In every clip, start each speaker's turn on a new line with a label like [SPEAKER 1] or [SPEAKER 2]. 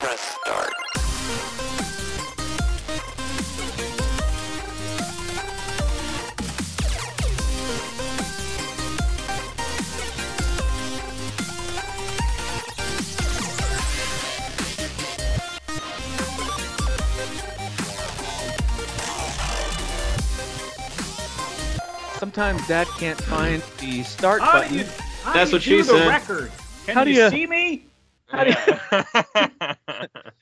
[SPEAKER 1] Press start.
[SPEAKER 2] Sometimes Dad can't find the start
[SPEAKER 3] How
[SPEAKER 2] button.
[SPEAKER 3] do you, how
[SPEAKER 4] That's
[SPEAKER 3] do you
[SPEAKER 4] what she
[SPEAKER 3] do
[SPEAKER 4] said.
[SPEAKER 3] The record. Can
[SPEAKER 2] How do
[SPEAKER 3] you,
[SPEAKER 2] you-
[SPEAKER 3] see me?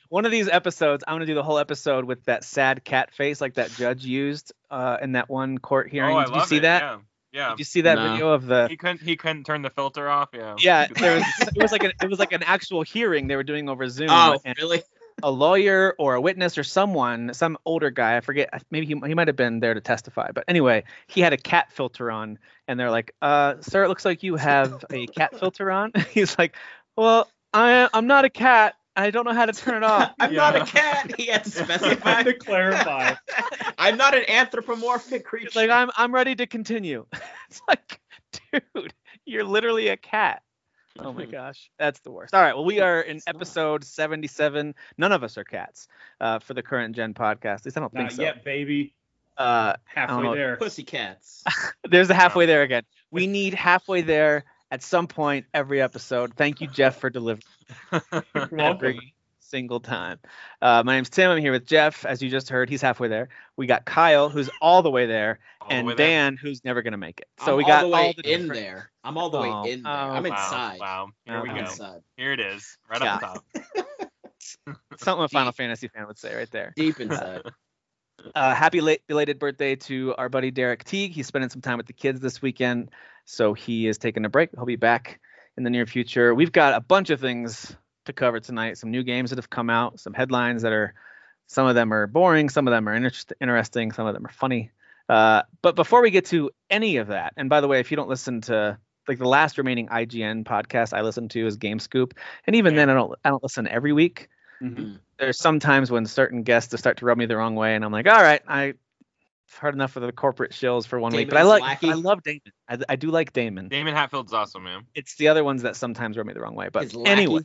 [SPEAKER 2] One of these episodes, I'm gonna do the whole episode with that sad cat face, like that judge used uh, in that one court hearing.
[SPEAKER 5] Oh, I
[SPEAKER 2] Did you
[SPEAKER 5] love
[SPEAKER 2] see
[SPEAKER 5] it,
[SPEAKER 2] that?
[SPEAKER 5] Yeah.
[SPEAKER 2] Did you see that
[SPEAKER 4] Nah.
[SPEAKER 2] video of the?
[SPEAKER 5] yeah. He couldn't. He couldn't turn the filter off. Yeah.
[SPEAKER 2] Yeah, there was. It was like an. It was like an actual hearing they were doing over Zoom.
[SPEAKER 4] oh,
[SPEAKER 2] and
[SPEAKER 4] really?
[SPEAKER 2] a lawyer or a witness or someone, some older guy, I forget, maybe he, he might have been there to testify, but anyway, he had a cat filter on, and they're like, uh, "Sir, it looks like you have a cat filter on." He's like, "Well, I, I'm not a cat. I don't know how to turn it off."
[SPEAKER 4] I'm not a
[SPEAKER 5] Yeah.
[SPEAKER 4] cat. He had to
[SPEAKER 3] I
[SPEAKER 4] specify.
[SPEAKER 3] had to clarify.
[SPEAKER 4] I'm not an anthropomorphic creature.
[SPEAKER 2] He's like, "I'm I'm ready to continue." it's like, dude, you're literally a cat. Oh my gosh, that's the worst. All right, well, we are in
[SPEAKER 4] It's not.
[SPEAKER 2] episode 77. None of us are cats uh, for the current gen podcast. At least I don't think
[SPEAKER 3] Not
[SPEAKER 2] so.
[SPEAKER 3] yet, baby.
[SPEAKER 2] Uh, I don't
[SPEAKER 3] Halfway
[SPEAKER 2] know.
[SPEAKER 3] there.
[SPEAKER 4] Pussycats.
[SPEAKER 2] There's the halfway there again. We need halfway there at some point every episode. Thank you, Jeff, for delivering every single time. Uh, my name's Tim. I'm here with Jeff. As you just heard, he's halfway there. We got Kyle, who's all the way there,
[SPEAKER 5] All the
[SPEAKER 2] and
[SPEAKER 5] way there.
[SPEAKER 2] Dan, who's never gonna make it. So
[SPEAKER 4] I'm
[SPEAKER 2] we got
[SPEAKER 4] all the way
[SPEAKER 2] all the
[SPEAKER 4] in
[SPEAKER 2] different-
[SPEAKER 4] there. I'm all the way
[SPEAKER 2] Oh,
[SPEAKER 4] in there.
[SPEAKER 2] oh,
[SPEAKER 4] I'm
[SPEAKER 5] Wow,
[SPEAKER 4] inside.
[SPEAKER 5] Wow. Here we
[SPEAKER 4] I'm
[SPEAKER 2] Wow.
[SPEAKER 5] go.
[SPEAKER 4] inside.
[SPEAKER 5] Here it is. Right up top.
[SPEAKER 2] Something a Final Fantasy fan would say right there.
[SPEAKER 4] Deep inside.
[SPEAKER 2] Uh, happy late belated birthday to our buddy Derek Teague. He's spending some time with the kids this weekend, so he is taking a break. He'll be back in the near future. We've got a bunch of things to cover tonight. Some new games that have come out. Some headlines that are, some of them are boring. Some of them are interest, interesting. Some of them are funny. Uh, but before we get to any of that, and by the way, if you don't listen to like the last remaining IGN podcast I listen to is Game Scoop, and even then I don't I don't listen every week
[SPEAKER 3] Mm-hmm.
[SPEAKER 2] there's sometimes when certain guests just start to rub me the wrong way, and I'm like, all right, I've heard enough of the corporate shills for one week, but I
[SPEAKER 4] Damon's
[SPEAKER 2] like
[SPEAKER 4] wacky.
[SPEAKER 2] I love Damon. I, I do like Damon.
[SPEAKER 5] Damon Hatfield's awesome, man.
[SPEAKER 2] It's the other ones that sometimes rub me the wrong way, but
[SPEAKER 4] His lackey,
[SPEAKER 2] anyway,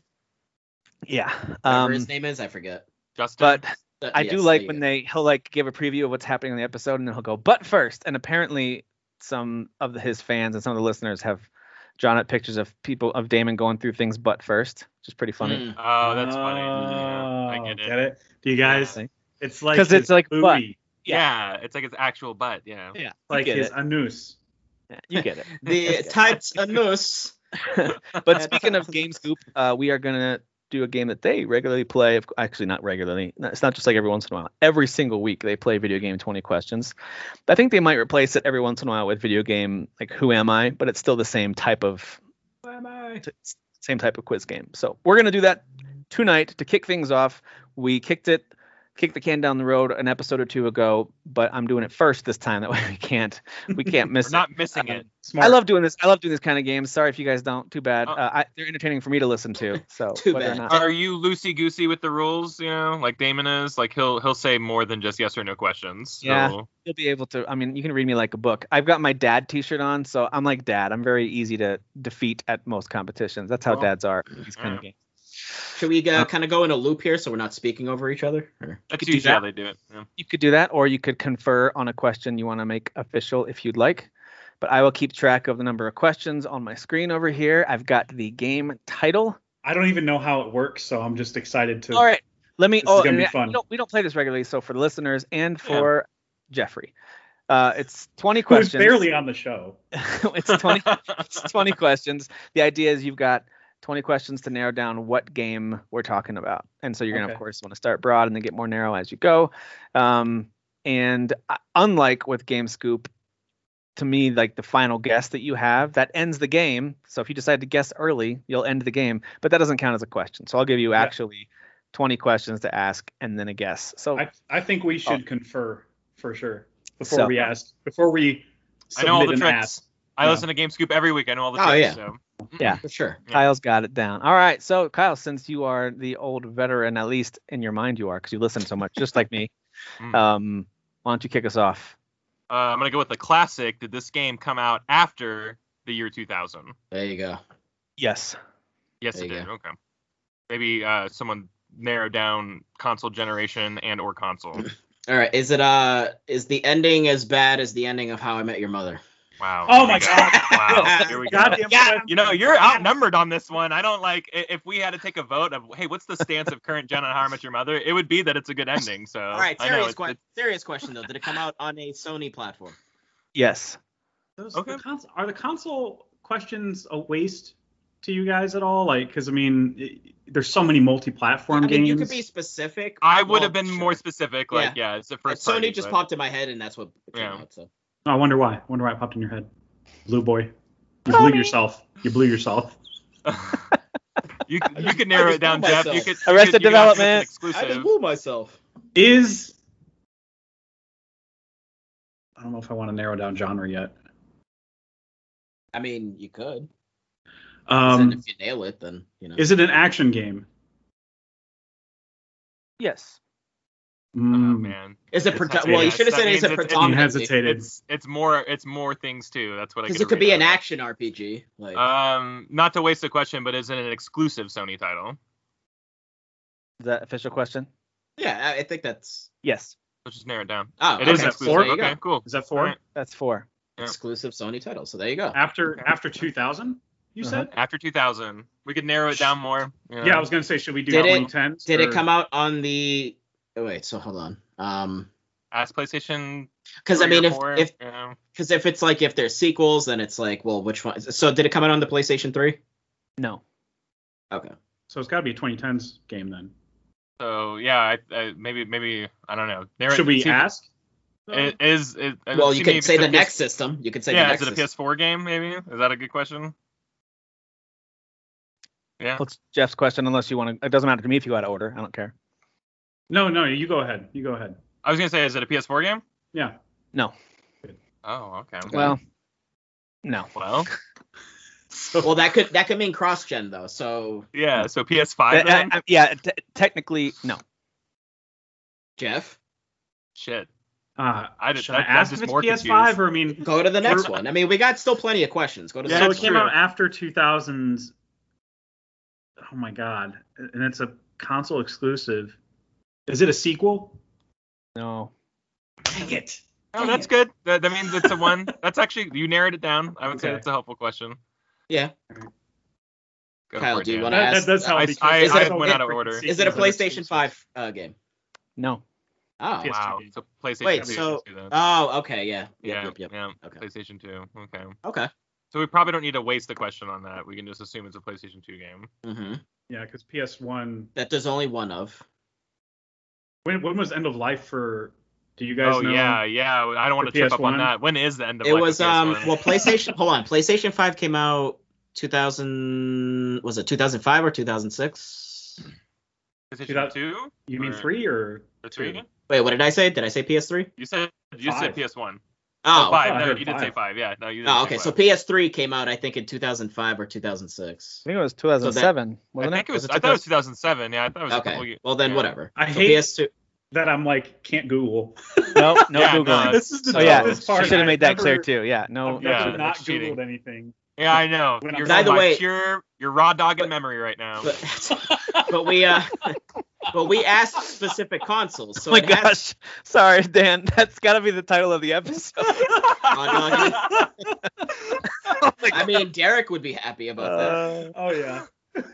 [SPEAKER 2] yeah.
[SPEAKER 4] whatever
[SPEAKER 2] Um,
[SPEAKER 4] his name is, I forget.
[SPEAKER 5] Justin.
[SPEAKER 2] but
[SPEAKER 4] Th-
[SPEAKER 2] I
[SPEAKER 4] yes,
[SPEAKER 2] do
[SPEAKER 4] there
[SPEAKER 2] like
[SPEAKER 4] you
[SPEAKER 2] when
[SPEAKER 4] go.
[SPEAKER 2] they he'll like give a preview of what's happening in the episode, and then he'll go, but first, and apparently some of his fans and some of the listeners have drawn up pictures of people of Damon going through things but first, which is pretty funny.
[SPEAKER 4] Mm.
[SPEAKER 5] oh, that's funny. Yeah, I
[SPEAKER 3] Oh,
[SPEAKER 5] get it.
[SPEAKER 3] Do you guys?
[SPEAKER 2] Yeah.
[SPEAKER 3] It's like
[SPEAKER 2] 'Cause
[SPEAKER 3] his
[SPEAKER 2] it's like
[SPEAKER 3] booty,
[SPEAKER 2] butt.
[SPEAKER 5] Yeah. It's like his actual butt. Yeah.
[SPEAKER 2] Yeah,
[SPEAKER 3] like
[SPEAKER 2] you get
[SPEAKER 3] his
[SPEAKER 2] it.
[SPEAKER 3] anus.
[SPEAKER 2] Yeah, you get it.
[SPEAKER 4] The types anus.
[SPEAKER 2] But speaking of Game Scoop, uh, we are gonna do a game that they regularly play. Of- Actually, not regularly. No, It's not just like every once in a while. Every single week they play video game 20 questions. I think they might replace it every once in a while with video game like Who Am I? But it's still the same type of
[SPEAKER 3] Am I?
[SPEAKER 2] t- same type of quiz game. So we're gonna do that tonight to kick things off. We kicked it, kicked the can down the road an episode or two ago, but I'm doing it first this time. That way we can't we can't miss it.
[SPEAKER 5] We're not missing
[SPEAKER 2] Um,
[SPEAKER 5] it.
[SPEAKER 3] Smart.
[SPEAKER 2] I love doing this. I love doing this kind of games. Sorry if you guys don't. Too bad.
[SPEAKER 5] Oh.
[SPEAKER 2] Uh, I, they're entertaining for me to listen to. So
[SPEAKER 4] Too
[SPEAKER 2] whether or
[SPEAKER 4] bad.
[SPEAKER 2] not-
[SPEAKER 5] Are you loosey goosey with the rules? You know, like Damon is. Like he'll he'll say more than just yes or no questions. So.
[SPEAKER 2] Yeah. you'll be able to. I mean, you can read me like a book. I've got my dad T-shirt on, so I'm like dad. I'm very easy to defeat at most competitions. That's how
[SPEAKER 5] Well,
[SPEAKER 2] dads are. in These kind of games.
[SPEAKER 4] Should we uh, kind of go in a loop here so we're not speaking over each other? Or-
[SPEAKER 5] That's
[SPEAKER 2] could do
[SPEAKER 5] usually
[SPEAKER 2] that.
[SPEAKER 5] how they do it. Yeah.
[SPEAKER 2] You could do that, or you could confer on a question you want to make official if you'd like. But I will keep track of the number of questions on my screen over here. I've got the game title.
[SPEAKER 3] I don't even know how it works, so I'm just excited to.
[SPEAKER 2] All right. Let me.
[SPEAKER 3] This is
[SPEAKER 2] oh,
[SPEAKER 3] gonna
[SPEAKER 2] and
[SPEAKER 3] be
[SPEAKER 2] I-
[SPEAKER 3] fun.
[SPEAKER 2] We don't, we don't play this regularly, so for the listeners and
[SPEAKER 5] Yeah.
[SPEAKER 2] for Jeffrey, uh, it's 20
[SPEAKER 3] Who's
[SPEAKER 2] questions.
[SPEAKER 3] barely on the show?
[SPEAKER 2] it's 20. it's 20 questions. The idea is you've got 20 questions to narrow down what game we're talking about, and so you're gonna
[SPEAKER 3] Okay.
[SPEAKER 2] of course want to start broad and then get more narrow as you go. Um, and uh, unlike with Game Scoop, to me, like the final guess that you have that ends the game. So if you decide to guess early, you'll end the game, but that doesn't count as a question. So I'll give you
[SPEAKER 3] Yeah.
[SPEAKER 2] actually 20 questions to ask and then a guess. So
[SPEAKER 3] I, I think we should confer for sure before
[SPEAKER 2] Oh. So-
[SPEAKER 3] we ask before we
[SPEAKER 5] I
[SPEAKER 3] submit
[SPEAKER 5] know all the
[SPEAKER 3] an
[SPEAKER 5] tricks.
[SPEAKER 3] ask.
[SPEAKER 5] I
[SPEAKER 3] Yeah.
[SPEAKER 5] listen to Game Scoop every week. I know all the
[SPEAKER 4] Oh,
[SPEAKER 5] tricks.
[SPEAKER 4] yeah.
[SPEAKER 5] So.
[SPEAKER 4] For sure.
[SPEAKER 2] Kyle's got it down. All right. So, Kyle, since you are the old veteran, at least in your mind you are, because you listen so much, just like me,
[SPEAKER 5] Mm.
[SPEAKER 2] um, why don't you kick us off?
[SPEAKER 5] Uh, I'm gonna go with the classic. Did this game come out after the year 2000?
[SPEAKER 4] There you go.
[SPEAKER 2] Yes.
[SPEAKER 5] Yes,
[SPEAKER 4] There
[SPEAKER 5] it
[SPEAKER 4] you
[SPEAKER 5] did.
[SPEAKER 4] go.
[SPEAKER 5] Okay. Maybe uh, someone narrow down console generation and or console.
[SPEAKER 4] All right. Is it uh is the ending as bad as the ending of How I Met Your Mother?
[SPEAKER 5] Wow.
[SPEAKER 3] Oh
[SPEAKER 5] here
[SPEAKER 3] my
[SPEAKER 5] we go.
[SPEAKER 3] God.
[SPEAKER 5] Wow. Here we go.
[SPEAKER 3] Goddamn
[SPEAKER 4] Yeah.
[SPEAKER 3] question.
[SPEAKER 5] You know, you're outnumbered on this one. I don't like i- if we had to take a vote of hey, what's the stance of current gen on How I Met Your Mother? It would be that it's a good ending. So
[SPEAKER 4] All right.
[SPEAKER 5] I know
[SPEAKER 4] Serious
[SPEAKER 5] it's,
[SPEAKER 4] question.
[SPEAKER 5] it's-
[SPEAKER 4] Serious question though. Did it come out on a Sony platform?
[SPEAKER 2] Yes.
[SPEAKER 3] Those,
[SPEAKER 5] Okay.
[SPEAKER 3] the cons- are the console questions a waste to you guys at all? Like, because I mean, i there's so many multi-platform
[SPEAKER 4] I mean,
[SPEAKER 3] games.
[SPEAKER 4] you could be specific.
[SPEAKER 5] I would
[SPEAKER 4] Well,
[SPEAKER 5] have been
[SPEAKER 4] sure.
[SPEAKER 5] more specific. Like, yeah, it's the
[SPEAKER 4] But
[SPEAKER 5] first.
[SPEAKER 4] Sony
[SPEAKER 5] party,
[SPEAKER 4] just
[SPEAKER 5] but-
[SPEAKER 4] popped in my head, and that's what came
[SPEAKER 5] Yeah.
[SPEAKER 4] out. So.
[SPEAKER 3] Oh, I wonder why. I wonder why it popped in your head. Blue boy, you blew yourself. You blew yourself.
[SPEAKER 5] you c- you could
[SPEAKER 4] I
[SPEAKER 5] narrow
[SPEAKER 4] just
[SPEAKER 5] it down,
[SPEAKER 4] blew
[SPEAKER 5] Jeff. You
[SPEAKER 4] myself.
[SPEAKER 5] could you
[SPEAKER 2] Arrested
[SPEAKER 5] could- you could also
[SPEAKER 2] Development.
[SPEAKER 5] make it an Exclusive.
[SPEAKER 4] blew myself.
[SPEAKER 3] Is I don't know if I want to narrow down genre yet.
[SPEAKER 4] I mean, you could. and
[SPEAKER 3] Um,
[SPEAKER 4] if you nail it, then you know.
[SPEAKER 3] is it an action game?
[SPEAKER 2] Yes.
[SPEAKER 5] Oh,
[SPEAKER 3] Mm,
[SPEAKER 5] man,
[SPEAKER 4] Is it
[SPEAKER 5] It's
[SPEAKER 4] predo-
[SPEAKER 5] not-
[SPEAKER 4] well?
[SPEAKER 5] yeah,
[SPEAKER 4] You should have
[SPEAKER 5] that
[SPEAKER 4] said
[SPEAKER 5] means
[SPEAKER 4] is it
[SPEAKER 5] it's- it's-
[SPEAKER 3] you
[SPEAKER 4] predominantly
[SPEAKER 3] hesitated.
[SPEAKER 5] it's it's more it's more things too. That's what I.
[SPEAKER 4] because
[SPEAKER 5] get
[SPEAKER 4] it could
[SPEAKER 5] read
[SPEAKER 4] be an
[SPEAKER 5] out of
[SPEAKER 4] action RPG. Like,
[SPEAKER 5] it. Um, not to waste the question, but is it an exclusive Sony title?
[SPEAKER 2] Is that official question?
[SPEAKER 4] yeah, I- I think that's.
[SPEAKER 2] Yes.
[SPEAKER 5] Let's just narrow it down.
[SPEAKER 4] Oh,
[SPEAKER 5] It is
[SPEAKER 3] okay.
[SPEAKER 5] an exclusive.
[SPEAKER 3] Four?
[SPEAKER 4] There you go.
[SPEAKER 5] Okay, cool.
[SPEAKER 3] Is that four?
[SPEAKER 5] Alright.
[SPEAKER 2] That's four.
[SPEAKER 5] Yeah.
[SPEAKER 4] exclusive Sony title. So there you go.
[SPEAKER 3] After
[SPEAKER 5] Okay.
[SPEAKER 3] after 2000, you
[SPEAKER 2] Uh-huh.
[SPEAKER 3] said?
[SPEAKER 5] After 2000, we could narrow it down more. you know.
[SPEAKER 3] Yeah, I was gonna say, should we do
[SPEAKER 4] Did it-
[SPEAKER 3] 2010s?
[SPEAKER 4] Did
[SPEAKER 3] or-
[SPEAKER 4] it come out on the? Oh, wait, so hold on. Um,
[SPEAKER 5] Ask PlayStation.
[SPEAKER 4] because I
[SPEAKER 5] three or
[SPEAKER 4] mean, if
[SPEAKER 5] four,
[SPEAKER 4] if
[SPEAKER 5] you know.
[SPEAKER 4] because if it's like if there's sequels, then it's like, well, which one? So did it come out on the PlayStation Three?
[SPEAKER 2] No.
[SPEAKER 4] Okay.
[SPEAKER 3] So it's got to be a 2010s game then.
[SPEAKER 5] so yeah, I, I, maybe maybe I don't know. Narrow
[SPEAKER 3] Should
[SPEAKER 5] it-
[SPEAKER 3] we
[SPEAKER 5] see-
[SPEAKER 3] ask?
[SPEAKER 5] It is. It, I
[SPEAKER 4] Well,
[SPEAKER 5] see
[SPEAKER 4] you
[SPEAKER 5] maybe
[SPEAKER 4] could
[SPEAKER 5] if
[SPEAKER 4] say
[SPEAKER 5] it's
[SPEAKER 4] the
[SPEAKER 5] a PS
[SPEAKER 4] next system. You could say the
[SPEAKER 5] yeah,
[SPEAKER 4] next
[SPEAKER 5] is it a
[SPEAKER 4] system.
[SPEAKER 5] PS4 game? Maybe is that a good question? Yeah.
[SPEAKER 2] What's Jeff's question? Unless you want to, it doesn't matter to me if you go out of order. I don't care.
[SPEAKER 3] No, no, you go ahead. You go ahead.
[SPEAKER 5] I was gonna say, is it a PS4 game?
[SPEAKER 3] Yeah.
[SPEAKER 5] Oh, okay.
[SPEAKER 4] Okay.
[SPEAKER 2] Well, no.
[SPEAKER 5] Well,
[SPEAKER 4] Well, that could that could mean cross gen though. So
[SPEAKER 5] yeah. So PS5.
[SPEAKER 2] Uh, uh,
[SPEAKER 5] Then?
[SPEAKER 2] uh, yeah, te- technically, no.
[SPEAKER 4] Jeff,
[SPEAKER 5] Shit.
[SPEAKER 3] Uh,
[SPEAKER 5] I did,
[SPEAKER 3] should I
[SPEAKER 5] that,
[SPEAKER 3] ask
[SPEAKER 5] that's
[SPEAKER 3] if
[SPEAKER 5] just
[SPEAKER 3] it's
[SPEAKER 5] more
[SPEAKER 3] PS5
[SPEAKER 5] confused.
[SPEAKER 3] or I mean,
[SPEAKER 4] go to the next
[SPEAKER 3] We're-
[SPEAKER 4] one. I mean, we got still plenty of questions. Go to the
[SPEAKER 5] Yeah,
[SPEAKER 3] so it
[SPEAKER 4] next
[SPEAKER 5] that's
[SPEAKER 3] came
[SPEAKER 5] true.
[SPEAKER 3] out after 2000s. Oh my god! And it's a console exclusive. Is it a sequel?
[SPEAKER 2] No.
[SPEAKER 4] one. Dang it.
[SPEAKER 5] Oh, that's good. That, that means it's a one. That's actually you narrowed it down. I would say
[SPEAKER 3] Okay.
[SPEAKER 5] that's a helpful question.
[SPEAKER 4] Yeah.
[SPEAKER 5] Go
[SPEAKER 4] Kyle,
[SPEAKER 5] for it,
[SPEAKER 4] do you
[SPEAKER 5] Dan.
[SPEAKER 4] wanna-
[SPEAKER 3] That, that
[SPEAKER 4] ask-
[SPEAKER 3] does help.
[SPEAKER 5] I-
[SPEAKER 3] because
[SPEAKER 5] I-
[SPEAKER 3] that's
[SPEAKER 4] I
[SPEAKER 3] how
[SPEAKER 5] went
[SPEAKER 3] we-
[SPEAKER 5] out of order.
[SPEAKER 4] Is it a
[SPEAKER 3] sequels are
[SPEAKER 4] PlayStation
[SPEAKER 3] exclusive.
[SPEAKER 4] Five uh, game?
[SPEAKER 2] No.
[SPEAKER 4] Oh.
[SPEAKER 3] PS2
[SPEAKER 5] Wow.
[SPEAKER 3] game.
[SPEAKER 5] So PlayStation.
[SPEAKER 4] Wait,
[SPEAKER 5] 2
[SPEAKER 4] so-
[SPEAKER 5] do that.
[SPEAKER 4] Oh, okay, yeah.
[SPEAKER 5] yeah,
[SPEAKER 4] Yep, yep, yep.
[SPEAKER 5] yeah.
[SPEAKER 4] Okay.
[SPEAKER 5] PlayStation 2. Okay.
[SPEAKER 4] Okay.
[SPEAKER 5] So we probably don't need to waste the question on that. We can just assume it's a PlayStation 2 game.
[SPEAKER 4] hmm
[SPEAKER 3] Yeah, because PS1.
[SPEAKER 4] That there's only one of.
[SPEAKER 3] When, when was end of life for? Do you guys
[SPEAKER 5] Oh
[SPEAKER 3] know?
[SPEAKER 5] yeah, yeah. I don't want to
[SPEAKER 3] For
[SPEAKER 5] trip up on
[SPEAKER 3] PS1?
[SPEAKER 5] that. When is the end of
[SPEAKER 4] It
[SPEAKER 5] life of
[SPEAKER 4] was um
[SPEAKER 5] PS1?
[SPEAKER 4] well PlayStation hold on, PlayStation 5 came out 2000 was it 2005 or 2006?
[SPEAKER 5] PlayStation 2
[SPEAKER 3] You mean
[SPEAKER 5] Or-
[SPEAKER 3] three or
[SPEAKER 5] or 3?
[SPEAKER 4] Wait, what did I say? Did I say PS3?
[SPEAKER 5] You said you
[SPEAKER 3] Five.
[SPEAKER 5] said PS1.
[SPEAKER 4] Oh.
[SPEAKER 5] five.
[SPEAKER 3] I
[SPEAKER 5] No,
[SPEAKER 3] heard
[SPEAKER 5] you did say
[SPEAKER 3] five.
[SPEAKER 5] five. Yeah. No, you did
[SPEAKER 4] oh, okay.
[SPEAKER 5] say five.
[SPEAKER 4] So PS3 came out I think in 2005 or 2006.
[SPEAKER 2] I think it was 2007,
[SPEAKER 5] I
[SPEAKER 2] wasn't
[SPEAKER 5] think it
[SPEAKER 2] it?
[SPEAKER 5] was.
[SPEAKER 4] Was it
[SPEAKER 5] I thought it was 2007. Yeah, I thought it was. A couple
[SPEAKER 4] Okay.
[SPEAKER 5] years.
[SPEAKER 4] Well then
[SPEAKER 5] yeah.
[SPEAKER 4] whatever.
[SPEAKER 3] I
[SPEAKER 4] So
[SPEAKER 3] hate-
[SPEAKER 4] PS2
[SPEAKER 3] that? I'm like can't Google.
[SPEAKER 2] No, no
[SPEAKER 5] Yeah, no,
[SPEAKER 2] Googling.
[SPEAKER 5] it's-
[SPEAKER 3] this is the
[SPEAKER 2] oh, yeah.
[SPEAKER 3] dumbest
[SPEAKER 2] She
[SPEAKER 3] part.
[SPEAKER 2] should have
[SPEAKER 3] I've
[SPEAKER 2] made that clear
[SPEAKER 3] never-
[SPEAKER 2] too. Yeah. No.
[SPEAKER 3] I've
[SPEAKER 5] Yeah,
[SPEAKER 3] never
[SPEAKER 5] that's
[SPEAKER 3] not
[SPEAKER 5] cheating.
[SPEAKER 3] googled anything.
[SPEAKER 5] Yeah, I know.
[SPEAKER 3] When I'm-
[SPEAKER 5] You're
[SPEAKER 4] By
[SPEAKER 5] going
[SPEAKER 4] the
[SPEAKER 5] by
[SPEAKER 4] way-
[SPEAKER 5] pure, you're raw dog in
[SPEAKER 4] But-
[SPEAKER 5] memory right now.
[SPEAKER 4] but, but we uh but we asked specific consoles. So
[SPEAKER 2] oh my
[SPEAKER 4] it has-
[SPEAKER 2] gosh. Sorry, Dan. That's got to be the title of the episode.
[SPEAKER 4] Oh,
[SPEAKER 2] oh my
[SPEAKER 4] I mean Derek would be happy about that.
[SPEAKER 2] Uh,
[SPEAKER 3] Oh yeah,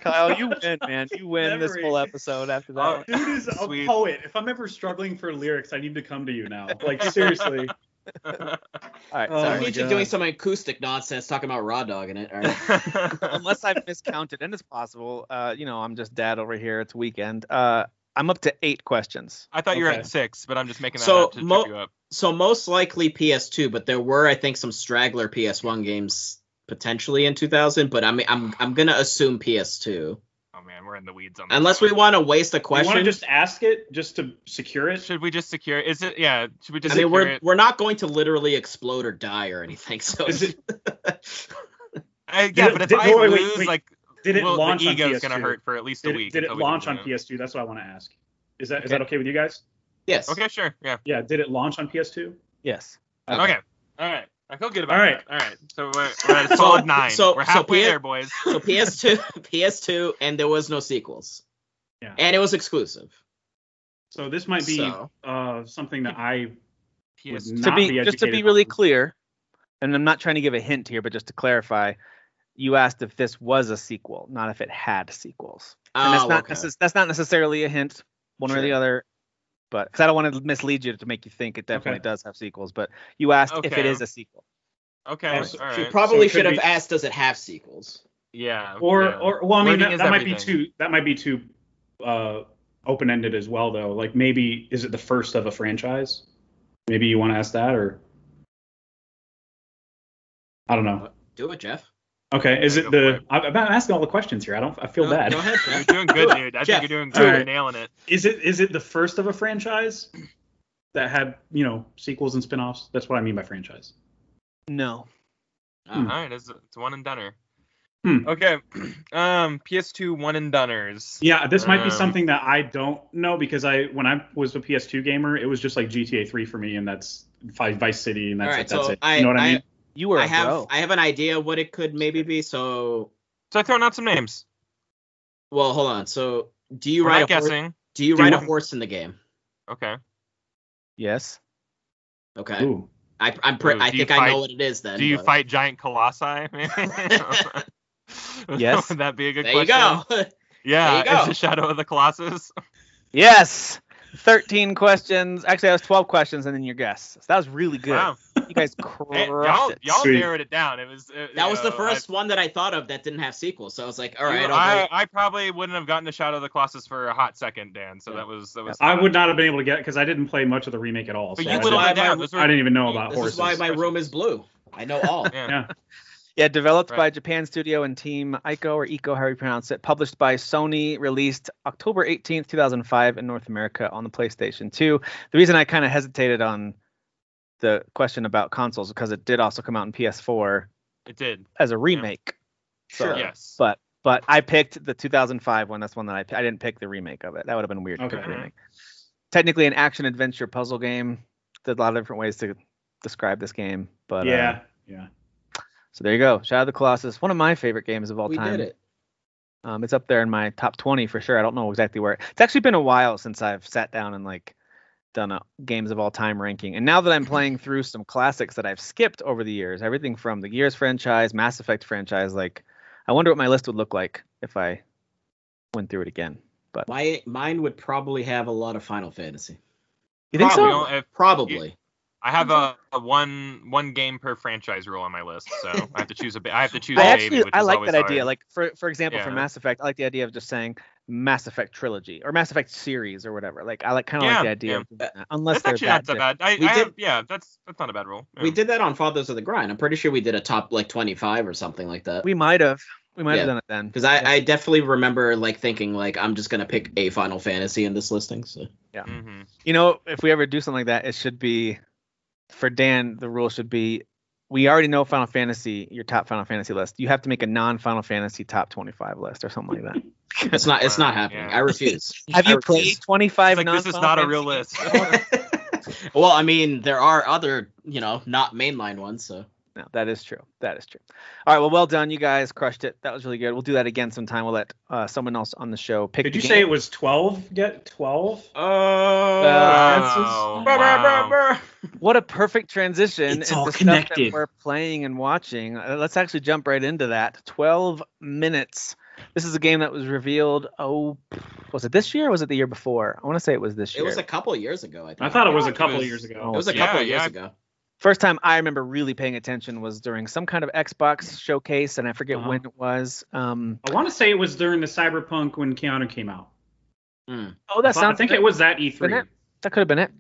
[SPEAKER 2] Kyle, you win, man. You win this
[SPEAKER 3] Memory.
[SPEAKER 2] whole episode after that.
[SPEAKER 5] Oh,
[SPEAKER 2] one.
[SPEAKER 3] dude is a
[SPEAKER 5] Sweet.
[SPEAKER 3] poet. If I'm ever struggling for lyrics, I need to come to you now. Like seriously.
[SPEAKER 2] All right.
[SPEAKER 4] So we
[SPEAKER 2] sorry.
[SPEAKER 3] Oh my
[SPEAKER 4] need you
[SPEAKER 3] God.
[SPEAKER 4] doing some acoustic nonsense talking about raw dog in it. All right.
[SPEAKER 2] Unless I've miscounted, and it's possible. Uh, you know, I'm just dad over here. It's weekend. Uh, I'm up to eight questions.
[SPEAKER 5] I thought you were
[SPEAKER 3] Okay.
[SPEAKER 5] at six, but I'm just making that
[SPEAKER 4] So,
[SPEAKER 5] up to
[SPEAKER 4] mo-
[SPEAKER 5] trip you up.
[SPEAKER 4] So most likely PS2, but there were I think some straggler PS1 games potentially in 2000. But I'm I'm I'm gonna assume PS2
[SPEAKER 5] Oh man, we're in the weeds on. this
[SPEAKER 4] unless we
[SPEAKER 5] one.
[SPEAKER 4] want to waste a
[SPEAKER 3] You want to
[SPEAKER 4] question.
[SPEAKER 3] just ask it just to secure it?
[SPEAKER 5] Should we just secure? Is it? Yeah. Should we just
[SPEAKER 4] I mean,
[SPEAKER 5] secure
[SPEAKER 4] we're
[SPEAKER 5] it?
[SPEAKER 4] we're not going to literally explode or die or anything. So
[SPEAKER 3] Is it,
[SPEAKER 5] I, Uh, yeah,
[SPEAKER 3] it-
[SPEAKER 5] but if
[SPEAKER 3] did-
[SPEAKER 5] I
[SPEAKER 3] wait, wait,
[SPEAKER 5] lose,
[SPEAKER 3] wait.
[SPEAKER 5] like,
[SPEAKER 3] did it
[SPEAKER 5] well,
[SPEAKER 3] launch
[SPEAKER 5] the
[SPEAKER 3] on
[SPEAKER 5] ego's
[SPEAKER 3] PS2?
[SPEAKER 5] gonna hurt for at least a
[SPEAKER 3] Did
[SPEAKER 5] week.
[SPEAKER 3] it, did it
[SPEAKER 5] until we can
[SPEAKER 3] launch
[SPEAKER 5] do
[SPEAKER 3] on
[SPEAKER 5] that.
[SPEAKER 3] PS2? That's what I want to ask. Is that is
[SPEAKER 5] Okay.
[SPEAKER 3] that okay with you guys?
[SPEAKER 4] yes.
[SPEAKER 5] Okay, sure. Yeah.
[SPEAKER 3] Yeah. Did it launch on PS2?
[SPEAKER 2] Yes.
[SPEAKER 4] Okay.
[SPEAKER 5] Okay. All right. I feel good about
[SPEAKER 3] All right.
[SPEAKER 5] that. All right. So we're, we're at a solid nine.
[SPEAKER 4] so-
[SPEAKER 5] we're
[SPEAKER 4] so
[SPEAKER 5] halfway
[SPEAKER 4] Pierre-
[SPEAKER 5] there, boys.
[SPEAKER 4] So PS2, PS2, and there was no sequels.
[SPEAKER 3] Yeah.
[SPEAKER 4] and it was exclusive.
[SPEAKER 3] So this might be
[SPEAKER 4] So. oh,
[SPEAKER 3] uh, something that I
[SPEAKER 5] PS.
[SPEAKER 3] Would
[SPEAKER 2] to
[SPEAKER 3] not
[SPEAKER 2] be,
[SPEAKER 3] be
[SPEAKER 2] just to be
[SPEAKER 3] educated
[SPEAKER 2] really
[SPEAKER 3] on.
[SPEAKER 2] clear, and I'm not trying to give a hint here, but just to clarify, you asked if this was a sequel, not if it had sequels. And that's
[SPEAKER 4] Oh,
[SPEAKER 2] not
[SPEAKER 4] okay.
[SPEAKER 2] necess- that's not necessarily a hint, one or the
[SPEAKER 4] Sure.
[SPEAKER 2] other. But because I don't want to mislead you to make you think it definitely
[SPEAKER 3] Okay.
[SPEAKER 2] does have sequels. But you asked if it
[SPEAKER 5] Okay.
[SPEAKER 2] is a sequel.
[SPEAKER 5] Okay.
[SPEAKER 3] Oh,
[SPEAKER 5] all right.
[SPEAKER 4] She probably
[SPEAKER 3] So it
[SPEAKER 4] should
[SPEAKER 3] could
[SPEAKER 4] have
[SPEAKER 3] be-
[SPEAKER 4] asked, "Does it have sequels?"
[SPEAKER 5] yeah.
[SPEAKER 3] or
[SPEAKER 5] yeah.
[SPEAKER 3] or well, I mean
[SPEAKER 5] Wording
[SPEAKER 3] that,
[SPEAKER 5] is
[SPEAKER 3] that might be
[SPEAKER 5] everything.
[SPEAKER 3] too that might be too uh, open ended as well though. Like maybe is it the first of a franchise? Maybe you want to ask that or I don't know.
[SPEAKER 4] Do it, Jeff.
[SPEAKER 3] Okay, is it
[SPEAKER 5] Go
[SPEAKER 3] the?
[SPEAKER 5] for it.
[SPEAKER 3] I'm I'm asking all the questions here. I don't. I feel
[SPEAKER 4] No,
[SPEAKER 3] bad.
[SPEAKER 4] Go ahead,
[SPEAKER 5] You're
[SPEAKER 4] Jeff.
[SPEAKER 5] doing good, dude. I
[SPEAKER 4] Jeff,
[SPEAKER 5] think you're doing
[SPEAKER 3] all
[SPEAKER 5] good. You're
[SPEAKER 3] right.
[SPEAKER 5] nailing it.
[SPEAKER 3] Is it is it the first of a franchise that had you know sequels and spin-offs? That's what I mean by franchise.
[SPEAKER 2] No.
[SPEAKER 5] All
[SPEAKER 4] Uh,
[SPEAKER 5] right. It's, it's one and dunner.
[SPEAKER 3] Hmm.
[SPEAKER 5] Okay. Um, PS2 one and dunners.
[SPEAKER 3] Yeah, this might be
[SPEAKER 5] Um,
[SPEAKER 3] something that I don't know because I when I was a PS2 gamer, it was just like GTA 3 for me, and that's Vi- Vice City, and that's
[SPEAKER 4] All
[SPEAKER 3] it.
[SPEAKER 4] right,
[SPEAKER 3] That's
[SPEAKER 4] so
[SPEAKER 3] it.
[SPEAKER 4] I-
[SPEAKER 3] you know what I,
[SPEAKER 4] I-
[SPEAKER 3] mean?
[SPEAKER 2] You were
[SPEAKER 4] I
[SPEAKER 2] a
[SPEAKER 4] have
[SPEAKER 2] bro.
[SPEAKER 4] I have an idea what it could maybe be. So,
[SPEAKER 5] So throwing out some names.
[SPEAKER 4] well, hold on. So, do you
[SPEAKER 5] You're
[SPEAKER 4] ride
[SPEAKER 5] right.
[SPEAKER 4] a horse?
[SPEAKER 5] Guessing.
[SPEAKER 4] Do you
[SPEAKER 3] Do you
[SPEAKER 4] ride a
[SPEAKER 3] want-
[SPEAKER 4] horse in the game?
[SPEAKER 5] Okay.
[SPEAKER 2] yes.
[SPEAKER 4] Okay.
[SPEAKER 3] Ooh.
[SPEAKER 4] I I'm pre-
[SPEAKER 5] Ooh,
[SPEAKER 4] I
[SPEAKER 5] do you
[SPEAKER 4] think I
[SPEAKER 5] fight-
[SPEAKER 4] know what it is then.
[SPEAKER 5] Do you
[SPEAKER 4] but-
[SPEAKER 5] fight giant colossi?
[SPEAKER 2] Yes.
[SPEAKER 5] Would that be a good
[SPEAKER 4] There you
[SPEAKER 5] question?
[SPEAKER 4] go.
[SPEAKER 5] Yeah.
[SPEAKER 4] There you
[SPEAKER 5] It's
[SPEAKER 4] go.
[SPEAKER 5] the Shadow of the Colossus.
[SPEAKER 2] Yes. 13 questions. Actually, that was 12 questions and then your guess. So that was really good.
[SPEAKER 5] Wow.
[SPEAKER 2] You guys
[SPEAKER 5] Hey,
[SPEAKER 2] crushed
[SPEAKER 5] y'all,
[SPEAKER 2] it.
[SPEAKER 5] y'all
[SPEAKER 3] Sweet.
[SPEAKER 5] narrowed it down. It was. uh,
[SPEAKER 4] that
[SPEAKER 5] you
[SPEAKER 4] was the
[SPEAKER 5] know,
[SPEAKER 4] first one that I thought of that didn't have sequels. So I was like, all
[SPEAKER 5] I, you
[SPEAKER 4] right,
[SPEAKER 5] know,
[SPEAKER 4] I'll
[SPEAKER 5] I,
[SPEAKER 4] go-
[SPEAKER 5] I probably wouldn't have gotten the Shadow of the Colossus for a hot second, Dan. So
[SPEAKER 4] Yeah.
[SPEAKER 5] that was that was.
[SPEAKER 3] I would not have been able to get because I didn't play much of the remake at all.
[SPEAKER 5] But
[SPEAKER 3] so
[SPEAKER 5] you
[SPEAKER 3] I,
[SPEAKER 5] whittled
[SPEAKER 4] why
[SPEAKER 5] it
[SPEAKER 3] didn't,
[SPEAKER 5] down.
[SPEAKER 4] my-
[SPEAKER 5] Those were-
[SPEAKER 3] I didn't even know about
[SPEAKER 4] this
[SPEAKER 3] horses.
[SPEAKER 4] is why my room is blue. I know all.
[SPEAKER 5] Yeah.
[SPEAKER 3] Yeah.
[SPEAKER 2] Yeah, developed by
[SPEAKER 5] Right.
[SPEAKER 2] Japan Studio and Team Ico or Ico, however you pronounce it. Published by Sony, released October 18th, 2005 in North America on the PlayStation 2. The reason I kind of hesitated on the question about consoles because it did also come out in PS4
[SPEAKER 5] It did.
[SPEAKER 2] as a remake.
[SPEAKER 4] Sure.
[SPEAKER 2] So-
[SPEAKER 5] Yes.
[SPEAKER 2] But but I picked the 2005 one. That's one that I I didn't pick the remake of it. That would have been weird. To
[SPEAKER 3] Okay.
[SPEAKER 2] pick the remake. Technically an action adventure puzzle game. There's a lot of different ways to describe this game, but uh,
[SPEAKER 3] yeah. Yeah.
[SPEAKER 2] so there you go. Shadow of the Colossus, one of my favorite games of all
[SPEAKER 4] we
[SPEAKER 2] time.
[SPEAKER 4] did it.
[SPEAKER 2] Um, it's up there in my top 20 for sure. I don't know exactly where. It's actually been a while since I've sat down and like done a games of all time ranking. And now that I'm playing through some classics that I've skipped over the years, everything from the Gears franchise, Mass Effect franchise, like I wonder what my list would look like if I went through it again. But
[SPEAKER 4] My mine would probably have a lot of Final Fantasy.
[SPEAKER 2] you think
[SPEAKER 5] Probably,
[SPEAKER 2] so?
[SPEAKER 5] you know, if-
[SPEAKER 4] Probably.
[SPEAKER 5] I have a, a one one game per franchise rule on my list, so I have to choose a ba- I have to choose a
[SPEAKER 2] I
[SPEAKER 5] baby,
[SPEAKER 2] actually
[SPEAKER 5] which
[SPEAKER 2] I
[SPEAKER 5] is
[SPEAKER 2] like
[SPEAKER 5] always
[SPEAKER 2] that idea.
[SPEAKER 5] hard.
[SPEAKER 2] Like for for example, for
[SPEAKER 5] Yeah.
[SPEAKER 2] Mass Effect, I like the idea of just saying Mass Effect trilogy or Mass Effect series or whatever. Like I like kind of
[SPEAKER 5] Yeah,
[SPEAKER 2] like the idea
[SPEAKER 5] yeah.
[SPEAKER 2] of doing that, unless
[SPEAKER 5] that's
[SPEAKER 2] they're
[SPEAKER 5] actually not that
[SPEAKER 2] bad.
[SPEAKER 5] bad. I,
[SPEAKER 4] We
[SPEAKER 5] I
[SPEAKER 4] did-
[SPEAKER 5] have, yeah, that's that's not a bad rule. Yeah.
[SPEAKER 4] We did that on Fathers of the Grind. I'm pretty sure we did a top like 25 or something like that.
[SPEAKER 2] We might have we might
[SPEAKER 4] Yeah.
[SPEAKER 2] have done it then.
[SPEAKER 4] Because I,
[SPEAKER 2] Yeah.
[SPEAKER 4] I definitely remember like thinking like I'm just gonna pick a Final Fantasy in this listing. So
[SPEAKER 5] Mhm.
[SPEAKER 2] You know, if we ever do something like that, it should be for Dan. The rule should be we already know Final Fantasy, your top Final Fantasy list. You have to make a non Final Fantasy top 25 list or something like that.
[SPEAKER 4] it's not it's not
[SPEAKER 5] Wow,
[SPEAKER 4] happening.
[SPEAKER 5] yeah.
[SPEAKER 4] I refuse.
[SPEAKER 2] Have
[SPEAKER 4] I
[SPEAKER 2] you
[SPEAKER 4] refuse.
[SPEAKER 2] played 25
[SPEAKER 5] It's like, this is not a real list.
[SPEAKER 4] well, I mean, there are other, you know, not mainline ones, so
[SPEAKER 2] No, that is true. That is true. All right. Well, well done. You guys crushed it. That was really good. We'll do that again sometime. We'll let uh, someone else on the show pick.
[SPEAKER 3] Did
[SPEAKER 2] the
[SPEAKER 3] you
[SPEAKER 2] game.
[SPEAKER 3] say it was 12? Get 12?
[SPEAKER 4] Oh,
[SPEAKER 5] Wow. Wow.
[SPEAKER 2] What a perfect transition.
[SPEAKER 3] It's all
[SPEAKER 2] into stuff
[SPEAKER 3] connected.
[SPEAKER 2] That we're playing and watching. Uh, Let's actually jump right into that. 12 minutes. This is a game that was revealed. Oh, was it this year or was it the year before? I want to say it was this
[SPEAKER 4] It
[SPEAKER 2] year.
[SPEAKER 4] was a couple years ago, I think.
[SPEAKER 3] I thought it was a
[SPEAKER 5] It
[SPEAKER 3] couple
[SPEAKER 5] was-
[SPEAKER 3] years
[SPEAKER 2] Oh.
[SPEAKER 4] it
[SPEAKER 3] ago.
[SPEAKER 4] was a
[SPEAKER 5] Yeah,
[SPEAKER 4] couple years
[SPEAKER 5] yeah.
[SPEAKER 4] ago.
[SPEAKER 2] First time I remember really paying attention was during some kind of Xbox showcase, and I forget
[SPEAKER 3] Uh-huh.
[SPEAKER 2] when it was. Um,
[SPEAKER 3] I want to say it was during the Cyberpunk when Keanu came out.
[SPEAKER 2] oh, that
[SPEAKER 3] I, thought- I
[SPEAKER 2] sounds.
[SPEAKER 3] think it was that E E3.
[SPEAKER 2] Wasn't it? That could have been it.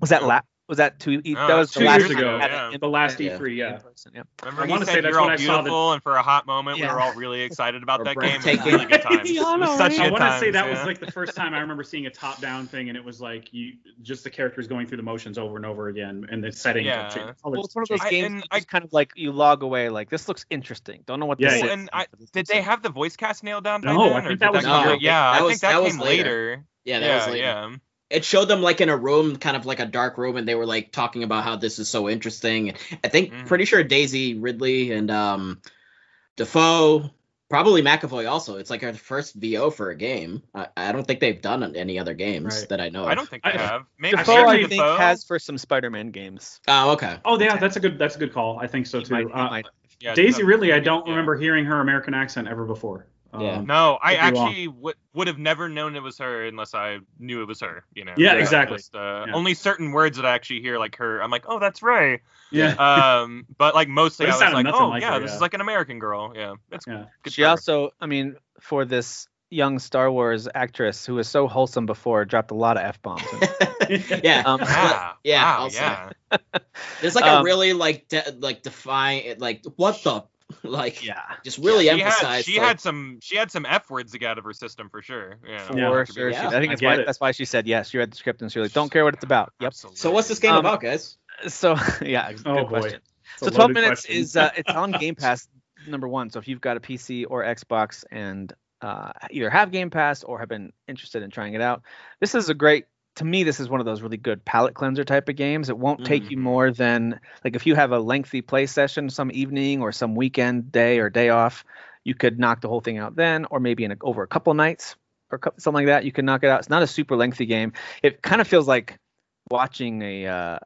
[SPEAKER 2] Was that
[SPEAKER 5] Yeah.
[SPEAKER 2] lap? Was that two? e-
[SPEAKER 5] No,
[SPEAKER 2] that was
[SPEAKER 5] that's
[SPEAKER 2] the
[SPEAKER 3] two
[SPEAKER 2] last
[SPEAKER 3] years
[SPEAKER 2] time
[SPEAKER 3] ago,
[SPEAKER 2] I had it
[SPEAKER 5] yeah.
[SPEAKER 2] in-
[SPEAKER 3] The last
[SPEAKER 2] in-
[SPEAKER 3] E3
[SPEAKER 2] in
[SPEAKER 3] yeah.
[SPEAKER 2] person, yeah.
[SPEAKER 5] Remember
[SPEAKER 3] I
[SPEAKER 5] he
[SPEAKER 3] wanna say
[SPEAKER 5] said
[SPEAKER 3] that's
[SPEAKER 5] you're all
[SPEAKER 3] when I saw the-
[SPEAKER 5] beautiful, and for a hot moment we
[SPEAKER 2] Yeah.
[SPEAKER 5] were all really
[SPEAKER 4] Or
[SPEAKER 5] excited about that game. It was
[SPEAKER 4] breathtaking.
[SPEAKER 5] really good times.
[SPEAKER 3] Yeah, I
[SPEAKER 5] It was
[SPEAKER 2] know,
[SPEAKER 5] such
[SPEAKER 2] right?
[SPEAKER 5] good
[SPEAKER 3] I want to
[SPEAKER 5] times,
[SPEAKER 3] say that
[SPEAKER 5] yeah.
[SPEAKER 3] was like the first time I remember seeing a top-down thing, and it was like you just the characters going through the motions over and over again, and the setting.
[SPEAKER 5] Yeah.
[SPEAKER 3] kept changing.
[SPEAKER 2] Well, it's one of those
[SPEAKER 5] I-
[SPEAKER 2] games
[SPEAKER 5] and
[SPEAKER 2] that
[SPEAKER 5] I-
[SPEAKER 2] just kind of like you log away like this looks interesting. Don't know what
[SPEAKER 3] Yeah,
[SPEAKER 2] this
[SPEAKER 3] yeah.
[SPEAKER 2] is.
[SPEAKER 5] And I-
[SPEAKER 2] but this
[SPEAKER 5] Did
[SPEAKER 2] looks
[SPEAKER 5] they have the voice cast nailed down? by
[SPEAKER 3] No,
[SPEAKER 5] then,
[SPEAKER 3] I
[SPEAKER 5] or
[SPEAKER 3] think
[SPEAKER 5] did
[SPEAKER 3] that was
[SPEAKER 5] come-
[SPEAKER 4] later.
[SPEAKER 5] yeah,
[SPEAKER 4] That
[SPEAKER 5] I
[SPEAKER 4] was-
[SPEAKER 5] think that,
[SPEAKER 4] that was
[SPEAKER 5] came
[SPEAKER 4] later.
[SPEAKER 5] later.
[SPEAKER 4] Yeah, that was
[SPEAKER 5] yeah,
[SPEAKER 4] later.
[SPEAKER 5] yeah.
[SPEAKER 4] It showed them like in a room, kind of like a dark room, and they were like talking about how this is so interesting. I think
[SPEAKER 5] Mhm.
[SPEAKER 4] pretty sure Daisy Ridley and um Defoe Probably McAvoy also. It's like our first VO for a game. I, I don't think they've done any other games
[SPEAKER 3] Right.
[SPEAKER 4] that I know of.
[SPEAKER 5] I don't think they
[SPEAKER 3] I-
[SPEAKER 5] have. Maybe
[SPEAKER 2] Defoe,
[SPEAKER 5] Willem
[SPEAKER 2] I think,
[SPEAKER 5] Dafoe?
[SPEAKER 2] has for some Spider-Man games.
[SPEAKER 4] Oh, okay.
[SPEAKER 3] Oh yeah, that's a good that's a good call. I think so
[SPEAKER 2] He
[SPEAKER 3] too.
[SPEAKER 2] might- he
[SPEAKER 3] Uh,
[SPEAKER 2] might-
[SPEAKER 5] Yeah, it's
[SPEAKER 3] Daisy
[SPEAKER 5] a-
[SPEAKER 3] Ridley, I don't
[SPEAKER 5] yeah.
[SPEAKER 3] remember hearing her American accent ever before. Um,
[SPEAKER 4] Yeah.
[SPEAKER 5] No, I
[SPEAKER 3] Could be wrong.
[SPEAKER 5] actually would would have never known it was her unless I knew it was her. You know.
[SPEAKER 3] Yeah,
[SPEAKER 5] So
[SPEAKER 3] exactly.
[SPEAKER 5] just, uh,
[SPEAKER 3] Yeah.
[SPEAKER 5] Only certain words that I actually hear, like her, I'm like, oh, that's right.
[SPEAKER 3] yeah.
[SPEAKER 5] Um, but like mostly,
[SPEAKER 3] But it
[SPEAKER 5] I was
[SPEAKER 3] sounded
[SPEAKER 5] like,
[SPEAKER 3] nothing
[SPEAKER 5] oh
[SPEAKER 3] like
[SPEAKER 5] yeah,
[SPEAKER 3] her,
[SPEAKER 5] this
[SPEAKER 3] yeah.
[SPEAKER 5] is like an American girl. Yeah, that's
[SPEAKER 3] Yeah.
[SPEAKER 5] good.
[SPEAKER 2] she
[SPEAKER 5] for her.
[SPEAKER 2] also, I mean, for this young Star Wars actress who was so wholesome before, dropped a lot of f bombs.
[SPEAKER 4] yeah.
[SPEAKER 2] Um,
[SPEAKER 5] Yeah.
[SPEAKER 4] Yeah,
[SPEAKER 5] wow,
[SPEAKER 4] also.
[SPEAKER 5] yeah.
[SPEAKER 4] There's like a
[SPEAKER 2] Um,
[SPEAKER 4] really like de- like define like what the like
[SPEAKER 2] yeah.
[SPEAKER 4] just really
[SPEAKER 5] she had
[SPEAKER 4] emphasized
[SPEAKER 5] she
[SPEAKER 4] like,
[SPEAKER 5] had some she had some f words to get out of her system for sure. Yeah.
[SPEAKER 2] For sure.
[SPEAKER 3] Yeah.
[SPEAKER 2] She-
[SPEAKER 4] Yeah,
[SPEAKER 2] I think
[SPEAKER 3] I
[SPEAKER 2] that's
[SPEAKER 3] get
[SPEAKER 2] why,
[SPEAKER 3] it.
[SPEAKER 2] that's why she said yes. She read the script and she was like, don't care what it's about. Yep.
[SPEAKER 5] Absolutely.
[SPEAKER 4] So what's this game
[SPEAKER 2] Um,
[SPEAKER 4] about, guys?
[SPEAKER 2] So, yeah, good
[SPEAKER 3] Oh, boy.
[SPEAKER 2] question.
[SPEAKER 3] It's a
[SPEAKER 2] So 12
[SPEAKER 3] loaded
[SPEAKER 2] minutes
[SPEAKER 3] question.
[SPEAKER 2] is uh, it's on Game Pass number one. So if you've got a PC or Xbox and uh, either have Game Pass or have been interested in trying it out, this is a great. To me, this is one of those really good palate cleanser type of games. It won't take you
[SPEAKER 3] Mm-hmm.
[SPEAKER 5] Mhm.
[SPEAKER 2] more than like if you have a lengthy play session some evening or some weekend day or day off, you could knock the whole thing out then, or maybe in a, over a couple of nights or cou- something like that. You can knock it out. It's not a super lengthy game. It kind of feels like watching a. Uh,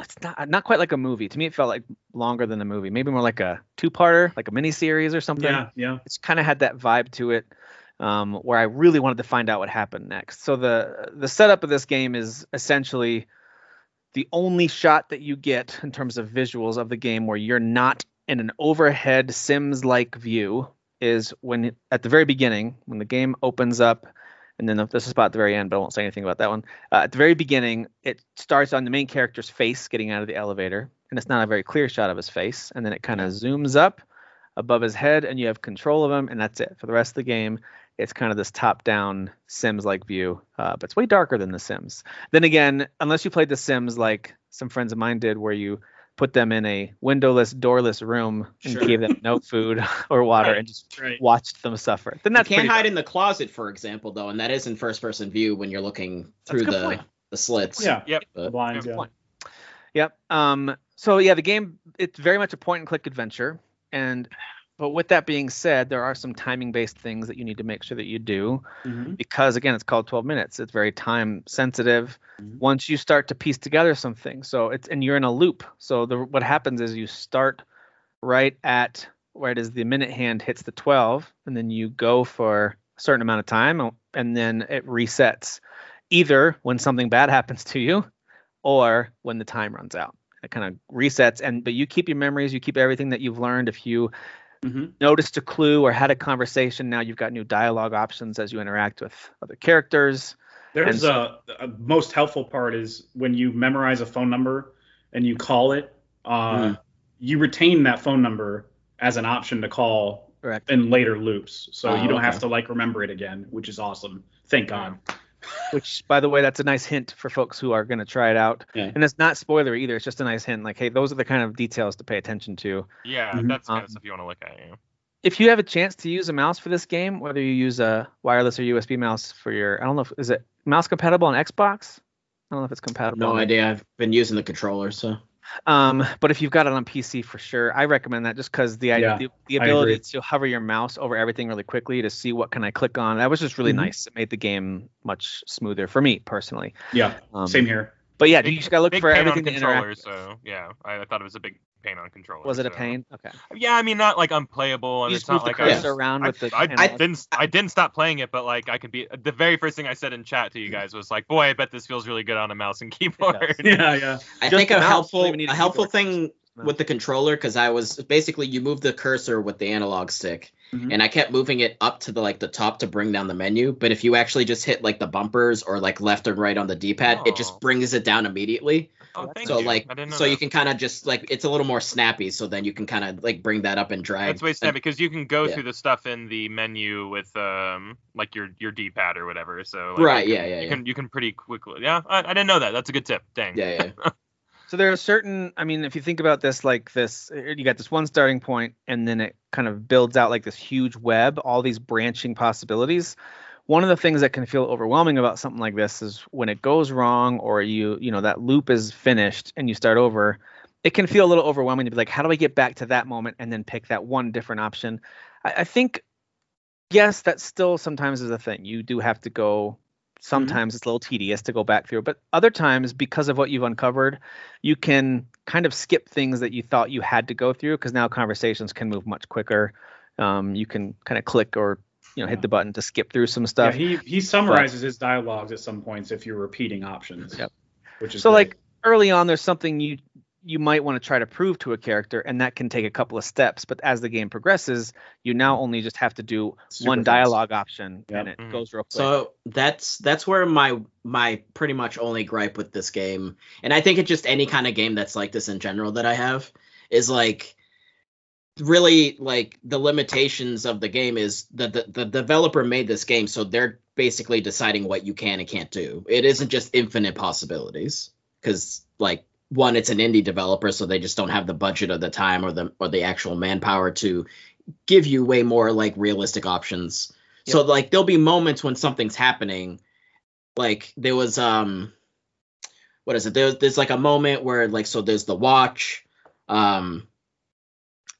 [SPEAKER 2] it's not not quite like a movie. To me, it felt like longer than a movie. Maybe more like a two-parter, like a miniseries or something.
[SPEAKER 3] Yeah, yeah.
[SPEAKER 2] It's kind of had that vibe to it, um, where I really wanted to find out what happened next. So the the setup of this game is essentially the only shot that you get in terms of visuals of the game where you're not in an overhead Sims-like view is when at the very beginning when the game opens up and then this is about at the very end but i won't say anything about that one uh, at the very beginning it starts on the main character's face getting out of the elevator and it's not a very clear shot of his face and then it kind of zooms up above his head and you have control of him and that's it for the rest of the game it's kind of this top down sims like view uh, but it's way darker than the sims then again unless you played the sims like some friends of mine did where you put them in a windowless doorless room and
[SPEAKER 4] Sure.
[SPEAKER 2] gave them no food or water and just
[SPEAKER 3] Right.
[SPEAKER 2] watched them suffer. Then
[SPEAKER 4] You
[SPEAKER 2] that's
[SPEAKER 4] can't
[SPEAKER 2] pretty
[SPEAKER 4] hide in the closet, for example, though, and that is in first person view when you're looking
[SPEAKER 2] That's a
[SPEAKER 4] through
[SPEAKER 2] good
[SPEAKER 4] the
[SPEAKER 2] point.
[SPEAKER 4] the slits.
[SPEAKER 3] Yeah. Mm-hmm.
[SPEAKER 5] Yep.
[SPEAKER 3] The blinds,
[SPEAKER 5] Good
[SPEAKER 3] yeah.
[SPEAKER 2] point. Yep. Um. So yeah, the game it's very much a point and click adventure, and but with that being said, there are some timing based things that you need to make sure that you do
[SPEAKER 3] Mhm.
[SPEAKER 2] because again, it's called 12 minutes. It's very time sensitive.
[SPEAKER 3] Mhm.
[SPEAKER 2] Once you start to piece together something, so it's and you're in a loop. So the what happens is you start right at right as the minute hand hits the 12, and then you go for a certain amount of time, and then it resets either when something bad happens to you or when the time runs out. It kind of resets, and but you keep your memories, you keep everything that you've learned. If you
[SPEAKER 3] Mhm.
[SPEAKER 2] noticed a clue or had a conversation, now you've got new dialogue options as you interact with other characters.
[SPEAKER 3] There's a, a most helpful part is when you memorize a phone number and you call it, uh,
[SPEAKER 2] Hmm.
[SPEAKER 4] Mm.
[SPEAKER 3] you retain that phone number as an option to call
[SPEAKER 2] Correct.
[SPEAKER 3] in later loops, so
[SPEAKER 4] Oh,
[SPEAKER 3] you don't have
[SPEAKER 4] okay.
[SPEAKER 3] to like remember it again, which is awesome. Thank God.
[SPEAKER 2] Which, by the way, that's a nice hint for folks who are going to try it out.
[SPEAKER 3] Yeah.
[SPEAKER 2] And it's not spoiler either. It's just a nice hint, like, hey, those are the kind of details to pay attention to.
[SPEAKER 5] Yeah,
[SPEAKER 3] Mhm.
[SPEAKER 5] that's the kind
[SPEAKER 2] Um,
[SPEAKER 5] of stuff you want to look at. Yeah.
[SPEAKER 2] If you have a chance to use a mouse for this game, whether you use a wireless or USB mouse for your, I don't know if is it mouse compatible on Xbox. I don't know if it's compatible.
[SPEAKER 4] No
[SPEAKER 2] on
[SPEAKER 4] idea. I've been using the controller, so
[SPEAKER 2] Um, but if you've got it on PC for sure, I recommend that just because the, idea
[SPEAKER 3] Yeah,
[SPEAKER 2] the the
[SPEAKER 3] I
[SPEAKER 2] ability
[SPEAKER 3] agree.
[SPEAKER 2] to hover your mouse over everything really quickly to see what can I click on that was just really
[SPEAKER 3] Mhm.
[SPEAKER 2] nice. It made the game much smoother for me personally.
[SPEAKER 3] Yeah.
[SPEAKER 2] Um,
[SPEAKER 3] Same here.
[SPEAKER 2] But yeah,
[SPEAKER 5] Big-
[SPEAKER 2] you just gotta look
[SPEAKER 5] big
[SPEAKER 2] for
[SPEAKER 5] pain
[SPEAKER 2] everything to
[SPEAKER 5] on
[SPEAKER 2] interact.
[SPEAKER 5] controller. So yeah, I, I thought it was a big pain on controller.
[SPEAKER 2] with. Was it a
[SPEAKER 5] so-
[SPEAKER 2] pain? Okay.
[SPEAKER 5] Yeah, I mean not like unplayable, and
[SPEAKER 2] you
[SPEAKER 5] it's
[SPEAKER 2] just move
[SPEAKER 5] not
[SPEAKER 2] the
[SPEAKER 5] like I,
[SPEAKER 2] cursor around
[SPEAKER 5] I,
[SPEAKER 2] with the.
[SPEAKER 5] I, I
[SPEAKER 2] analog-
[SPEAKER 5] didn't I didn't stop playing it, but like I could be the very first thing I said in chat to you guys was like, boy, I bet this feels really good on a mouse and keyboard.
[SPEAKER 3] Yeah, yeah.
[SPEAKER 4] I
[SPEAKER 2] Just
[SPEAKER 4] think
[SPEAKER 2] the
[SPEAKER 4] a
[SPEAKER 2] mouse, you don't
[SPEAKER 4] helpful
[SPEAKER 2] even need
[SPEAKER 4] a
[SPEAKER 2] a
[SPEAKER 4] helpful
[SPEAKER 2] keyboard.
[SPEAKER 4] thing with the controller because I was basically you move the cursor with the analog stick,
[SPEAKER 3] Mhm.
[SPEAKER 4] and I kept moving it up to the like the top to bring down the menu. But if you actually just hit like the bumpers or like left and right on the D pad, it
[SPEAKER 5] Oh.
[SPEAKER 4] just brings it down immediately.
[SPEAKER 5] Oh, thank
[SPEAKER 4] so
[SPEAKER 5] you.
[SPEAKER 4] like
[SPEAKER 5] I didn't know
[SPEAKER 4] so
[SPEAKER 5] that.
[SPEAKER 4] you can kind of just like it's a little more snappy. So then you can kind of like bring that up and drag.
[SPEAKER 5] That's way snappy because you can go
[SPEAKER 4] yeah.
[SPEAKER 5] through the stuff in the menu with um like your your D pad or whatever. So like,
[SPEAKER 4] Right,
[SPEAKER 5] you
[SPEAKER 4] yeah,
[SPEAKER 5] can-
[SPEAKER 4] yeah,
[SPEAKER 5] You
[SPEAKER 4] yeah.
[SPEAKER 5] can you can pretty quickly. Yeah, I, I didn't know that. That's a good tip. Dang.
[SPEAKER 4] Yeah, yeah.
[SPEAKER 2] So there are certain, I mean, if you think about this like this, uh, you got this one starting point, and then it kind of builds out like this huge web, all these branching possibilities. One of the things that can feel overwhelming about something like this is when it goes wrong, or you, you know, that loop is finished and you start over. It can feel a little overwhelming to be like, how do I get back to that moment and then pick that one different option? I, I think yes, that still sometimes is a thing. You do have to go. Sometimes it's a little tedious to go back through, but other times, because of what you've uncovered, you can kind of skip things that you thought you had to go through because now conversations can move much quicker. Um, you can kind of click or you know hit
[SPEAKER 3] Yeah.
[SPEAKER 2] the button to skip through some stuff.
[SPEAKER 3] yeah, he he summarizes his dialogues at some points if you're repeating options.
[SPEAKER 2] Yep.
[SPEAKER 3] Which is
[SPEAKER 2] So,
[SPEAKER 3] great.
[SPEAKER 2] like, early on there's something you you might want to try to prove to a character and that can take a couple of steps but as the game progresses you now only just have to do
[SPEAKER 3] Super
[SPEAKER 2] one
[SPEAKER 3] fast.
[SPEAKER 2] dialogue option and it
[SPEAKER 5] Yep. Mhm.
[SPEAKER 2] goes real quick
[SPEAKER 4] So that's that's where my my pretty much only gripe with this game, and I think it's just any kind of game that's like this in general that I have is like really like the limitations of the game is that the, the developer made this game, so they're basically deciding what you can and can't do. It isn't just infinite possibilities because like one, it's an indie developer, so they just don't have the budget of the time or the or the actual manpower to give you way more like realistic options. So like there'll be moments when something's happening. Like there was um what is it? There's there's like a moment where like so there's the watch, um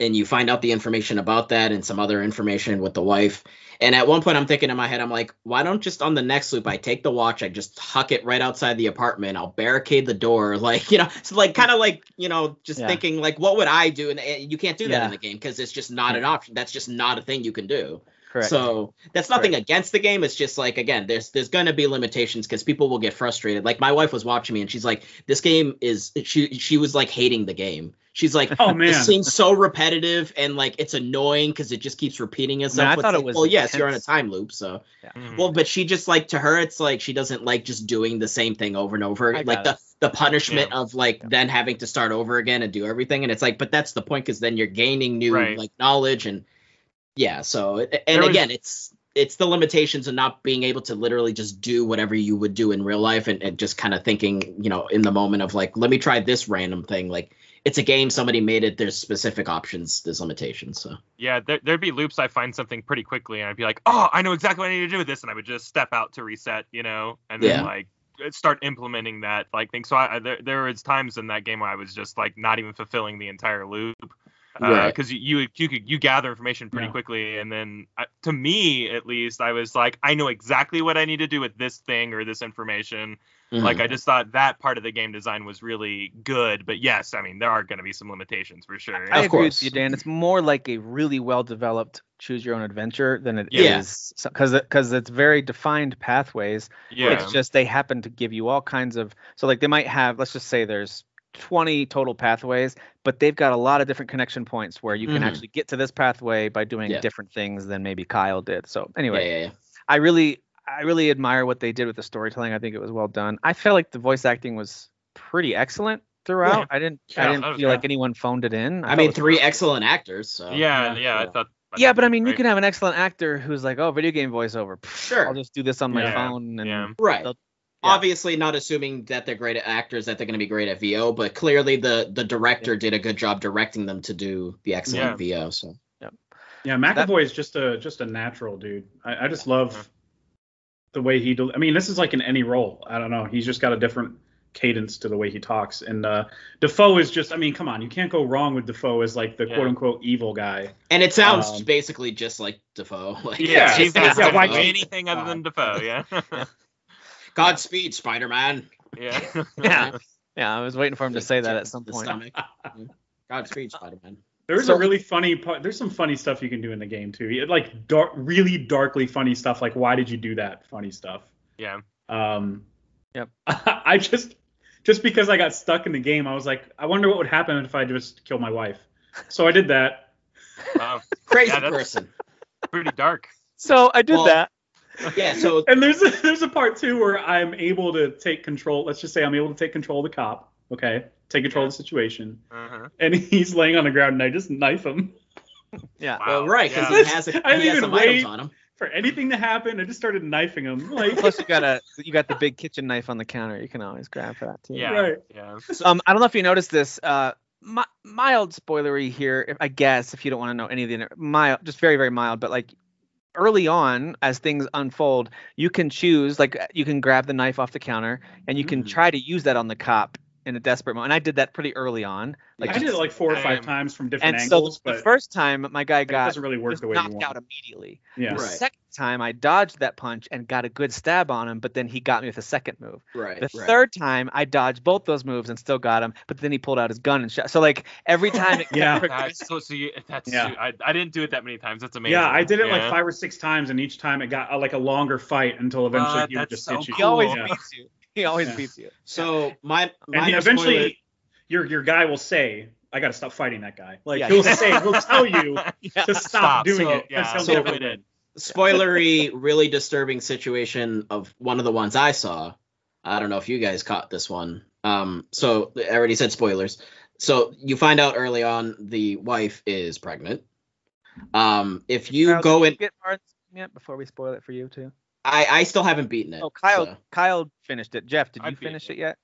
[SPEAKER 4] and you find out the information about that and some other information with the wife. And at one point I'm thinking in my head, I'm like, why don't just on the next loop I take the watch, I just huck it right outside the apartment, I'll barricade the door, like, you know, so like kind of like, you know, just
[SPEAKER 2] Yeah.
[SPEAKER 4] thinking like what would I do? And, and you can't do that
[SPEAKER 2] Yeah.
[SPEAKER 4] in the game because it's just not an option. That's just not a thing you can do.
[SPEAKER 2] correct
[SPEAKER 4] So that's nothing against the game. It's just like again, there's there's gonna be limitations because people will get frustrated. Like my wife was watching me and she's like, "This game is." She she was like hating the game. She's like,
[SPEAKER 3] oh man,
[SPEAKER 4] "It seems so repetitive and like it's annoying because it just keeps repeating itself."
[SPEAKER 2] I
[SPEAKER 4] It's
[SPEAKER 2] thought it
[SPEAKER 4] like,
[SPEAKER 2] was
[SPEAKER 4] Well, yes, you're on a
[SPEAKER 2] intense.
[SPEAKER 4] time loop, so
[SPEAKER 5] Mhm.
[SPEAKER 4] well, but she just like to her, it's like she doesn't like just doing the same thing over and over.
[SPEAKER 2] I
[SPEAKER 4] Like the
[SPEAKER 2] got
[SPEAKER 4] the punishment
[SPEAKER 5] Yeah.
[SPEAKER 4] of like then having to start over again and do everything, and it's like, but that's the point because then you're gaining new
[SPEAKER 5] Right.
[SPEAKER 4] like knowledge and yeah. So and
[SPEAKER 5] There was-
[SPEAKER 4] again, it's it's the limitations of not being able to literally just do whatever you would do in real life and, and just kind of thinking, you know, in the moment of like, let me try this random thing. Like it's a game, somebody made it. There's specific options. There's limitations. So
[SPEAKER 5] Yeah, there, there'd be loops I find something pretty quickly, and I'd be like, "Oh, I know exactly what I need to do with this," and I would just step out to reset, you know, and then
[SPEAKER 4] Yeah.
[SPEAKER 5] like uh, start implementing that like thing. So I, I there, there was times in that game where I was just like not even fulfilling the entire loop
[SPEAKER 4] Right.
[SPEAKER 5] because you, you you could you gather information pretty
[SPEAKER 3] Yeah.
[SPEAKER 5] quickly, and then I, to me at least, I was like, I know exactly what I need to do with this thing or this information.
[SPEAKER 4] Mm-hmm.
[SPEAKER 5] Like I just thought that part of the game design was really good, but yes, I mean there are going to be some limitations for sure.
[SPEAKER 2] I
[SPEAKER 4] Of
[SPEAKER 2] agree with you,
[SPEAKER 4] course.
[SPEAKER 2] Dan. It's more like a really well developed choose your own adventure than it
[SPEAKER 4] Yeah.
[SPEAKER 2] is because because it's very defined pathways.
[SPEAKER 5] yeah.
[SPEAKER 2] It's just they happen to give you all kinds of so like they might have let's just say there's 20 total pathways, but they've got a lot of different connection points where you can
[SPEAKER 5] Mm-hmm.
[SPEAKER 4] Mhm.
[SPEAKER 2] actually get to this pathway by doing
[SPEAKER 4] Yeah.
[SPEAKER 2] different things than maybe Kyle did. So
[SPEAKER 4] yeah,
[SPEAKER 2] anyway,
[SPEAKER 4] yeah, yeah.
[SPEAKER 2] I really I really admire what they did with the storytelling. I think it was well done. I felt like the voice acting was pretty excellent throughout. I didn't
[SPEAKER 5] Yeah,
[SPEAKER 2] I
[SPEAKER 5] that
[SPEAKER 2] didn't
[SPEAKER 5] was
[SPEAKER 2] feel like
[SPEAKER 5] good.
[SPEAKER 2] anyone phoned it in.
[SPEAKER 4] I
[SPEAKER 2] thought it
[SPEAKER 4] mean,
[SPEAKER 2] was
[SPEAKER 4] three excellent actors. So
[SPEAKER 5] Yeah,
[SPEAKER 3] Yeah.
[SPEAKER 5] yeah, I thought.
[SPEAKER 2] Yeah, but I mean, you
[SPEAKER 5] Right.
[SPEAKER 2] can have an excellent actor who's like, oh, video game voiceover. Pff,
[SPEAKER 4] Sure.
[SPEAKER 2] I'll just do this on my
[SPEAKER 5] Yeah,
[SPEAKER 2] phone. And
[SPEAKER 5] yeah.
[SPEAKER 4] right.
[SPEAKER 2] They'll- yeah.
[SPEAKER 4] Obviously, not assuming that they're great at actors, that they're going to be great at VO, but clearly the the director did a good job directing them to do the excellent VO. So
[SPEAKER 3] yeah,
[SPEAKER 2] that-
[SPEAKER 3] McAvoy is just a just a natural dude. I, I just love the way he. Del- I mean, this is like in any role. I don't know. He's just got a different cadence to the way he talks. And uh, Defoe is just. I mean, come on, you can't go wrong with Defoe as like the
[SPEAKER 5] Yeah.
[SPEAKER 3] quote unquote evil guy.
[SPEAKER 4] and it sounds
[SPEAKER 3] Um,
[SPEAKER 4] basically just like Defoe. Like,
[SPEAKER 5] Yeah,
[SPEAKER 3] Yeah,
[SPEAKER 5] he's
[SPEAKER 3] yeah,
[SPEAKER 5] not
[SPEAKER 3] yeah,
[SPEAKER 5] gonna
[SPEAKER 3] why
[SPEAKER 5] do
[SPEAKER 3] can't-
[SPEAKER 5] anything other than Defoe. Yeah,
[SPEAKER 4] Godspeed, Spider Man.
[SPEAKER 5] yeah.
[SPEAKER 2] yeah. Yeah, I was waiting for him to say that at some point.
[SPEAKER 4] Godspeed, Spider Man.
[SPEAKER 3] There is
[SPEAKER 2] So-
[SPEAKER 3] a really funny part. There's some funny stuff you can do in the game too. Yeah, Like dark, really darkly funny stuff. Like why did you do that? Funny stuff.
[SPEAKER 5] Yeah.
[SPEAKER 3] Um,
[SPEAKER 2] Yep.
[SPEAKER 3] I just just because I got stuck in the game, I was like, I wonder what would happen if I just killed my wife. So I did that.
[SPEAKER 5] Wow,
[SPEAKER 4] Crazy
[SPEAKER 5] Yeah, that's-
[SPEAKER 4] person.
[SPEAKER 5] pretty dark.
[SPEAKER 2] So I did
[SPEAKER 4] Well-
[SPEAKER 2] that.
[SPEAKER 4] Yeah. So
[SPEAKER 3] And there's a, there's a part too where I'm able to take control. Let's just say I'm able to take control of the cop. Okay, take control of the situation.
[SPEAKER 5] Uh-huh.
[SPEAKER 3] And he's laying on the ground, and I just knife him.
[SPEAKER 2] Yeah.
[SPEAKER 5] Wow.
[SPEAKER 4] well, right, because
[SPEAKER 5] Yeah.
[SPEAKER 4] he has
[SPEAKER 3] I
[SPEAKER 4] a,
[SPEAKER 3] didn't
[SPEAKER 4] he has
[SPEAKER 3] even
[SPEAKER 4] some
[SPEAKER 3] wait.
[SPEAKER 4] items on him.
[SPEAKER 3] For anything to happen, I just started knifing him. Like,
[SPEAKER 2] Plus, you got a you got the big kitchen knife on the counter. You can always grab for that too.
[SPEAKER 5] Yeah.
[SPEAKER 3] Right.
[SPEAKER 5] Yeah.
[SPEAKER 2] Um, I don't know if you noticed this. Uh, mi- mild spoilery here, if, I guess, if you don't want to know any of the inner- mild, just very very mild, but like early on as things unfold,
[SPEAKER 3] Mm.
[SPEAKER 2] you can choose like you can grab the knife off the counter and you can
[SPEAKER 4] Mhm.
[SPEAKER 2] try to use that on the cop in a desperate moment. And I did that pretty early on.
[SPEAKER 3] Like I did it like four or five
[SPEAKER 5] Um,
[SPEAKER 3] times from
[SPEAKER 2] and
[SPEAKER 3] different
[SPEAKER 2] so
[SPEAKER 3] angles,
[SPEAKER 2] the
[SPEAKER 3] but
[SPEAKER 2] first time my guy
[SPEAKER 3] it
[SPEAKER 2] got
[SPEAKER 3] doesn't really work
[SPEAKER 2] just
[SPEAKER 3] the way you
[SPEAKER 2] knocked out
[SPEAKER 3] want.
[SPEAKER 2] immediately.
[SPEAKER 3] Yeah.
[SPEAKER 2] The
[SPEAKER 4] Right.
[SPEAKER 2] second time I dodged that punch and got a good stab on him, but then he got me with a second move.
[SPEAKER 4] Right.
[SPEAKER 2] The
[SPEAKER 4] right.
[SPEAKER 2] third time I dodged both those moves and still got him, but then he pulled out his gun and shot. So like every time, it,
[SPEAKER 3] Yeah.
[SPEAKER 5] That's so, so you, that's
[SPEAKER 3] Yeah.
[SPEAKER 5] so- I, I didn't do it that many times. That's amazing.
[SPEAKER 3] Yeah, I did it
[SPEAKER 5] Yeah.
[SPEAKER 3] like five or six times, and each time it got uh, like a longer fight until eventually
[SPEAKER 5] Uh,
[SPEAKER 3] he would just
[SPEAKER 5] that's so
[SPEAKER 3] hit you.
[SPEAKER 2] he always
[SPEAKER 3] Yeah.
[SPEAKER 2] beats you. He always
[SPEAKER 3] Yeah.
[SPEAKER 2] beats you.
[SPEAKER 4] So my
[SPEAKER 3] And he
[SPEAKER 4] minor
[SPEAKER 3] eventually,
[SPEAKER 4] spoiler-
[SPEAKER 3] your your guy will say, "I got to stop fighting that guy." Like
[SPEAKER 2] Yeah.
[SPEAKER 3] he'll say, he'll tell you
[SPEAKER 2] Yeah.
[SPEAKER 3] to stop,
[SPEAKER 5] Stop.
[SPEAKER 3] doing
[SPEAKER 5] So,
[SPEAKER 3] it. 'cause
[SPEAKER 5] yeah,
[SPEAKER 3] he'll
[SPEAKER 4] so
[SPEAKER 3] never
[SPEAKER 5] we did.
[SPEAKER 3] win.
[SPEAKER 4] spoilery, really disturbing situation of one of the ones I saw. I don't know if you guys caught this one. Um, so I already said spoilers. So you find out early on the wife is pregnant. Um, if you
[SPEAKER 2] Kyle,
[SPEAKER 4] go
[SPEAKER 2] did
[SPEAKER 4] in,
[SPEAKER 2] get Martin's yet before we spoil it for you too.
[SPEAKER 4] I I still haven't beaten it.
[SPEAKER 2] Oh, Kyle,
[SPEAKER 4] so-
[SPEAKER 2] Kyle finished it. Jeff, did
[SPEAKER 5] I
[SPEAKER 2] you
[SPEAKER 5] beat
[SPEAKER 2] finish
[SPEAKER 5] it.
[SPEAKER 2] it yet?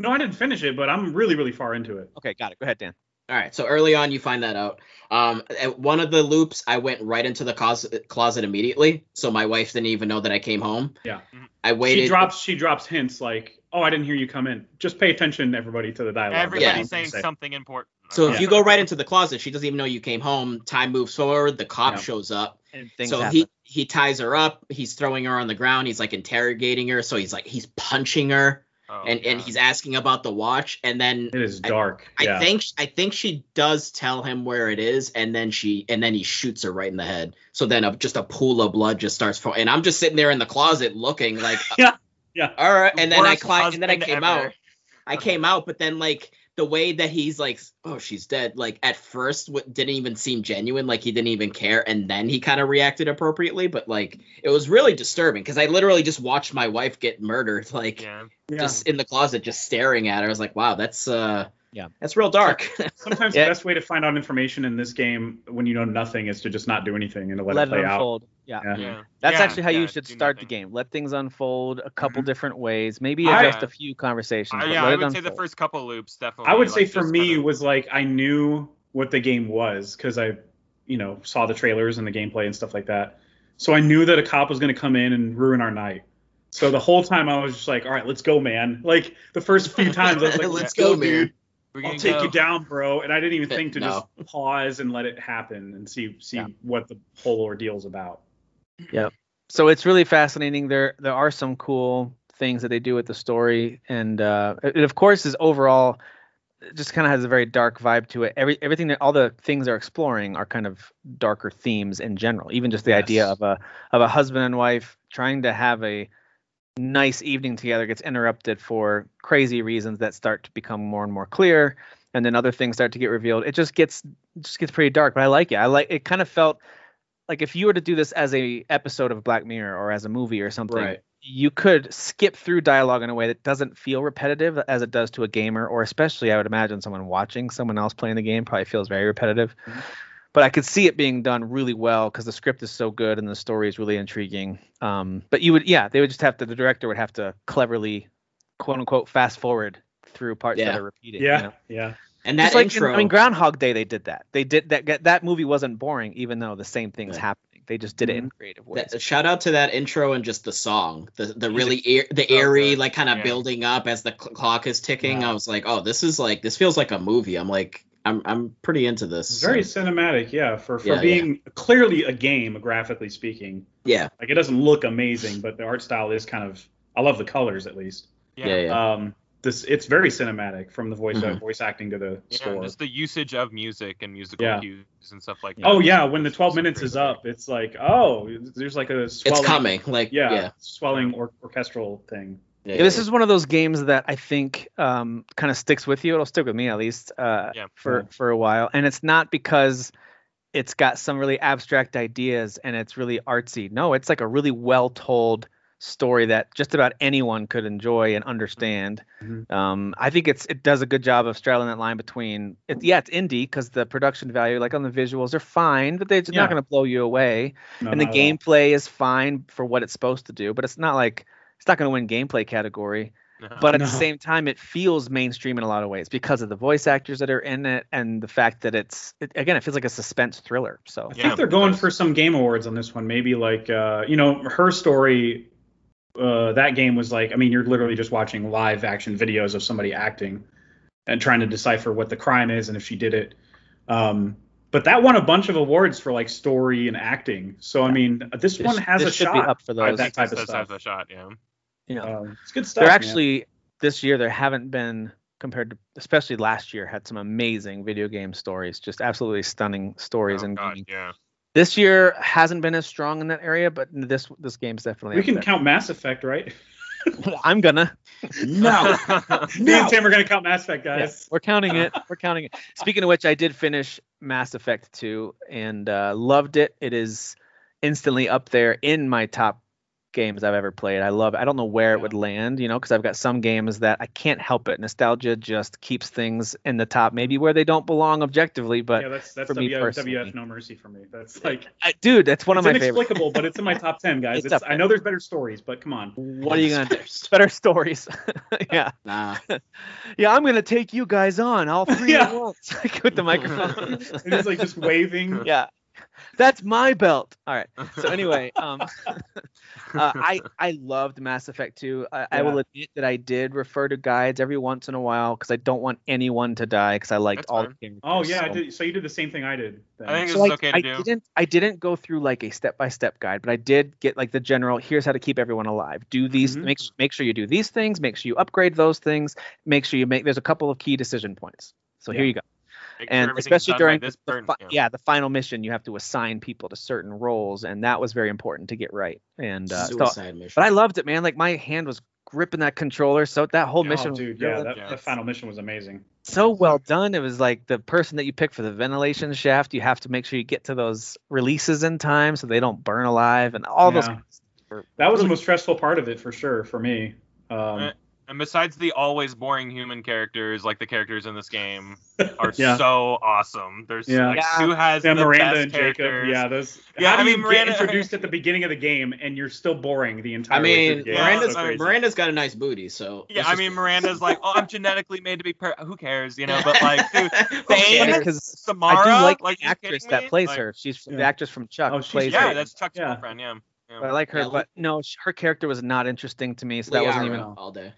[SPEAKER 3] No, I didn't finish it, but I'm really really far into it.
[SPEAKER 2] Okay, got it. Go ahead, Dan.
[SPEAKER 4] All right. So early on, you find that out. Um, at one of the loops, I went right into the closet, closet immediately. So my wife didn't even know that I came home.
[SPEAKER 3] Yeah.
[SPEAKER 5] Mhm.
[SPEAKER 4] I waited.
[SPEAKER 3] She drops she drops hints like, "Oh, I didn't hear you come in." Just pay attention, everybody, to the dialogue. That's
[SPEAKER 5] Everybody's
[SPEAKER 3] what I'm
[SPEAKER 5] saying
[SPEAKER 3] gonna say.
[SPEAKER 5] something important.
[SPEAKER 4] so if
[SPEAKER 5] Okay.
[SPEAKER 4] you go right into the closet, she doesn't even know you came home. Time moves forward. The cop
[SPEAKER 3] Yeah.
[SPEAKER 4] shows up.
[SPEAKER 2] And things
[SPEAKER 4] so
[SPEAKER 2] happen.
[SPEAKER 4] he he ties her up. He's throwing her on the ground. He's like interrogating her. So he's like he's punching her
[SPEAKER 5] Oh,
[SPEAKER 4] and and
[SPEAKER 5] yeah.
[SPEAKER 4] he's asking about the watch. And then
[SPEAKER 3] It is
[SPEAKER 4] I-
[SPEAKER 3] dark. yeah.
[SPEAKER 4] I think sh- I think she does tell him where it is, and then she and then he shoots her right in the head. So then a, just a pool of blood just starts flowing, and I'm just sitting there in the closet looking like, uh,
[SPEAKER 3] Yeah, yeah.
[SPEAKER 4] all right. And then I
[SPEAKER 5] Worst
[SPEAKER 4] climbed, and then I
[SPEAKER 5] husband
[SPEAKER 4] came
[SPEAKER 5] ever.
[SPEAKER 4] out. I came out, but then like the way that he's like, oh, she's dead. Like at first, what didn't even seem genuine. Like he didn't even care, and then he kind of reacted appropriately. But like it was really disturbing because I literally just watched my wife get murdered, like
[SPEAKER 5] Yeah.
[SPEAKER 3] Yeah.
[SPEAKER 4] just in the closet, just staring at her. I was like, wow, that's uh,
[SPEAKER 2] Yeah.
[SPEAKER 4] that's real dark.
[SPEAKER 3] Sometimes
[SPEAKER 2] Yeah.
[SPEAKER 3] the best way to find out information in this game when you know nothing is to just not do anything and to let,
[SPEAKER 2] Let
[SPEAKER 3] it
[SPEAKER 2] it
[SPEAKER 3] play out.
[SPEAKER 2] unfold. Yeah.
[SPEAKER 3] Yeah.
[SPEAKER 5] Yeah.
[SPEAKER 2] That's
[SPEAKER 5] Yeah,
[SPEAKER 2] actually how
[SPEAKER 5] yeah,
[SPEAKER 2] you should
[SPEAKER 5] do
[SPEAKER 2] start the
[SPEAKER 5] nothing. Mm-hmm.
[SPEAKER 2] game. Let things unfold a couple
[SPEAKER 3] Mhm.
[SPEAKER 2] different ways. Maybe
[SPEAKER 3] I-
[SPEAKER 2] adjust a few conversations.
[SPEAKER 5] I,
[SPEAKER 2] but
[SPEAKER 5] Uh, yeah,
[SPEAKER 2] let
[SPEAKER 5] I
[SPEAKER 2] it
[SPEAKER 5] would say the
[SPEAKER 2] unfold.
[SPEAKER 5] first couple loops definitely.
[SPEAKER 3] I would say
[SPEAKER 5] like,
[SPEAKER 3] for
[SPEAKER 5] just
[SPEAKER 3] me
[SPEAKER 5] kinda-
[SPEAKER 3] was like I knew what the game was because I, you know, saw the trailers and the gameplay and stuff like that. So I knew that a cop was going to come in and ruin our night. So the whole time I was just like, all right, let's go, man. Like the first few times I was like,
[SPEAKER 4] Let's
[SPEAKER 3] let's,
[SPEAKER 4] go,
[SPEAKER 3] go,
[SPEAKER 4] man.
[SPEAKER 3] dude.
[SPEAKER 5] We're
[SPEAKER 3] I'll
[SPEAKER 5] gonna
[SPEAKER 3] take you
[SPEAKER 5] go-
[SPEAKER 3] down, bro. And I didn't even
[SPEAKER 4] Yeah,
[SPEAKER 3] think to
[SPEAKER 4] no.
[SPEAKER 3] just pause and let it happen and see see
[SPEAKER 2] Yeah.
[SPEAKER 3] what the whole ordeal's about.
[SPEAKER 2] so it's really fascinating. There there are some cool things that they do with the story, and uh, it it of course is overall it just kind of has a very dark vibe to it. Every everything that all the things they're exploring are kind of darker themes in general. Even just the idea
[SPEAKER 3] Yes.
[SPEAKER 2] of a of a husband and wife trying to have a nice evening together gets interrupted for crazy reasons that start to become more and more clear, and then other things start to get revealed. It just gets just gets pretty dark, but I like it. I like it. Kind of felt like if you were to do this as a episode of Black Mirror or as a movie or something,
[SPEAKER 4] Right.
[SPEAKER 2] you could skip through dialogue in a way that doesn't feel repetitive as it does to a gamer, or especially I would imagine someone watching someone else playing the game probably feels very repetitive.
[SPEAKER 4] Mm-hmm.
[SPEAKER 3] Mhm.
[SPEAKER 2] But I could see it being done really well because the script is so good and the story is really intriguing. Um, but you would, yeah, they would just have to. The director would have to cleverly, quote unquote, fast forward through parts
[SPEAKER 4] Yeah.
[SPEAKER 2] that are repeated. you
[SPEAKER 3] Yeah,
[SPEAKER 2] know?
[SPEAKER 3] yeah.
[SPEAKER 4] And
[SPEAKER 2] Just
[SPEAKER 4] that
[SPEAKER 2] like in-
[SPEAKER 4] intro,
[SPEAKER 2] I mean, Groundhog Day, they did that. They did that. That movie wasn't boring, even though the same thing's
[SPEAKER 4] Yeah.
[SPEAKER 2] happening. They just did it in creative ways.
[SPEAKER 4] Mm-hmm. that, shout out to that intro and just the song, the the really eer, the
[SPEAKER 5] so
[SPEAKER 4] eerie,
[SPEAKER 5] good.
[SPEAKER 4] like kind of
[SPEAKER 5] Yeah.
[SPEAKER 4] building up as the cl- clock is ticking.
[SPEAKER 3] Yeah.
[SPEAKER 4] I was like, oh, this is like this feels like a movie. I'm like, I'm I'm pretty into this.
[SPEAKER 3] It's very
[SPEAKER 4] so-
[SPEAKER 3] cinematic, yeah, for for
[SPEAKER 4] Yeah, yeah.
[SPEAKER 3] being clearly a game graphically speaking.
[SPEAKER 4] yeah,
[SPEAKER 3] Like it doesn't look amazing, but the art style is kind of I love the colors at least.
[SPEAKER 4] yeah, uh, yeah,
[SPEAKER 3] Um this it's very cinematic from the voice uh,
[SPEAKER 4] Mhm.
[SPEAKER 3] voice acting to the
[SPEAKER 5] Yeah,
[SPEAKER 3] score.
[SPEAKER 5] just the usage of music and musical
[SPEAKER 3] Yeah.
[SPEAKER 5] cues and stuff like that.
[SPEAKER 3] Oh yeah, when the 12
[SPEAKER 5] It's a
[SPEAKER 3] minutes is
[SPEAKER 5] great
[SPEAKER 3] up, it's like, oh, there's like a swelling
[SPEAKER 4] It's coming. Like,
[SPEAKER 3] Yeah,
[SPEAKER 4] yeah,
[SPEAKER 3] swelling or- orchestral thing.
[SPEAKER 4] yeah,
[SPEAKER 2] Yeah, this
[SPEAKER 4] yeah.
[SPEAKER 2] is one of those games that I think um, kind of sticks with you. It'll stick with me at least uh,
[SPEAKER 5] Yeah.
[SPEAKER 2] for
[SPEAKER 3] Yeah.
[SPEAKER 2] for a while. And it's not because it's got some really abstract ideas and it's really artsy. No, it's like a really well told story that just about anyone could enjoy and understand.
[SPEAKER 3] Mhm.
[SPEAKER 2] Um, I think it's it does a good job of straddling that line between it, yeah, it's indie because the production value, like on the visuals, are fine, but they're just
[SPEAKER 3] Yeah.
[SPEAKER 2] not going to blow you away
[SPEAKER 3] No,
[SPEAKER 2] and the
[SPEAKER 3] not at all.
[SPEAKER 2] gameplay is fine for what it's supposed to do, but it's not like it's not going to win gameplay category.
[SPEAKER 5] No.
[SPEAKER 2] But at the
[SPEAKER 3] No.
[SPEAKER 2] same time, it feels mainstream in a lot of ways because of the voice actors that are in it and the fact that it's it, again, it feels like a suspense thriller. So
[SPEAKER 3] I
[SPEAKER 5] Yeah,
[SPEAKER 3] think they're going
[SPEAKER 5] because-
[SPEAKER 3] for some game awards on this one. Maybe like uh, you know, her story uh, that game was like, I mean, you're literally just watching live action videos of somebody acting and trying to decipher what the crime is and if she did it. Um, but that won a bunch of awards for like story and acting. So I mean, this
[SPEAKER 2] This-
[SPEAKER 3] one has
[SPEAKER 2] this
[SPEAKER 3] a
[SPEAKER 2] should
[SPEAKER 3] shot.
[SPEAKER 2] be up for
[SPEAKER 5] I
[SPEAKER 2] those.
[SPEAKER 5] think
[SPEAKER 3] that type
[SPEAKER 5] this
[SPEAKER 3] of
[SPEAKER 5] does have
[SPEAKER 3] stuff.
[SPEAKER 5] a shot. Yeah.
[SPEAKER 2] you know,
[SPEAKER 3] Um, it's good stuff.
[SPEAKER 2] there
[SPEAKER 3] man.
[SPEAKER 2] actually this year there haven't been compared to especially last year had some amazing video game stories, just absolutely stunning stories
[SPEAKER 5] Oh,
[SPEAKER 2] and
[SPEAKER 5] God, yeah.
[SPEAKER 2] This year hasn't been as strong in that area, but this this game's definitely.
[SPEAKER 3] we
[SPEAKER 2] up
[SPEAKER 3] can
[SPEAKER 2] there.
[SPEAKER 3] count Mass Effect, right?
[SPEAKER 2] I'm gonna.
[SPEAKER 4] No.
[SPEAKER 3] Me and Tim are gonna count Mass Effect,
[SPEAKER 2] Yeah,
[SPEAKER 3] guys.
[SPEAKER 2] we're counting it. We're counting it. Speaking of which, I did finish Mass Effect 2 and uh, loved it. It is instantly up there in my top games I've ever played. I love. I don't know where it would land, you know, because I've got some games that I can't help it. Nostalgia just keeps things in the top, maybe where they don't belong objectively. But
[SPEAKER 3] yeah, that's that's
[SPEAKER 2] for me
[SPEAKER 3] w,
[SPEAKER 2] personally.
[SPEAKER 3] WF No Mercy for me. That's like
[SPEAKER 2] I, dude, that's one
[SPEAKER 3] it's
[SPEAKER 2] of my favorites.
[SPEAKER 3] inexplicable, but it's in my top ten, guys.
[SPEAKER 2] It's
[SPEAKER 3] It's
[SPEAKER 2] up
[SPEAKER 3] I know there's better stories, but come on.
[SPEAKER 2] What are you gonna do? Better stories. yeah.
[SPEAKER 4] Nah.
[SPEAKER 2] Yeah, I'm gonna take you guys on all three
[SPEAKER 3] Yeah.
[SPEAKER 2] at once. Like with the microphone.
[SPEAKER 3] And he's like just waving.
[SPEAKER 2] yeah. That's my belt. All right. So anyway, um, uh, I I loved Mass Effect 2. I, I will
[SPEAKER 3] Yeah.
[SPEAKER 2] admit that I did refer to guides every once in a while because I don't want anyone to die because I liked
[SPEAKER 5] That's
[SPEAKER 2] all
[SPEAKER 5] fine.
[SPEAKER 2] the characters.
[SPEAKER 3] Oh yeah, I
[SPEAKER 2] so-
[SPEAKER 3] did. So you did the same thing I did. Then.
[SPEAKER 5] I think
[SPEAKER 2] So
[SPEAKER 5] This is
[SPEAKER 2] like,
[SPEAKER 5] okay to
[SPEAKER 2] I
[SPEAKER 5] do.
[SPEAKER 2] didn't I didn't go through like a step by step guide, but I did get like the general. Here's how to keep everyone alive. Do these.
[SPEAKER 3] Mhm.
[SPEAKER 2] Make make sure you do these things. Make sure you upgrade those things. Make sure you make. There's a couple of key decision points. So here
[SPEAKER 3] Yeah.
[SPEAKER 2] you go
[SPEAKER 5] Make sure
[SPEAKER 2] and
[SPEAKER 5] everything's
[SPEAKER 2] especially
[SPEAKER 5] done by
[SPEAKER 2] during
[SPEAKER 5] this
[SPEAKER 2] the,
[SPEAKER 5] burn.
[SPEAKER 2] fi- yeah. the final mission you have to assign people to certain roles and that was very important to get right and uh, so,
[SPEAKER 4] Suicide mission.
[SPEAKER 2] but i loved it man like my hand was gripping that controller so that whole
[SPEAKER 5] Yeah,
[SPEAKER 2] mission was
[SPEAKER 3] Oh, dude, yeah,
[SPEAKER 2] really
[SPEAKER 3] that,
[SPEAKER 5] Yeah.
[SPEAKER 3] that final mission was amazing.
[SPEAKER 2] so well done it was like the person that you pick for the ventilation shaft you have to make sure you get to those releases in time so they don't burn alive and all those
[SPEAKER 3] Yeah.
[SPEAKER 2] were
[SPEAKER 3] That was the
[SPEAKER 2] really-
[SPEAKER 3] most stressful part of it for sure for me.
[SPEAKER 5] Uh,
[SPEAKER 3] Um,
[SPEAKER 5] And besides the always boring human characters, like the characters in this game are
[SPEAKER 3] Yeah.
[SPEAKER 5] so awesome. There's
[SPEAKER 3] Yeah.
[SPEAKER 5] like
[SPEAKER 2] Yeah.
[SPEAKER 5] Sue has
[SPEAKER 3] yeah,
[SPEAKER 5] the
[SPEAKER 3] Miranda
[SPEAKER 5] best
[SPEAKER 3] and Jacob.
[SPEAKER 5] characters.
[SPEAKER 3] Yeah, those.
[SPEAKER 5] Yeah,
[SPEAKER 3] how do
[SPEAKER 5] I mean,
[SPEAKER 3] you
[SPEAKER 5] Miranda-
[SPEAKER 3] get introduced at the beginning of the game and you're still boring the entire
[SPEAKER 4] I mean,
[SPEAKER 3] way through the game?
[SPEAKER 5] Yeah,
[SPEAKER 4] Miranda's
[SPEAKER 5] so crazy.
[SPEAKER 4] Miranda's got a nice booty, so
[SPEAKER 5] Yeah, I mean Miranda's like, oh, I'm genetically made to be. Per- Who cares, you know? But like, dude,
[SPEAKER 2] funny
[SPEAKER 5] Thane,
[SPEAKER 2] 'cause
[SPEAKER 5] Samara,
[SPEAKER 2] i do like,
[SPEAKER 5] you
[SPEAKER 2] the actress
[SPEAKER 5] kidding
[SPEAKER 2] that
[SPEAKER 5] me?
[SPEAKER 2] plays
[SPEAKER 5] Like,
[SPEAKER 2] her she's the
[SPEAKER 3] Yeah.
[SPEAKER 2] actress from chuck
[SPEAKER 3] Oh, she's-
[SPEAKER 2] plays
[SPEAKER 5] Yeah,
[SPEAKER 2] her.
[SPEAKER 5] that's Chuck's
[SPEAKER 3] Yeah.
[SPEAKER 5] girlfriend. Yeah. yeah.
[SPEAKER 2] but i like her
[SPEAKER 4] Yeah,
[SPEAKER 2] but no sh- her character was not interesting to me so that wasn't even
[SPEAKER 4] all day.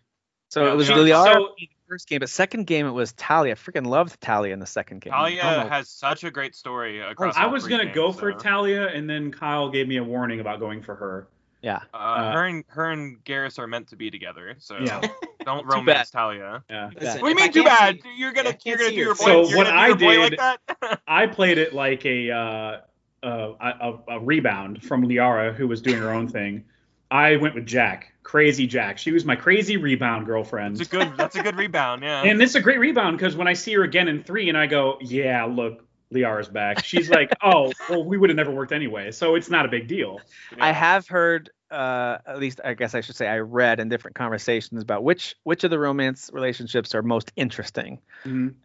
[SPEAKER 2] So
[SPEAKER 5] Yeah,
[SPEAKER 2] it was
[SPEAKER 5] so-
[SPEAKER 2] Liliara
[SPEAKER 3] so-
[SPEAKER 2] in the first game, but second game it was Talia. I freaking loved Talia in the second game.
[SPEAKER 5] Talia
[SPEAKER 2] Oh my-
[SPEAKER 5] has such a great story across.
[SPEAKER 3] I
[SPEAKER 5] all
[SPEAKER 3] was
[SPEAKER 5] three
[SPEAKER 3] gonna
[SPEAKER 5] games,
[SPEAKER 3] go for
[SPEAKER 5] so.
[SPEAKER 3] Talia, and then Kyle gave me a warning about going for her.
[SPEAKER 2] yeah.
[SPEAKER 5] Uh, her and her and Garrus are meant to be together, so
[SPEAKER 3] Yeah.
[SPEAKER 5] don't
[SPEAKER 2] Too
[SPEAKER 5] romance Talia.
[SPEAKER 3] Yeah.
[SPEAKER 4] Listen,
[SPEAKER 5] What do you
[SPEAKER 4] if
[SPEAKER 5] mean
[SPEAKER 4] I
[SPEAKER 5] too
[SPEAKER 4] can't
[SPEAKER 5] bad?
[SPEAKER 4] see-
[SPEAKER 5] you're
[SPEAKER 4] I
[SPEAKER 5] gonna
[SPEAKER 4] can't
[SPEAKER 5] you're gonna
[SPEAKER 4] see
[SPEAKER 5] do
[SPEAKER 4] your
[SPEAKER 5] your boy.
[SPEAKER 4] face.
[SPEAKER 3] So
[SPEAKER 5] you're
[SPEAKER 3] what
[SPEAKER 5] gonna do
[SPEAKER 3] I
[SPEAKER 5] your boy
[SPEAKER 3] did-
[SPEAKER 5] like that?
[SPEAKER 3] I played it like a uh, uh, a, a, a rebound from Liara, who was doing her own thing. I went with Jack, crazy Jack. She was my crazy rebound girlfriend.
[SPEAKER 5] It's a good. That's a good rebound. Yeah.
[SPEAKER 3] And it's a great rebound because when I see her again in three, and I go, "Yeah, look, Liara's back." She's like, "Oh, well, we would have never worked anyway, so it's not a big deal."
[SPEAKER 2] I have heard uh at least I guess I should say I read in different conversations about which which of the romance relationships are most interesting.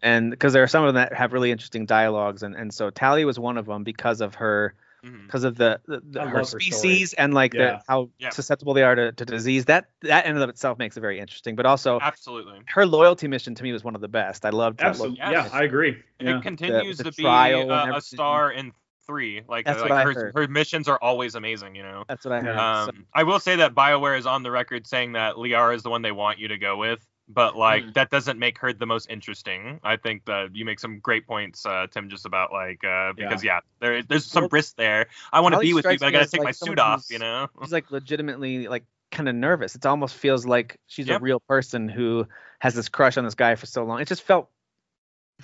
[SPEAKER 2] And because there are some of them that have really interesting dialogues and and so Talia was one of them because of her
[SPEAKER 5] Mhm.
[SPEAKER 2] because of the, the, the
[SPEAKER 3] Mm.
[SPEAKER 2] her
[SPEAKER 3] I love her story.
[SPEAKER 2] species and like
[SPEAKER 3] Yeah.
[SPEAKER 2] the how
[SPEAKER 5] Yeah.
[SPEAKER 2] susceptible they are to, to disease. That that in and of itself makes it very interesting. But also
[SPEAKER 5] Absolutely.
[SPEAKER 2] her loyalty mission to me was one of the best. I loved that
[SPEAKER 3] Absolutely,
[SPEAKER 5] yes.
[SPEAKER 3] yeah, I agree. Yeah.
[SPEAKER 5] It continues
[SPEAKER 2] the
[SPEAKER 5] to be
[SPEAKER 2] trial and
[SPEAKER 5] a,
[SPEAKER 2] everything.
[SPEAKER 5] a star in three. Like,
[SPEAKER 2] That's
[SPEAKER 5] like
[SPEAKER 2] what I
[SPEAKER 5] her,
[SPEAKER 2] heard.
[SPEAKER 5] her missions are always amazing. You know.
[SPEAKER 2] That's what I heard.
[SPEAKER 5] Um,
[SPEAKER 2] So-
[SPEAKER 5] I will say that Bioware is on the record saying that Liara is the one they want you to go with, but like
[SPEAKER 3] Hmm.
[SPEAKER 4] Mm.
[SPEAKER 5] that doesn't make her the most interesting. I think that you make some great points, uh, Tim, just about like uh, because yeah, there there's some
[SPEAKER 2] Well,
[SPEAKER 5] risk there. I want to
[SPEAKER 2] Holly
[SPEAKER 5] be with you,
[SPEAKER 2] strikes
[SPEAKER 5] but I
[SPEAKER 2] me
[SPEAKER 5] gotta
[SPEAKER 2] as,
[SPEAKER 5] take
[SPEAKER 2] like,
[SPEAKER 5] my suit
[SPEAKER 2] someone
[SPEAKER 5] off.
[SPEAKER 2] who's-
[SPEAKER 5] You know.
[SPEAKER 2] she's like legitimately like kind of nervous. It almost feels like she's
[SPEAKER 5] Yep.
[SPEAKER 2] a real person who has this crush on this guy for so long. It just felt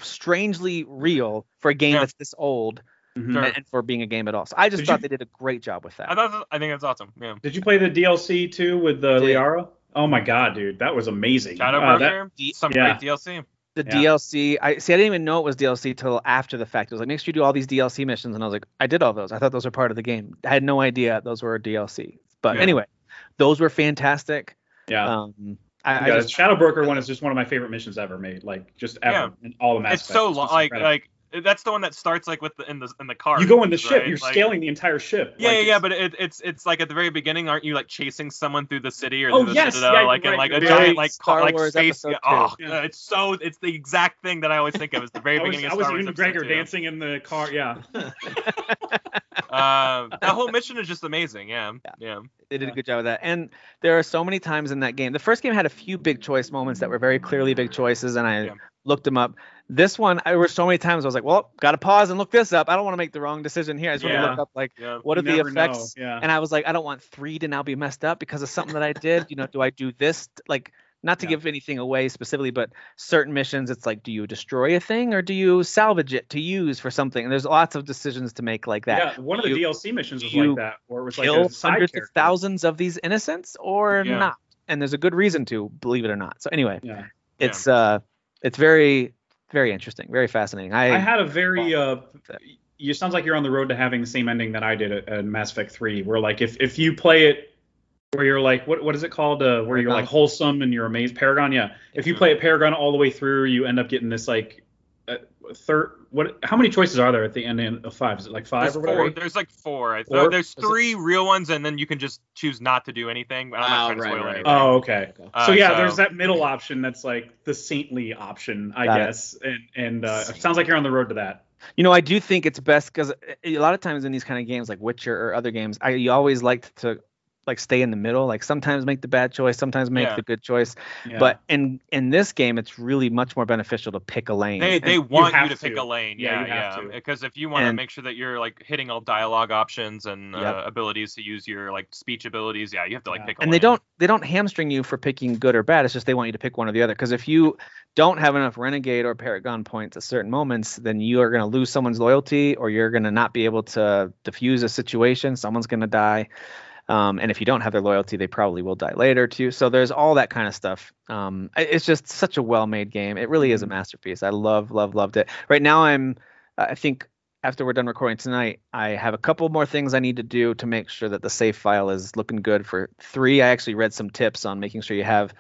[SPEAKER 2] strangely real for a game
[SPEAKER 5] Yeah.
[SPEAKER 2] that's this old
[SPEAKER 3] Mhm.
[SPEAKER 5] Sure.
[SPEAKER 2] and, and for being a game at all. So I just
[SPEAKER 3] Did
[SPEAKER 2] thought
[SPEAKER 3] you-
[SPEAKER 2] they did a great job with that.
[SPEAKER 5] I thought that- I think that's awesome. Yeah.
[SPEAKER 3] Did you play the DLC too with uh,
[SPEAKER 2] Did.
[SPEAKER 3] Liara? Oh my god, dude, that was amazing. Uh, that-
[SPEAKER 5] Shadowbroker, some
[SPEAKER 3] yeah.
[SPEAKER 5] great DLC.
[SPEAKER 2] the
[SPEAKER 3] yeah.
[SPEAKER 2] DLC, I see I didn't even know it was DLC till after the fact. It was like make sure you do all these DLC missions and I was like I did all those. I thought those were part of the game. I had no idea those were DLC. But
[SPEAKER 5] Yeah.
[SPEAKER 2] anyway, those were fantastic.
[SPEAKER 3] yeah.
[SPEAKER 2] Um I, I
[SPEAKER 3] yeah,
[SPEAKER 2] just
[SPEAKER 3] Shadow Broker one is just one of my favorite missions ever made, like just ever in all the
[SPEAKER 5] It's
[SPEAKER 3] aspects.
[SPEAKER 5] so lo-
[SPEAKER 3] just
[SPEAKER 5] like
[SPEAKER 3] incredible.
[SPEAKER 5] like that's the one that starts like with the in the in the car.
[SPEAKER 3] you go in the ship,
[SPEAKER 5] right?
[SPEAKER 3] you're
[SPEAKER 5] Like,
[SPEAKER 3] scaling the entire ship.
[SPEAKER 5] Yeah,
[SPEAKER 3] like,
[SPEAKER 5] yeah, yeah,
[SPEAKER 3] it's-
[SPEAKER 5] but it, it's it's like at the very beginning, aren't you like chasing someone through the city or
[SPEAKER 3] Oh,
[SPEAKER 5] through the
[SPEAKER 3] yes,
[SPEAKER 5] citadel,
[SPEAKER 3] yeah,
[SPEAKER 5] like
[SPEAKER 3] you're
[SPEAKER 5] in
[SPEAKER 3] right,
[SPEAKER 5] like a
[SPEAKER 3] you're
[SPEAKER 5] giant
[SPEAKER 2] right.
[SPEAKER 5] like
[SPEAKER 2] Star
[SPEAKER 5] ca- like
[SPEAKER 2] Wars
[SPEAKER 5] space?
[SPEAKER 2] episode
[SPEAKER 5] Oh,
[SPEAKER 2] two.
[SPEAKER 5] uh, it's so it's the exact thing that I always think of. It's the very
[SPEAKER 3] I was,
[SPEAKER 5] beginning
[SPEAKER 3] I
[SPEAKER 5] of
[SPEAKER 3] was
[SPEAKER 5] Star Wars
[SPEAKER 3] Ewan
[SPEAKER 5] episode
[SPEAKER 3] McGregor
[SPEAKER 5] two.
[SPEAKER 3] dancing in the car. Yeah,
[SPEAKER 5] Um, that whole mission is just amazing. Yeah. Yeah.
[SPEAKER 2] They did a good job of that. And there are so many times in that game. The first game had a few big choice moments that were very clearly big choices, and I
[SPEAKER 5] Yeah.
[SPEAKER 2] looked them up. This one, I, there were so many times I was like, well, got to pause and look this up. I don't want to make the wrong decision here. I just want
[SPEAKER 3] Yeah.
[SPEAKER 2] to look up, like,
[SPEAKER 5] Yeah.
[SPEAKER 2] what are
[SPEAKER 3] You
[SPEAKER 2] the
[SPEAKER 3] never know,
[SPEAKER 2] effects?
[SPEAKER 3] Yeah.
[SPEAKER 2] And I was like, I don't want three to now be messed up because of something that I did. You know, do I do this? Like, not to
[SPEAKER 3] Yeah.
[SPEAKER 2] give anything away specifically, but certain missions, it's like, do you destroy a thing or do you salvage it to use for something? And there's lots of decisions to make like that.
[SPEAKER 3] Yeah, one of the
[SPEAKER 2] You-
[SPEAKER 3] DLC missions was
[SPEAKER 2] you
[SPEAKER 3] like that, where it was like
[SPEAKER 2] Kill
[SPEAKER 3] a side
[SPEAKER 2] hundreds
[SPEAKER 3] character.
[SPEAKER 2] of thousands of these innocents or
[SPEAKER 5] Yeah.
[SPEAKER 2] not. And there's a good reason to, believe it or not. So anyway,
[SPEAKER 3] Yeah.
[SPEAKER 5] Yeah.
[SPEAKER 2] it's uh, it's very, very interesting, very fascinating. I,
[SPEAKER 3] I had a very uh,
[SPEAKER 2] that.
[SPEAKER 3] you sounds like you're on the road to having the same ending that I did at, at Mass Effect 3, where like if if you play it where you're like what what is it called uh, where you're
[SPEAKER 2] Paragon.
[SPEAKER 3] like wholesome and you're amazed Paragon, yeah. If you play it Paragon all the way through, you end up getting this like uh, third what how many choices are there at the end of 5? Is it like 5
[SPEAKER 5] There's
[SPEAKER 3] or whatever?
[SPEAKER 5] four. There's like four. I
[SPEAKER 3] Four?
[SPEAKER 5] thought there's
[SPEAKER 4] Is it-
[SPEAKER 5] three real ones, and then you can just choose not to do anything. I'm
[SPEAKER 4] Oh,
[SPEAKER 5] not trying to
[SPEAKER 4] right,
[SPEAKER 5] spoil
[SPEAKER 4] right,
[SPEAKER 5] anything.
[SPEAKER 3] Oh, okay.
[SPEAKER 4] Okay.
[SPEAKER 5] Uh,
[SPEAKER 3] so yeah,
[SPEAKER 5] so-
[SPEAKER 3] there's that middle option that's like the saintly option, I
[SPEAKER 2] Got it.
[SPEAKER 3] guess, and and uh, it
[SPEAKER 4] Saintly.
[SPEAKER 3] sounds like you're on the road to that.
[SPEAKER 2] You know, I do think it's best because a lot of times in these kind of games, like Witcher or other games, I you always like to like stay in the middle. Like sometimes make the bad choice, sometimes make
[SPEAKER 5] Yeah.
[SPEAKER 2] the good choice.
[SPEAKER 3] Yeah.
[SPEAKER 2] But in in this game, it's really much more beneficial to pick a lane.
[SPEAKER 5] They
[SPEAKER 2] And
[SPEAKER 5] they want you,
[SPEAKER 3] have
[SPEAKER 5] to pick
[SPEAKER 3] to.
[SPEAKER 5] a lane.
[SPEAKER 3] Yeah,
[SPEAKER 5] Yeah,
[SPEAKER 3] you have
[SPEAKER 5] yeah.
[SPEAKER 3] to.
[SPEAKER 5] Because if you want to
[SPEAKER 2] And-
[SPEAKER 5] make sure that you're like hitting all dialogue options and uh,
[SPEAKER 2] Yep.
[SPEAKER 5] abilities to use your like speech abilities, yeah, you have to like
[SPEAKER 3] Yeah.
[SPEAKER 5] pick a
[SPEAKER 2] and
[SPEAKER 5] lane.
[SPEAKER 2] they don't they don't hamstring you for picking good or bad. It's just they want you to pick one or the other. Because if you don't have enough renegade or paragon points at certain moments, then you are going to lose someone's loyalty, or you're going to not be able to defuse a situation. Someone's going to die, um, and if you don't have their loyalty, they probably will die later too. So there's all that kind of stuff. Um, i- it's just such a well-made game. It really
[SPEAKER 3] Mm-hmm.
[SPEAKER 2] is a masterpiece. I love, love, loved it. Right now, I'm I think after we're done recording tonight, I have a couple more things I need to do to make sure that the save file is looking good for three. I actually read some tips on making sure you have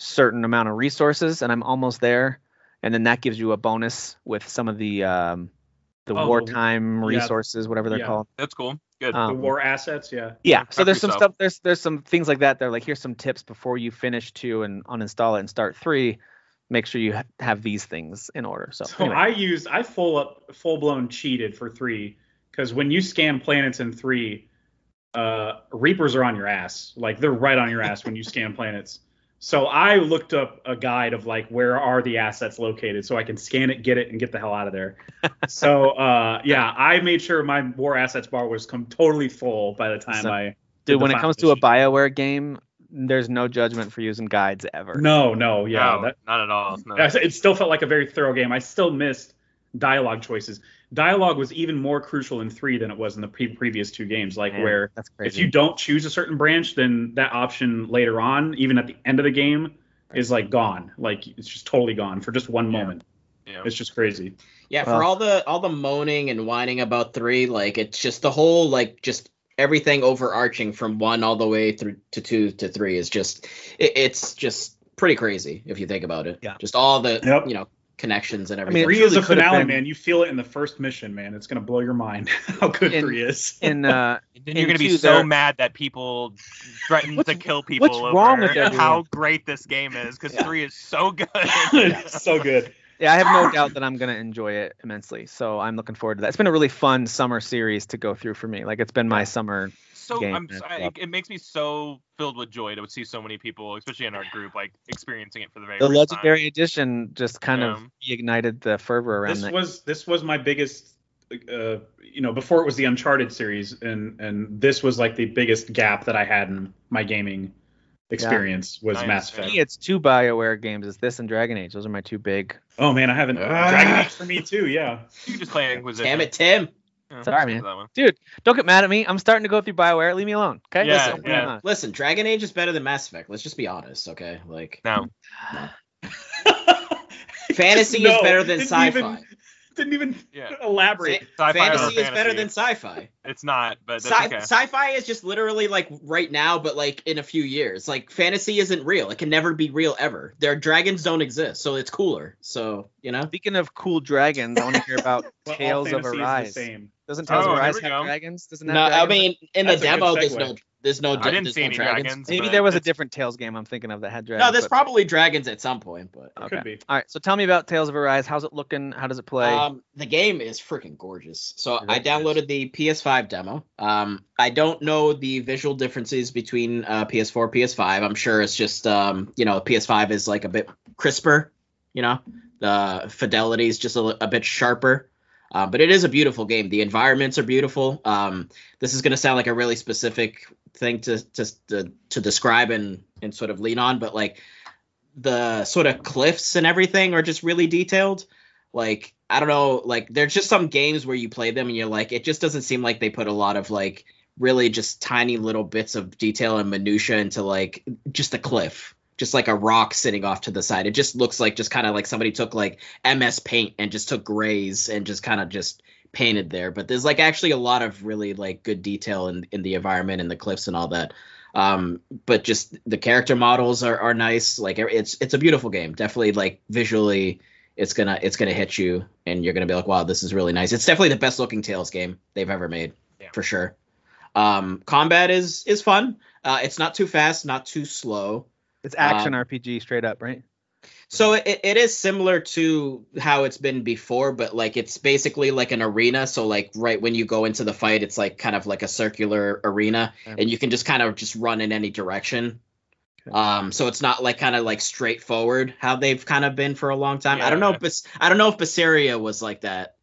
[SPEAKER 2] certain amount of resources, and I'm almost there. And then that gives you a bonus with some of the um, the
[SPEAKER 3] Oh, the-
[SPEAKER 2] wartime
[SPEAKER 3] yeah.
[SPEAKER 2] resources, whatever they're
[SPEAKER 3] Yeah.
[SPEAKER 2] called.
[SPEAKER 5] That's cool. Good.
[SPEAKER 3] the
[SPEAKER 2] Um,
[SPEAKER 3] war assets, yeah.
[SPEAKER 2] yeah. So
[SPEAKER 5] prep
[SPEAKER 2] there's some
[SPEAKER 5] yourself.
[SPEAKER 2] stuff. There's there's some things like that. They're like here's some tips before you finish two and uninstall it and start three. Make sure you ha- have these things in order. So,
[SPEAKER 3] So
[SPEAKER 2] anyway.
[SPEAKER 3] I used I full up full blown cheated for three because when you scan planets in three, uh, Reapers are on your ass. Like they're right on your ass when you scan planets. So I looked up a guide of like where are the assets located so I can scan it, get it, and get the hell out of there. so uh, yeah, I made sure my war assets bar was come totally full by the time
[SPEAKER 2] So-
[SPEAKER 3] I did
[SPEAKER 2] dude
[SPEAKER 3] the
[SPEAKER 2] when it
[SPEAKER 3] final
[SPEAKER 2] comes to a
[SPEAKER 3] mission.
[SPEAKER 2] bioware game there's no judgment for using guides ever
[SPEAKER 3] No, no, yeah.
[SPEAKER 2] Oh,
[SPEAKER 5] no,
[SPEAKER 3] that-
[SPEAKER 5] not at all. No.
[SPEAKER 3] I s- it still felt like a very thorough game. I still missed dialogue choices. Dialogue was even more crucial in three than it was in the pre- previous two games. Like
[SPEAKER 2] Man,
[SPEAKER 3] where
[SPEAKER 2] that's crazy
[SPEAKER 3] if you don't choose a certain branch, then that option later on, even at the end of the game, is like gone. Like it's just totally gone for just one
[SPEAKER 5] Yeah.
[SPEAKER 3] moment.
[SPEAKER 5] Yeah.
[SPEAKER 3] It's just crazy.
[SPEAKER 4] Yeah, for
[SPEAKER 2] Well-
[SPEAKER 4] all the all the moaning and whining about three, like it's just the whole like just everything overarching from one all the way through to two to three is just it, it's just pretty crazy if you think about it.
[SPEAKER 2] Yeah.
[SPEAKER 4] Just all the
[SPEAKER 3] Yep.
[SPEAKER 4] you know connections and
[SPEAKER 2] mean,
[SPEAKER 4] everything.
[SPEAKER 3] three is
[SPEAKER 2] truly
[SPEAKER 3] a
[SPEAKER 2] could've
[SPEAKER 3] finale,
[SPEAKER 2] been-
[SPEAKER 3] man. You feel it in the first mission, man. It's gonna blow your mind how good
[SPEAKER 2] In-
[SPEAKER 3] three is.
[SPEAKER 2] in uh
[SPEAKER 5] And then you're
[SPEAKER 2] And
[SPEAKER 5] gonna be
[SPEAKER 2] two,
[SPEAKER 5] so
[SPEAKER 2] there-
[SPEAKER 5] mad that people threaten to
[SPEAKER 2] What's-
[SPEAKER 5] kill people
[SPEAKER 2] what's
[SPEAKER 5] over
[SPEAKER 2] wrong with everyone?
[SPEAKER 5] how great this game is because
[SPEAKER 4] Yeah.
[SPEAKER 5] three is so good.
[SPEAKER 3] It's so good.
[SPEAKER 2] yeah i have no doubt that i'm going to enjoy it immensely so i'm looking forward to that it's been a really fun summer series to go through for me like it's been my summer
[SPEAKER 5] so
[SPEAKER 2] Game,
[SPEAKER 5] I'm
[SPEAKER 2] man.
[SPEAKER 5] sorry, it, it makes me so filled with joy to see so many people, especially in our group, like experiencing it for the very
[SPEAKER 2] the
[SPEAKER 5] first
[SPEAKER 2] legendary edition just kind of reignited the fervor around
[SPEAKER 3] this
[SPEAKER 2] that
[SPEAKER 3] was this was my biggest uh, you know before it was the uncharted series and and this was like the biggest gap that i had in my gaming experience was
[SPEAKER 5] Nice,
[SPEAKER 3] mass
[SPEAKER 5] yeah.
[SPEAKER 2] for
[SPEAKER 3] effect
[SPEAKER 2] me, it's two bioware games it's this and dragon age those are my two big
[SPEAKER 3] oh man i haven't
[SPEAKER 4] Ah.
[SPEAKER 3] dragon age for me too yeah
[SPEAKER 5] time. You just play Inquisition.
[SPEAKER 4] Damn it, Tim.
[SPEAKER 5] Yeah,
[SPEAKER 2] Sorry,
[SPEAKER 5] skip
[SPEAKER 2] man.
[SPEAKER 5] that one.
[SPEAKER 2] dude don't get mad at me i'm starting to go through bioware leave me alone okay
[SPEAKER 5] Yeah,
[SPEAKER 2] Listen, I'm putting it
[SPEAKER 5] yeah.
[SPEAKER 2] on.
[SPEAKER 4] Listen, Dragon Age is better than Mass Effect. Let's just be honest, okay? Like
[SPEAKER 5] No.
[SPEAKER 4] fantasy
[SPEAKER 3] No,
[SPEAKER 4] is better than
[SPEAKER 3] didn't
[SPEAKER 4] sci-fi.
[SPEAKER 3] even- didn't even
[SPEAKER 5] Yeah.
[SPEAKER 3] elaborate
[SPEAKER 5] Sci-fi
[SPEAKER 4] fantasy
[SPEAKER 5] over
[SPEAKER 4] is better
[SPEAKER 5] fantasy.
[SPEAKER 4] than sci-fi.
[SPEAKER 5] It's not, but that's
[SPEAKER 4] Sci-
[SPEAKER 5] okay.
[SPEAKER 4] Sci-fi is just literally like right now, but like in a few years. Like fantasy isn't real; it can never be real ever. Their dragons don't exist, so it's cooler. So you know,
[SPEAKER 2] Speaking of cool dragons, I want to hear about
[SPEAKER 3] But all
[SPEAKER 2] Tales of
[SPEAKER 3] fantasy is the
[SPEAKER 2] Arise.
[SPEAKER 3] same
[SPEAKER 2] Doesn't Tales
[SPEAKER 5] Oh,
[SPEAKER 2] of
[SPEAKER 5] here
[SPEAKER 2] Arise
[SPEAKER 5] we
[SPEAKER 2] have
[SPEAKER 5] go.
[SPEAKER 2] dragons? Doesn't that
[SPEAKER 4] no, I
[SPEAKER 2] dragons?
[SPEAKER 4] mean in
[SPEAKER 3] That's a
[SPEAKER 4] the
[SPEAKER 3] good
[SPEAKER 4] demo, there's
[SPEAKER 3] segue.
[SPEAKER 4] no There's no.
[SPEAKER 5] I didn't
[SPEAKER 4] there's
[SPEAKER 5] see
[SPEAKER 4] no
[SPEAKER 5] any dragons.
[SPEAKER 2] Maybe
[SPEAKER 5] but
[SPEAKER 2] there was a
[SPEAKER 5] it's-
[SPEAKER 2] different Tales game I'm thinking of that had dragons.
[SPEAKER 4] No, there's
[SPEAKER 2] but-
[SPEAKER 4] probably dragons at some point, but
[SPEAKER 3] It could
[SPEAKER 2] Okay.
[SPEAKER 3] be.
[SPEAKER 2] All right, so tell me about Tales of Arise. How's it looking? How does it play?
[SPEAKER 4] Um, the game is freaking gorgeous. So
[SPEAKER 2] It
[SPEAKER 4] I
[SPEAKER 2] really
[SPEAKER 4] downloaded the PS5 demo. Um, I don't know the visual differences between uh, PS4, PS5. I'm sure it's just um, you know, PS5 is like a bit crisper. You know, the fidelity is just a, li- a bit sharper. Uh, but it is a beautiful game. The environments are beautiful. Um, this is going to sound like a really specific thing to to to, to describe and and sort of lean on, but like the sort of cliffs and everything are just really detailed like i don't know like there's just some games where you play them and you're like it just doesn't seem like they put a lot of like really just tiny little bits of detail and minutia into like just a cliff just like a rock sitting off to the side it just looks like just kind of like somebody took like ms paint and just took grays and just kind of just painted there but there's like actually a lot of really like good detail in in the environment and the cliffs and all that um but just the character models are are nice like it's it's a beautiful game definitely like visually it's gonna it's gonna hit you and you're gonna be like wow this is really nice it's definitely the best looking tails game they've ever made
[SPEAKER 5] Yeah.
[SPEAKER 4] for sure um combat is is fun uh it's not too fast not too slow
[SPEAKER 2] it's action
[SPEAKER 4] um,
[SPEAKER 2] RPG straight up, right?
[SPEAKER 4] so it, it is similar to how it's been before, but like it's basically like an arena. So like right when you go into the fight, it's like kind of like a circular arena,
[SPEAKER 2] Okay.
[SPEAKER 4] and you can just kind of just run in any direction.
[SPEAKER 2] Okay.
[SPEAKER 4] Um, so it's not like kind of like straightforward how they've kind of been for a long time. I don't know.
[SPEAKER 5] Yeah.
[SPEAKER 4] If, Bas- I don't know if Basiria was like that.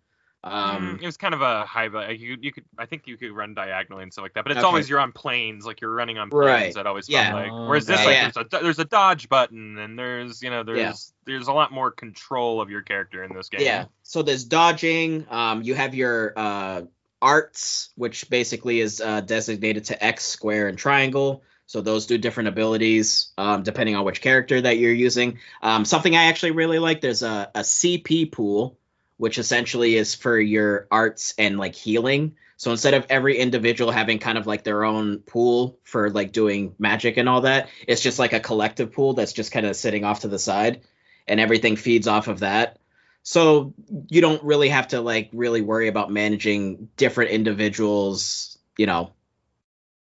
[SPEAKER 4] Um,
[SPEAKER 5] Mm, it was kind of a high, like you, you could, I think you could run diagonally and stuff like that. But it's
[SPEAKER 4] Okay.
[SPEAKER 5] always you're on planes, like you're running on planes.
[SPEAKER 4] Right.
[SPEAKER 5] That always
[SPEAKER 4] Yeah.
[SPEAKER 5] felt like.
[SPEAKER 2] Oh,
[SPEAKER 5] Whereas this,
[SPEAKER 4] yeah,
[SPEAKER 5] like,
[SPEAKER 4] yeah.
[SPEAKER 5] there's a there's a dodge button, and there's you know there's there's a lot more control of your character in this game.
[SPEAKER 4] Yeah. So there's dodging. Um, you have your uh, arts, which basically is uh, designated to X, square, and triangle. So those do different abilities um, depending on which character that you're using. Um, something I actually really like. There's a, a CP pool, which essentially is for your arts and like healing. So instead of every individual having kind of like their own pool for like doing magic and all that, it's just like a collective pool that's just kind of sitting off to the side, and everything feeds off of that so you don't really have to like really worry about managing different individuals you know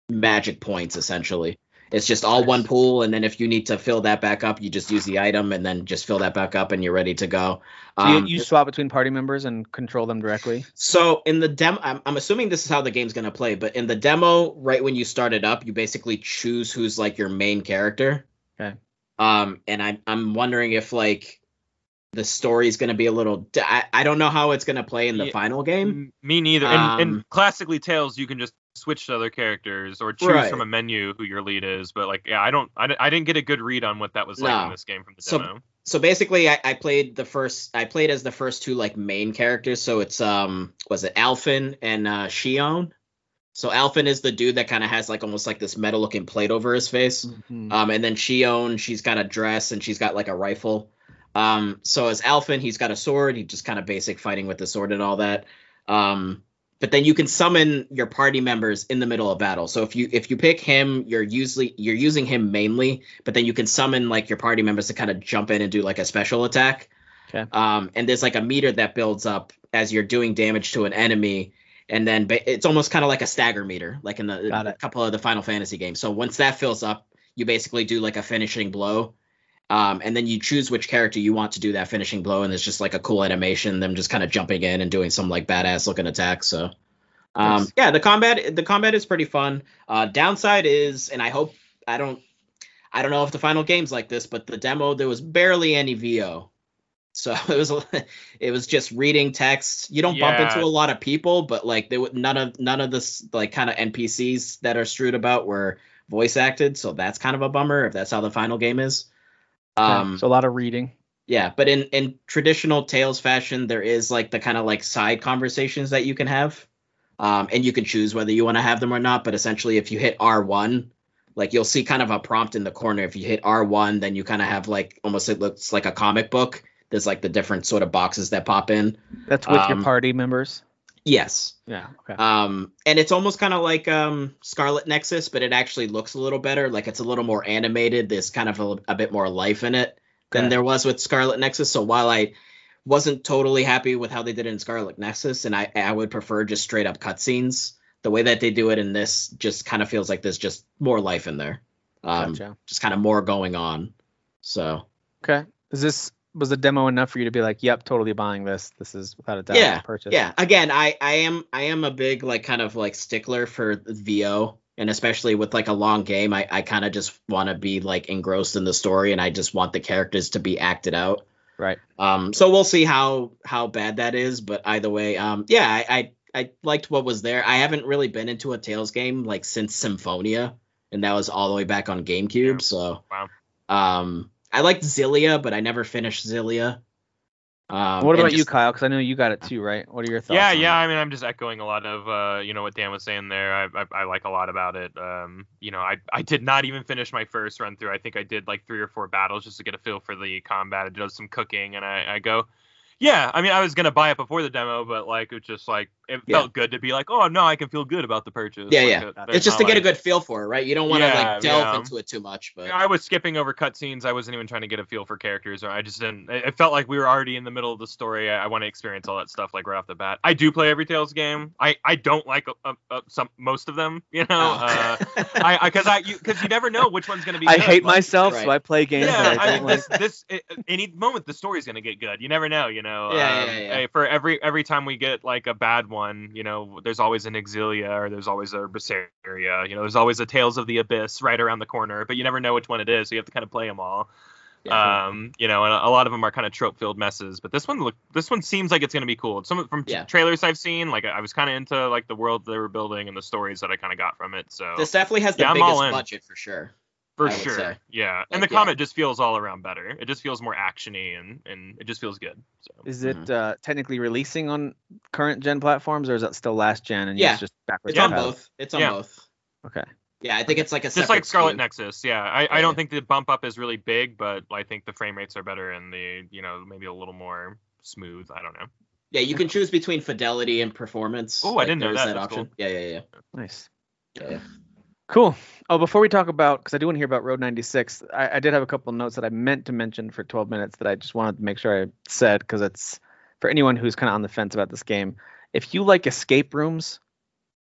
[SPEAKER 4] magic points essentially it's just all one pool and then if you need to fill that back up you just use the item and then just fill that back up and you're ready to go
[SPEAKER 2] So
[SPEAKER 4] Um,
[SPEAKER 2] you, you swap between party members and control them directly.
[SPEAKER 4] so in the demo, I'm, I'm assuming this is how the game's gonna play. But in the demo, right when you start it up, you basically choose who's like your main character.
[SPEAKER 2] Okay.
[SPEAKER 4] Um, and I'm I'm wondering if like the story's gonna be a little. di- I I don't know how it's gonna play in the
[SPEAKER 5] Yeah. Mm-hmm.
[SPEAKER 4] final game.
[SPEAKER 5] M- Me neither. and,
[SPEAKER 4] Um,
[SPEAKER 5] and classically, Tails, you can just switch to other characters or choose
[SPEAKER 4] Right.
[SPEAKER 5] from a menu who your lead is. But like, yeah, I don't, I, di- I didn't get a good read on what that was like
[SPEAKER 4] No.
[SPEAKER 5] in this game from the
[SPEAKER 4] So-
[SPEAKER 5] demo.
[SPEAKER 4] So basically, I, I played the first. I played as the first two like main characters. So it's um was it Alfin and uh, Shion. So Alfin is the dude that kind of has like almost like this metal looking plate over his face.
[SPEAKER 2] Mm-hmm.
[SPEAKER 4] Um, and then Shion, she's got a dress and she's got like a rifle. Um, so as Alfin, he's got a sword. He just kind of basic fighting with the sword and all that. Um, but then you can summon your party members in the middle of battle. So if you if you pick him, you're usually you're using him mainly. But then you can summon like your party members to kind of jump in and do like a special attack.
[SPEAKER 2] Okay.
[SPEAKER 4] Um, and there's like a meter that builds up as you're doing damage to an enemy and then ba- it's almost kind of like a stagger meter, like in the
[SPEAKER 2] Got
[SPEAKER 4] a
[SPEAKER 2] it.
[SPEAKER 4] couple of the Final Fantasy games. So once that fills up, you basically do like a finishing blow, um, and then you choose which character you want to do that finishing blow, and it's just like a cool animation, them just kind of jumping in and doing some like badass looking attack. So, um,
[SPEAKER 2] Nice.
[SPEAKER 4] yeah, the combat the combat is pretty fun. Uh, downside is, and I hope I don't I don't know if the final game's like this, but the demo there was barely any VO. So it was a- it was just reading text. You don't bump
[SPEAKER 5] Yeah.
[SPEAKER 4] into a lot of people, but like there were none of none of this like kind of NPCs that are strewed about were voice acted, so that's kind of a bummer if that's how the final game is. Um
[SPEAKER 2] so a lot of reading.
[SPEAKER 4] yeah, but in in traditional Tales fashion, there is like the kind of like side conversations that you can have, um, and you can choose whether you want to have them or not. But essentially, if you hit R one, like you'll see kind of a prompt in the corner. If you hit R one, then you kind of have like almost it looks like a comic book. There's like the different sort of boxes that pop in.
[SPEAKER 2] That's with
[SPEAKER 4] Um,
[SPEAKER 2] your party members.
[SPEAKER 4] Yes,
[SPEAKER 2] Yeah. Okay.
[SPEAKER 4] um, and it's almost kind of like um, Scarlet Nexus, but it actually looks a little better. Like it's a little more animated. There's kind of a, a bit more life in it than
[SPEAKER 2] Okay.
[SPEAKER 4] there was with Scarlet Nexus. So while I wasn't totally happy with how they did it in Scarlet Nexus, and I I would prefer just straight up cutscenes. the way that they do it in this just kind of feels like there's just more life in there. Um,
[SPEAKER 2] Gotcha.
[SPEAKER 4] Just kind of more going on. So
[SPEAKER 2] Okay. Is this was the demo enough for you to be like, "Yep, totally buying this. This is without a doubt
[SPEAKER 4] Yeah,
[SPEAKER 2] a purchase."
[SPEAKER 4] yeah, again, I I am I am a big like kind of like stickler for VO, and especially with like a long game, I I kind of just want to be like engrossed in the story, and I just want the characters to be acted out.
[SPEAKER 2] Right.
[SPEAKER 4] Um. So we'll see how how bad that is, but either way, um. Yeah, I I, I liked what was there. I haven't really been into a Tales game like since Symphonia, and that was all the way back on GameCube.
[SPEAKER 5] Yeah.
[SPEAKER 4] So.
[SPEAKER 5] Wow.
[SPEAKER 4] Um. I liked Zillia, but I never finished Zillia. Um,
[SPEAKER 2] what
[SPEAKER 4] and
[SPEAKER 2] about you,
[SPEAKER 4] just-
[SPEAKER 2] Kyle? Because I know you got it too, right? What are your thoughts?
[SPEAKER 5] yeah,
[SPEAKER 2] on
[SPEAKER 5] yeah.
[SPEAKER 2] it?
[SPEAKER 5] I mean, I'm just echoing a lot of uh, you know what Dan was saying there. I, I I like a lot about it. Um, you know, I I did not even finish my first run through. I think I did like three or four battles just to get a feel for the combat. I did some cooking, and I I go. Yeah, I mean, I was gonna buy it before the demo, but like, it just like it
[SPEAKER 4] Yeah.
[SPEAKER 5] felt good to be like, oh no, I can feel good about the purchase.
[SPEAKER 4] Yeah,
[SPEAKER 5] Like,
[SPEAKER 4] yeah.
[SPEAKER 5] uh, there's
[SPEAKER 4] it's just
[SPEAKER 5] not,
[SPEAKER 4] to get a
[SPEAKER 5] like-
[SPEAKER 4] good feel for it, right? You don't want to
[SPEAKER 5] Yeah,
[SPEAKER 4] like delve
[SPEAKER 5] yeah.
[SPEAKER 4] into it too much, but
[SPEAKER 5] I was skipping over cutscenes. I wasn't even trying to get a feel for characters, or I just didn't. It it felt like we were already in the middle of the story. I, I want to experience all that stuff like right off the bat. I do play every Tales game. I I don't like uh, uh, some most of them. You know, uh, I because I because you, never know which one's gonna be.
[SPEAKER 2] Oh. I
[SPEAKER 5] good.
[SPEAKER 2] hate
[SPEAKER 5] Like,
[SPEAKER 2] myself, so
[SPEAKER 4] Right.
[SPEAKER 2] I play games
[SPEAKER 5] Yeah,
[SPEAKER 2] that I
[SPEAKER 5] I
[SPEAKER 2] don't
[SPEAKER 5] mean
[SPEAKER 2] like.
[SPEAKER 5] this this it, any moment the story's gonna get good. You never know. You know.
[SPEAKER 4] Yeah, yeah, yeah.
[SPEAKER 5] hey, For every every time we get like a bad one, you know, there's always an Exilia or there's always a Berseria. You know, there's always a Tales of the Abyss right around the corner, but you never know which one it is. So you have to kind of play them all um you know and a a lot of them are kind of trope filled messes but this one look this one seems like it's going to be cool some of- from t-
[SPEAKER 4] Yeah.
[SPEAKER 5] trailers i've seen like i I was kind of into like the world they were building and the stories that i kind of got from it so
[SPEAKER 4] this definitely has the
[SPEAKER 5] Yeah, I'm all
[SPEAKER 4] biggest
[SPEAKER 5] in.
[SPEAKER 4] budget for sure. I
[SPEAKER 5] for
[SPEAKER 4] would
[SPEAKER 5] sure
[SPEAKER 4] say.
[SPEAKER 5] yeah and
[SPEAKER 4] Like,
[SPEAKER 5] the
[SPEAKER 4] yeah.
[SPEAKER 5] comet just feels all around better it just feels more actiony and and it just feels good so
[SPEAKER 2] Is it uh, technically releasing on current gen platforms, or is that still last gen and
[SPEAKER 4] Yeah.
[SPEAKER 2] it's just backwards?
[SPEAKER 4] It's
[SPEAKER 5] Yeah.
[SPEAKER 4] on
[SPEAKER 2] compatible?
[SPEAKER 4] both. It's on
[SPEAKER 5] Yeah.
[SPEAKER 4] both.
[SPEAKER 2] Okay.
[SPEAKER 4] Yeah, I think it's like a
[SPEAKER 5] just like
[SPEAKER 4] separate
[SPEAKER 5] scarlet
[SPEAKER 4] SKU.
[SPEAKER 5] nexus yeah I,
[SPEAKER 4] Yeah.
[SPEAKER 5] I don't think the bump up is really big but i think the frame rates are better and the you know maybe a little more smooth i don't know
[SPEAKER 4] Yeah, you can choose between fidelity and performance.
[SPEAKER 5] Ooh, I didn't know
[SPEAKER 4] there's
[SPEAKER 5] that. That's
[SPEAKER 4] Yeah, yeah, yeah.
[SPEAKER 2] Nice.
[SPEAKER 4] yeah, yeah.
[SPEAKER 2] Cool. Oh, before we talk about, because I do want to hear about Road 96, I, I did have a couple notes that I meant to mention for 12 minutes that I just wanted to make sure I said, because it's for anyone who's kind of on the fence about this game. If you like escape rooms,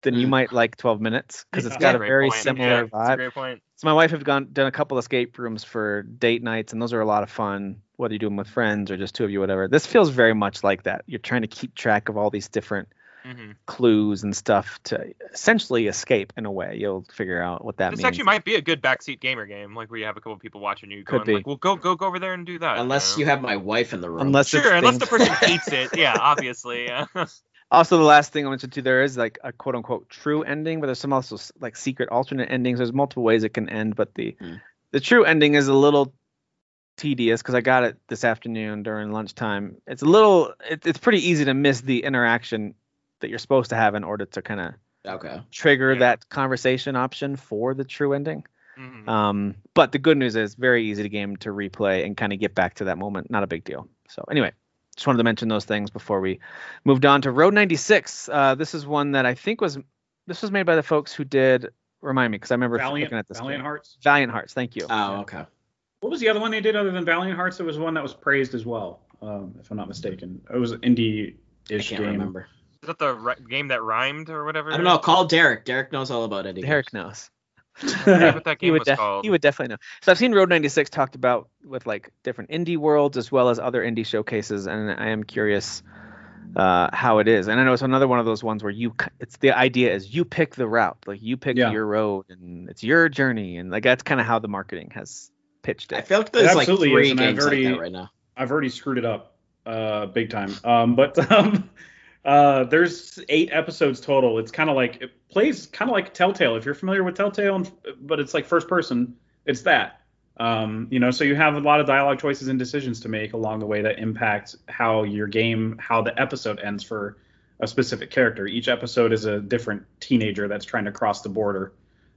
[SPEAKER 2] then you
[SPEAKER 4] Mm.
[SPEAKER 2] might like 12 minutes, because it's
[SPEAKER 3] Yeah.
[SPEAKER 2] got a
[SPEAKER 5] Great
[SPEAKER 2] very
[SPEAKER 5] point. Yeah,
[SPEAKER 2] similar
[SPEAKER 5] it's a
[SPEAKER 2] vibe.
[SPEAKER 5] great point
[SPEAKER 2] So my wife have gone done a couple escape rooms for date nights, and those are a lot of fun. Whether you do them with friends or just two of you, whatever. This feels very much like that. You're trying to keep track of all these different
[SPEAKER 5] hmm
[SPEAKER 4] Mm-hmm.
[SPEAKER 2] clues and stuff to essentially escape in a way. You'll figure out what that
[SPEAKER 5] this
[SPEAKER 2] means.
[SPEAKER 5] actually might be a good backseat gamer game, like where you have a couple people watching you.
[SPEAKER 2] Could
[SPEAKER 5] Going,
[SPEAKER 2] be.
[SPEAKER 5] Like, well, go go go over there and do that.
[SPEAKER 4] Unless you have my wife in the room.
[SPEAKER 2] Unless
[SPEAKER 5] Sure, unless the
[SPEAKER 2] things-
[SPEAKER 5] person hates it. Yeah, obviously. Yeah.
[SPEAKER 2] Also, the last thing I mentioned too, there is like a quote unquote true ending, but there's some also s- like secret alternate endings. There's multiple ways it can end, but the
[SPEAKER 4] Hmm.
[SPEAKER 2] the true ending is a little tedious because I got it this afternoon during lunchtime. It's a little, it, it's pretty easy to miss the interaction that you're supposed to have in order to kind of
[SPEAKER 4] Okay.
[SPEAKER 2] trigger
[SPEAKER 5] Yeah.
[SPEAKER 2] that conversation option for the true ending.
[SPEAKER 5] Mhm.
[SPEAKER 3] Mm-hmm.
[SPEAKER 4] Uh,
[SPEAKER 2] Um, but the good news is very easy to game to replay and kind of get back to that moment. Not a big deal. So anyway, just wanted to mention those things before we moved on to Road 96. Uh, this is one that I think was this was made by the folks who did remind me because I remember
[SPEAKER 3] Valiant,
[SPEAKER 2] looking at this.
[SPEAKER 3] Valiant
[SPEAKER 2] game.
[SPEAKER 3] Hearts.
[SPEAKER 2] Valiant Hearts. Thank you.
[SPEAKER 4] Oh, okay.
[SPEAKER 3] What was the other one they did other than Valiant Hearts? There was one that was praised as well, um, if I'm not mistaken. It was an
[SPEAKER 4] I
[SPEAKER 3] indie-ish
[SPEAKER 4] can't
[SPEAKER 3] game.
[SPEAKER 4] remember.
[SPEAKER 5] Is that the ri- game that rhymed or whatever?
[SPEAKER 4] I don't know. Call Derek. Derek knows all about it.
[SPEAKER 2] Derek knows.
[SPEAKER 5] I forget what that
[SPEAKER 2] he
[SPEAKER 5] game
[SPEAKER 2] would,
[SPEAKER 5] was
[SPEAKER 2] def-
[SPEAKER 5] called.
[SPEAKER 2] he would definitely know. So I've seen Road 96 talked about with like different indie worlds as well as other indie showcases, and I am curious uh, how it is. And I know it's another one of those ones where you c- it's the idea is you pick the route, like you pick
[SPEAKER 3] Yeah.
[SPEAKER 2] your road, and it's your journey, and like that's kind of how the marketing has pitched
[SPEAKER 4] I
[SPEAKER 2] it.
[SPEAKER 4] feel like there's like
[SPEAKER 3] absolutely is,
[SPEAKER 4] three
[SPEAKER 3] and I've
[SPEAKER 4] games
[SPEAKER 3] already-
[SPEAKER 4] like that right now.
[SPEAKER 3] I've already screwed it up uh, big time. Um, but um, uh, there's eight episodes total. It's kind of like it plays kind of like Telltale. If you're familiar with Telltale, and, but it's like first person. It's that. Um, you know, so you have a lot of dialogue choices and decisions to make along the way that impact how your game, how the episode ends for a specific character. Each episode is a different teenager that's trying to cross the border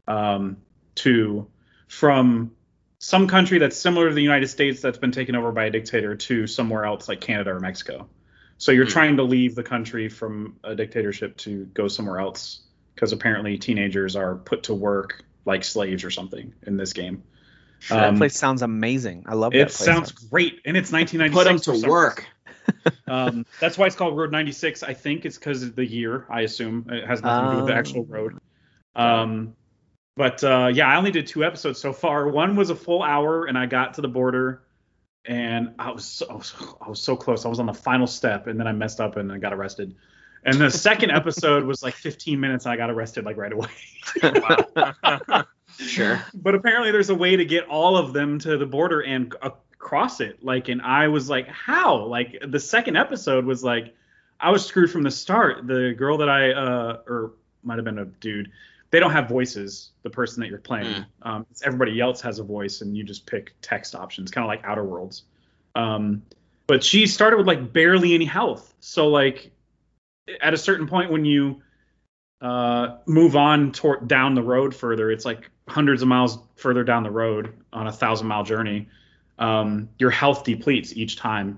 [SPEAKER 3] um, to from some country that's similar to the United States that's been taken over by a dictator to somewhere else like Canada or Mexico. So you're
[SPEAKER 4] Hmm.
[SPEAKER 3] trying to leave the country from a dictatorship to go somewhere else because apparently teenagers are put to work like slaves or something in this game.
[SPEAKER 2] that
[SPEAKER 3] um,
[SPEAKER 2] place sounds amazing. I love that
[SPEAKER 3] It
[SPEAKER 2] place.
[SPEAKER 3] sounds great, and it's
[SPEAKER 4] Put him
[SPEAKER 3] 1996. for
[SPEAKER 4] to
[SPEAKER 3] some
[SPEAKER 4] work.
[SPEAKER 3] um, that's why it's called Road 96. I think it's because of the year. I assume it has nothing to do with the
[SPEAKER 2] Um,
[SPEAKER 3] actual road. Um, but uh, yeah, I only did two episodes so far. One was a full hour, and I got to the border, and I was so, I was so- I was so close. I was on the final step, and then I messed up and I got arrested. And the second episode was like 15 minutes, and I got arrested like right away.
[SPEAKER 5] Wow.
[SPEAKER 4] Sure.
[SPEAKER 3] But apparently, there's a way to get all of them to the border and across it. Like, and I was like, how? Like, the second episode was like, I was screwed from the start. The girl that I, uh, or might have been a dude, they don't have voices. The person that you're playing, um, it's everybody else has a voice, and you just pick text options, kind of like Outer Worlds. Um, but she started with like barely any health. So like, at a certain point when you uh, move on toward down the road further. It's like hundreds of miles further down the road on a thousand mile journey. Um, your health depletes each time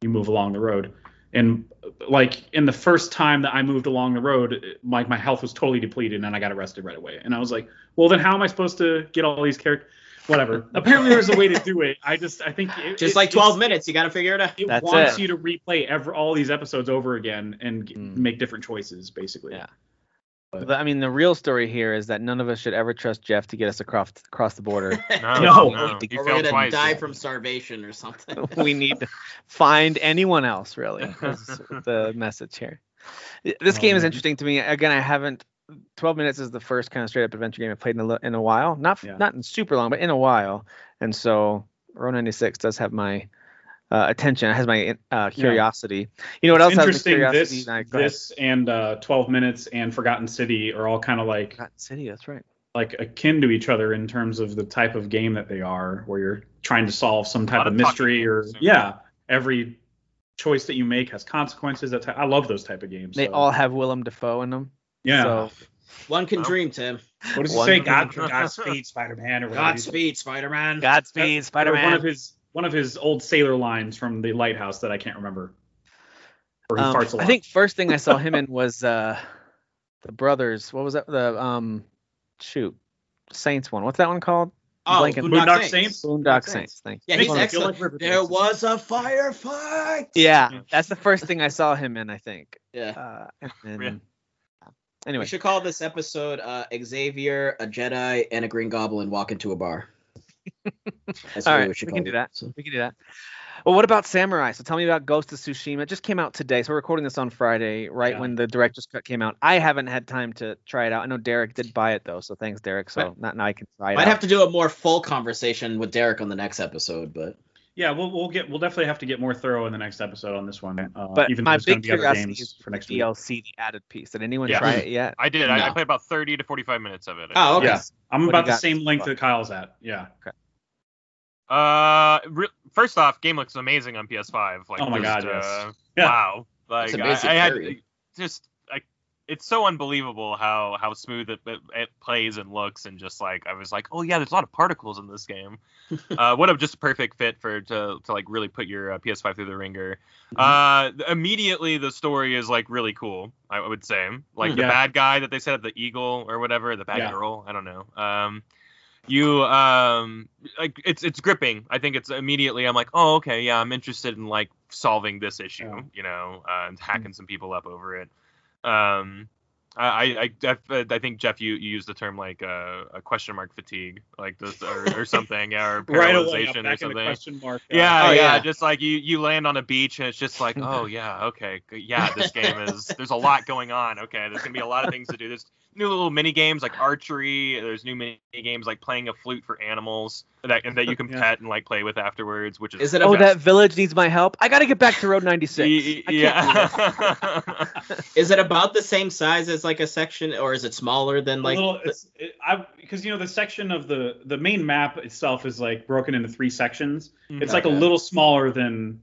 [SPEAKER 3] you move along the road. And like in the first time that I moved along the road, it- like my health was totally depleted and I got arrested right away. And I was like, well, then how am I supposed to get all these characters? Whatever. Apparently, there's a way to do it. I just, I think it,
[SPEAKER 4] Just
[SPEAKER 3] it-
[SPEAKER 4] like
[SPEAKER 3] it's-
[SPEAKER 4] 12 minutes, you got to figure it out.
[SPEAKER 3] it
[SPEAKER 2] That's
[SPEAKER 3] wants
[SPEAKER 2] it.
[SPEAKER 3] you to replay every, all these episodes over again and g-
[SPEAKER 2] Mm.
[SPEAKER 3] make different choices, basically.
[SPEAKER 2] Yeah. The- I mean, the real story here is that none of us should ever trust Jeff to get us across across the border.
[SPEAKER 5] No,
[SPEAKER 3] No.
[SPEAKER 5] no,
[SPEAKER 2] Or
[SPEAKER 5] you
[SPEAKER 4] Or we're
[SPEAKER 5] failed
[SPEAKER 4] gonna
[SPEAKER 5] twice.
[SPEAKER 4] die from starvation or something.
[SPEAKER 2] we need to find anyone else. Really, is the message here. This
[SPEAKER 3] Oh,
[SPEAKER 2] game is
[SPEAKER 3] man.
[SPEAKER 2] interesting to me. Again, I haven't. 12 minutes is the first kind of straight up adventure game I've played in a, li- in a while. Not f-
[SPEAKER 3] Yeah.
[SPEAKER 2] not in super long, but in a while. And so, Row 96 does have my uh, attention. It has my uh, curiosity. You know what else
[SPEAKER 3] It's
[SPEAKER 2] has my
[SPEAKER 3] interesting.
[SPEAKER 2] curiosity?
[SPEAKER 3] This,
[SPEAKER 2] Nah, go ahead.
[SPEAKER 3] this, and uh, Twelve Minutes and Forgotten City are all kind of like
[SPEAKER 2] Forgotten City. That's right.
[SPEAKER 3] like akin to each other in terms of the type of game that they are, where you're trying to solve some type
[SPEAKER 5] lot
[SPEAKER 3] of
[SPEAKER 5] of talking
[SPEAKER 3] mystery or
[SPEAKER 5] points, yeah.
[SPEAKER 3] yeah, every choice that you make has consequences. That type, I love those type of games.
[SPEAKER 2] They
[SPEAKER 3] so,
[SPEAKER 2] all have Willem Dafoe in them.
[SPEAKER 3] yeah.
[SPEAKER 2] So
[SPEAKER 4] One can
[SPEAKER 5] Well.
[SPEAKER 4] dream, Tim.
[SPEAKER 3] what does he
[SPEAKER 2] one-
[SPEAKER 3] say? God, Godspeed, Spider-Man, or whatever. he said.
[SPEAKER 4] Godspeed, Spider Man.
[SPEAKER 2] Godspeed,
[SPEAKER 3] Or
[SPEAKER 2] Spider
[SPEAKER 3] One
[SPEAKER 2] Man.
[SPEAKER 3] of his one of his old sailor lines from the lighthouse that I can't remember. Or he
[SPEAKER 2] Um,
[SPEAKER 3] farts a lot.
[SPEAKER 2] I think first thing I saw him in was uh, the brothers. What was that? The um, shoot, Saints one. What's that one called?
[SPEAKER 4] Oh,
[SPEAKER 2] Blanket.
[SPEAKER 4] Boondock,
[SPEAKER 3] Boondock
[SPEAKER 4] Saints.
[SPEAKER 3] Saints?
[SPEAKER 2] Boondock Saints. Thanks.
[SPEAKER 4] Yeah,
[SPEAKER 3] Makes
[SPEAKER 4] he's
[SPEAKER 3] me feel
[SPEAKER 4] excellent.
[SPEAKER 3] like River
[SPEAKER 4] There
[SPEAKER 3] Phoenix.
[SPEAKER 4] was a firefight.
[SPEAKER 2] Yeah, that's the first thing I saw him in. I think.
[SPEAKER 4] Yeah.
[SPEAKER 2] Uh, and then,
[SPEAKER 5] Yeah.
[SPEAKER 2] Anyway,
[SPEAKER 4] We should call this episode uh, Xavier, a Jedi, and a Green Goblin walk into a bar. That's
[SPEAKER 2] All
[SPEAKER 4] what
[SPEAKER 2] right,
[SPEAKER 4] we should
[SPEAKER 2] we
[SPEAKER 4] call
[SPEAKER 2] can do
[SPEAKER 4] it.
[SPEAKER 2] that.
[SPEAKER 4] So-
[SPEAKER 2] we can do that. Well, what about Samurai? So tell me about Ghost of Tsushima. It just came out today. So we're recording this on Friday, right
[SPEAKER 3] Yeah.
[SPEAKER 2] when the director's cut came out. I haven't had time to try it out. I know Derek did buy it though, so thanks, Derek. So not now I can try it.
[SPEAKER 4] Might
[SPEAKER 2] out.
[SPEAKER 4] have to do a more full conversation with Derek on the next episode, but
[SPEAKER 3] Yeah, we'll we'll get we'll definitely have to get more thorough in the next episode on this one. Uh,
[SPEAKER 2] but
[SPEAKER 3] even though
[SPEAKER 2] my
[SPEAKER 3] there's going
[SPEAKER 2] big
[SPEAKER 3] to be other
[SPEAKER 2] curiosity is
[SPEAKER 3] games for next
[SPEAKER 2] the uh,
[SPEAKER 3] week.
[SPEAKER 2] DLC, the added piece. Did anyone
[SPEAKER 3] Yeah.
[SPEAKER 2] try it yet?
[SPEAKER 5] I did. I, I
[SPEAKER 4] No.
[SPEAKER 5] played about 30 to 45 minutes of it. I
[SPEAKER 4] oh, okay.
[SPEAKER 3] Yeah, I'm
[SPEAKER 2] What
[SPEAKER 3] about
[SPEAKER 2] do you
[SPEAKER 3] the
[SPEAKER 2] got?
[SPEAKER 3] same length that Kyle's at. Yeah.
[SPEAKER 5] Uh, re- first off, game looks amazing on PS5. Like,
[SPEAKER 3] Oh my
[SPEAKER 5] just,
[SPEAKER 3] God, yes.
[SPEAKER 5] uh,
[SPEAKER 3] Yeah.
[SPEAKER 5] wow! Like,
[SPEAKER 4] It's
[SPEAKER 5] I,
[SPEAKER 4] amazing,
[SPEAKER 5] I had
[SPEAKER 4] period.
[SPEAKER 5] just like it's so unbelievable how how smooth it, it, it plays and looks, and just like I was like, oh yeah, there's a lot of particles in this game. uh, what a just perfect fit for to to like really put your uh, PS5 through the ringer.
[SPEAKER 3] Mm-hmm.
[SPEAKER 5] Uh, th- immediately the story is like really cool. I would say like
[SPEAKER 4] Hmm.
[SPEAKER 5] the
[SPEAKER 3] Mm, Yeah.
[SPEAKER 5] bad guy that they set up, the eagle or whatever, the bad
[SPEAKER 3] Yeah.
[SPEAKER 5] girl. I don't know. Um, you um like it's it's gripping. I think it's immediately I'm like, oh okay, yeah, I'm interested in like solving this issue,
[SPEAKER 3] Yeah. Mm.
[SPEAKER 5] you know, uh, and hacking some people up over it. Um, I I I, I- I think Jeff, you, you used the term like uh, a question mark fatigue, like this or, or something, yeah, or
[SPEAKER 3] Right away,
[SPEAKER 5] paralyzation
[SPEAKER 3] back in
[SPEAKER 5] or
[SPEAKER 3] the
[SPEAKER 5] something.
[SPEAKER 3] question mark. uh,
[SPEAKER 5] Yeah,
[SPEAKER 4] Oh,
[SPEAKER 5] yeah,
[SPEAKER 4] yeah.
[SPEAKER 5] Just like you, you land on a beach and it's just like, oh yeah, okay, g- yeah. This game is there's a lot going on. Okay, there's gonna be a lot of things to do. There's new little mini games like archery. There's new mini games like playing a flute for animals that and that you can
[SPEAKER 3] Yeah.
[SPEAKER 5] pet and like play with afterwards, which is
[SPEAKER 4] Is it a-
[SPEAKER 2] Oh,
[SPEAKER 5] just-
[SPEAKER 2] that village needs my help. I got to get back to Road
[SPEAKER 5] Y-
[SPEAKER 2] 96.
[SPEAKER 5] y-
[SPEAKER 2] I can't do
[SPEAKER 5] yeah.
[SPEAKER 4] Is it about the same size as like a section, or is it smaller than like?
[SPEAKER 3] a little, it's, it, I because you know the section of the the main map itself is like broken into three sections. It's like a
[SPEAKER 4] Okay.
[SPEAKER 3] little smaller than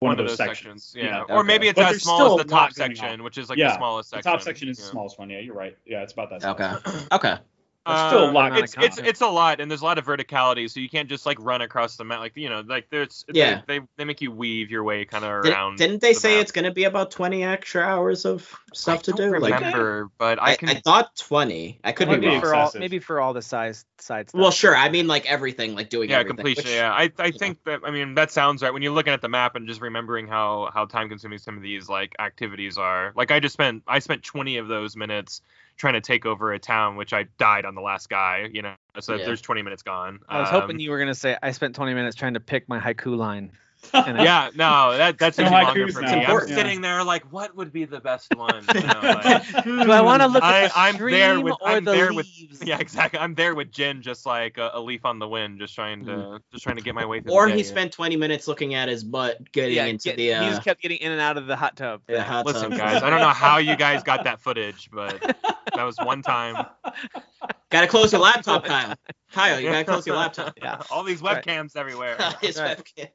[SPEAKER 3] one, of those, sections.
[SPEAKER 5] Yeah.
[SPEAKER 4] Yeah.
[SPEAKER 5] Or
[SPEAKER 4] Okay.
[SPEAKER 5] maybe it's
[SPEAKER 3] But
[SPEAKER 5] as
[SPEAKER 3] there's
[SPEAKER 5] small
[SPEAKER 3] still
[SPEAKER 5] as
[SPEAKER 3] a
[SPEAKER 5] the
[SPEAKER 3] lot
[SPEAKER 5] top
[SPEAKER 3] going on.
[SPEAKER 5] section, which is like
[SPEAKER 3] Yeah.
[SPEAKER 5] the smallest
[SPEAKER 3] The
[SPEAKER 5] section.
[SPEAKER 3] top section is
[SPEAKER 5] yeah.
[SPEAKER 3] the smallest one. Yeah, you're right. Yeah, it's about that. size.
[SPEAKER 4] Okay. Okay.
[SPEAKER 5] Uh,
[SPEAKER 3] still a lot.
[SPEAKER 2] not
[SPEAKER 5] it's it's
[SPEAKER 2] common.
[SPEAKER 5] it's a lot, and there's a lot of verticality, so you can't just like run across the map. Like you know, like there's
[SPEAKER 4] Yeah.
[SPEAKER 5] they, they they make you weave your way kind of
[SPEAKER 4] Did,
[SPEAKER 5] around.
[SPEAKER 4] not they
[SPEAKER 5] the
[SPEAKER 4] say
[SPEAKER 5] map.
[SPEAKER 4] it's going to be about 20 extra hours of stuff to
[SPEAKER 5] I
[SPEAKER 4] do?
[SPEAKER 5] don't
[SPEAKER 4] Like
[SPEAKER 5] remember, but
[SPEAKER 4] I,
[SPEAKER 5] I can.
[SPEAKER 4] I thought 20. I could
[SPEAKER 3] Might
[SPEAKER 4] be
[SPEAKER 3] be
[SPEAKER 4] wrong.
[SPEAKER 2] for all
[SPEAKER 3] excessive.
[SPEAKER 2] maybe for all the size side stuff.
[SPEAKER 4] Well, sure. I mean, like everything, like doing
[SPEAKER 5] yeah,
[SPEAKER 4] everything,
[SPEAKER 5] completion.
[SPEAKER 4] which-
[SPEAKER 5] yeah, I I think that I mean that sounds right. When you're looking at the map and just remembering how how time consuming some of these like activities are. Like I just spent I spent 20 of those minutes trying to take over a town, which I died on the last guy. You know, so
[SPEAKER 4] Yeah.
[SPEAKER 5] there's 20 minutes gone.
[SPEAKER 2] I was
[SPEAKER 5] Um,
[SPEAKER 2] hoping you were gonna say I spent 20 minutes trying to pick my haiku line.
[SPEAKER 3] I-
[SPEAKER 5] yeah, no, that that's
[SPEAKER 3] No
[SPEAKER 5] even longer
[SPEAKER 3] haikus
[SPEAKER 5] for me.
[SPEAKER 3] now.
[SPEAKER 5] I'm
[SPEAKER 4] Important.
[SPEAKER 5] sitting there like, what would be the best one? You know, like-
[SPEAKER 2] Do I want to look
[SPEAKER 5] I-
[SPEAKER 2] at the
[SPEAKER 5] I'm
[SPEAKER 2] stream
[SPEAKER 5] there with-
[SPEAKER 2] or
[SPEAKER 5] I'm
[SPEAKER 2] the
[SPEAKER 5] there with-
[SPEAKER 2] leaves?
[SPEAKER 5] yeah, exactly. I'm there with Jin, just like a, a leaf on the wind, just trying to just trying to get my way through.
[SPEAKER 4] Or
[SPEAKER 5] the day.
[SPEAKER 4] he spent 20 minutes looking at his butt getting
[SPEAKER 2] Yeah,
[SPEAKER 4] into
[SPEAKER 2] get-
[SPEAKER 4] the
[SPEAKER 2] he
[SPEAKER 4] uh,
[SPEAKER 2] just kept getting in and out of the hot tub.
[SPEAKER 4] the hot
[SPEAKER 5] Listen,
[SPEAKER 4] tub.
[SPEAKER 5] guys, I don't know how you guys got that footage, but that was one time.
[SPEAKER 4] Gotta close your laptop, Kyle. Kyle, you gotta close your laptop.
[SPEAKER 2] Yeah.
[SPEAKER 5] All these
[SPEAKER 2] Right.
[SPEAKER 5] webcams everywhere.
[SPEAKER 4] His
[SPEAKER 2] Right.
[SPEAKER 4] webcam.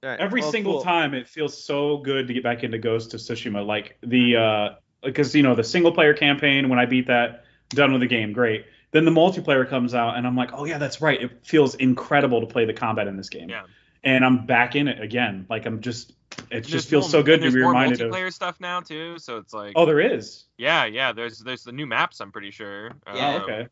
[SPEAKER 2] All right,
[SPEAKER 3] Every
[SPEAKER 2] well,
[SPEAKER 3] single
[SPEAKER 2] cool.
[SPEAKER 3] time, it feels so good to get back into Ghost of Tsushima. Like the uh, because you know the single player campaign. When I beat that, done with the game, great. Then the multiplayer comes out, and I'm like, oh yeah, that's right. It feels incredible to play the combat in this game.
[SPEAKER 5] Yeah.
[SPEAKER 3] And I'm back in it again. Like I'm just, it
[SPEAKER 5] There's
[SPEAKER 3] just feels
[SPEAKER 5] more-
[SPEAKER 3] so good
[SPEAKER 5] and
[SPEAKER 3] to be
[SPEAKER 5] there's more
[SPEAKER 3] reminded of.
[SPEAKER 5] multiplayer stuff now too. So it's like,
[SPEAKER 3] Oh, there is.
[SPEAKER 5] yeah, yeah. There's there's the new maps. I'm pretty sure.
[SPEAKER 4] Yeah.
[SPEAKER 5] Um,
[SPEAKER 3] Oh, okay.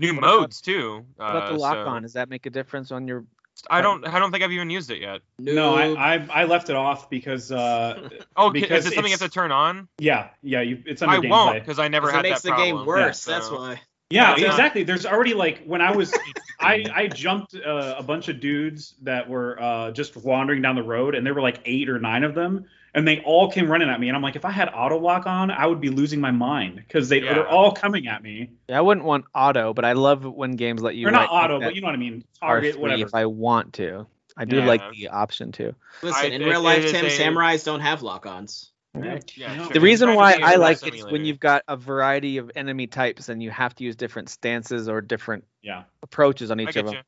[SPEAKER 5] New
[SPEAKER 2] What about-
[SPEAKER 5] modes too.
[SPEAKER 2] What about
[SPEAKER 5] uh,
[SPEAKER 2] the lock
[SPEAKER 5] so-
[SPEAKER 2] on? Does that make a difference on your?
[SPEAKER 5] I don't I don't think I've even used it yet.
[SPEAKER 3] No,
[SPEAKER 4] Noob.
[SPEAKER 3] I, I I left it off because uh,
[SPEAKER 5] Oh,
[SPEAKER 3] Because
[SPEAKER 5] is it something you have to
[SPEAKER 3] it's-
[SPEAKER 5] turn on?
[SPEAKER 3] yeah, yeah, you, it's under
[SPEAKER 5] I
[SPEAKER 3] gameplay.
[SPEAKER 5] won't because I never
[SPEAKER 4] It
[SPEAKER 5] had
[SPEAKER 4] makes
[SPEAKER 5] that
[SPEAKER 4] the
[SPEAKER 5] problem.
[SPEAKER 4] game worse.
[SPEAKER 5] Yeah,
[SPEAKER 4] That's
[SPEAKER 5] so-
[SPEAKER 4] why.
[SPEAKER 3] Yeah,
[SPEAKER 2] uh,
[SPEAKER 5] Yeah.
[SPEAKER 3] exactly. There's already like when I was, I I jumped uh, a bunch of dudes that were uh, just wandering down the road, and there were like eight or nine of them, and they all came running at me, and I'm like, if I had auto lock on, I would be losing my mind because they
[SPEAKER 5] Yeah.
[SPEAKER 3] they're all coming at me.
[SPEAKER 2] Yeah, I wouldn't want auto, but I love when games let you.
[SPEAKER 3] or not
[SPEAKER 2] like,
[SPEAKER 3] auto,
[SPEAKER 2] hit
[SPEAKER 3] but you know what I mean.
[SPEAKER 2] that
[SPEAKER 3] Target,
[SPEAKER 2] R3
[SPEAKER 3] whatever.
[SPEAKER 2] If I want to, I do
[SPEAKER 5] Yeah.
[SPEAKER 2] like the option to.
[SPEAKER 4] Listen, in
[SPEAKER 5] it-
[SPEAKER 4] real
[SPEAKER 5] it
[SPEAKER 4] life,
[SPEAKER 5] is
[SPEAKER 4] Tim,
[SPEAKER 5] a-
[SPEAKER 4] samurais don't have lock-ons.
[SPEAKER 3] Yeah.
[SPEAKER 5] Yeah,
[SPEAKER 3] Yeah.
[SPEAKER 5] sure.
[SPEAKER 2] The
[SPEAKER 5] It's
[SPEAKER 2] reason
[SPEAKER 5] trying to
[SPEAKER 2] why
[SPEAKER 5] be a
[SPEAKER 2] I
[SPEAKER 5] robot
[SPEAKER 2] like it is when
[SPEAKER 5] simulator.
[SPEAKER 2] you've got a variety of enemy types and you have to use different stances or different
[SPEAKER 3] Yeah.
[SPEAKER 2] approaches on
[SPEAKER 5] I
[SPEAKER 2] each
[SPEAKER 5] get
[SPEAKER 2] of them.
[SPEAKER 5] you.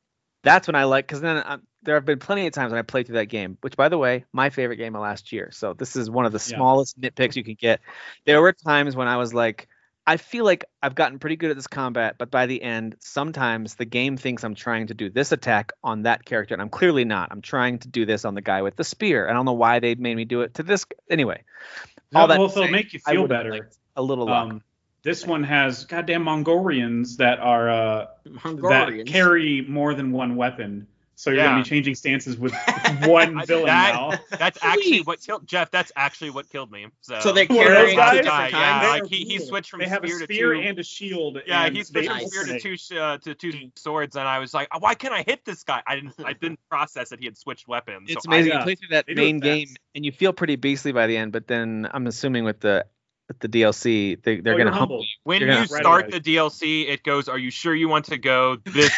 [SPEAKER 2] That's when I like, because then i there have been plenty of times when I played through that game, which, by the way, my favorite game of last year. So this is one of the
[SPEAKER 3] Yeah.
[SPEAKER 2] smallest nitpicks you can get. There were times when I was like, I feel like I've gotten pretty good at this combat, but by the end, sometimes the game thinks I'm trying to do this attack on that character, and I'm clearly not. I'm trying to do this on the guy with the spear. I don't know why they made me do it to this. g- Anyway, all that
[SPEAKER 3] well,
[SPEAKER 2] to
[SPEAKER 3] they'll
[SPEAKER 2] say,
[SPEAKER 3] make you
[SPEAKER 2] I
[SPEAKER 3] feel
[SPEAKER 2] would've
[SPEAKER 3] better.
[SPEAKER 2] liked a little luck.
[SPEAKER 3] Um, this one has goddamn Mongolians that are uh, that
[SPEAKER 4] Hungarians.
[SPEAKER 3] carry more than one weapon, so you're
[SPEAKER 5] Yeah.
[SPEAKER 3] gonna be changing stances with one
[SPEAKER 5] I-
[SPEAKER 3] villain
[SPEAKER 5] that-
[SPEAKER 3] now.
[SPEAKER 5] That's actually
[SPEAKER 4] Please.
[SPEAKER 5] what killed Jeff. That's actually what killed me. So,
[SPEAKER 4] So they're
[SPEAKER 5] Those
[SPEAKER 4] carrying
[SPEAKER 5] guys,
[SPEAKER 4] two
[SPEAKER 5] yeah,
[SPEAKER 4] different
[SPEAKER 5] yeah,
[SPEAKER 4] kinds?
[SPEAKER 5] like he, he switched from
[SPEAKER 3] they have
[SPEAKER 5] spear
[SPEAKER 3] a
[SPEAKER 5] to
[SPEAKER 3] spear
[SPEAKER 5] two.
[SPEAKER 3] and a shield.
[SPEAKER 5] yeah,
[SPEAKER 3] and
[SPEAKER 5] he switched
[SPEAKER 3] they
[SPEAKER 5] from
[SPEAKER 4] Nice.
[SPEAKER 5] spear to
[SPEAKER 3] alternate.
[SPEAKER 5] two sh- uh, to two swords, and I was like, why can't I hit this guy? I didn't I didn't process that he had switched weapons.
[SPEAKER 2] It's
[SPEAKER 5] so I-
[SPEAKER 2] amazing.
[SPEAKER 3] yeah,
[SPEAKER 2] you play through that
[SPEAKER 3] they do uh, it
[SPEAKER 2] main game
[SPEAKER 3] fast.
[SPEAKER 2] and you feel pretty beastly by the end, but then I'm assuming with the with the DLC, they, they're
[SPEAKER 3] Oh, you're
[SPEAKER 2] gonna humble.
[SPEAKER 3] humbled.
[SPEAKER 5] when
[SPEAKER 2] You're gonna-
[SPEAKER 5] you
[SPEAKER 3] Right
[SPEAKER 5] start
[SPEAKER 3] away.
[SPEAKER 5] the DLC, it goes, "Are you sure you want to go? This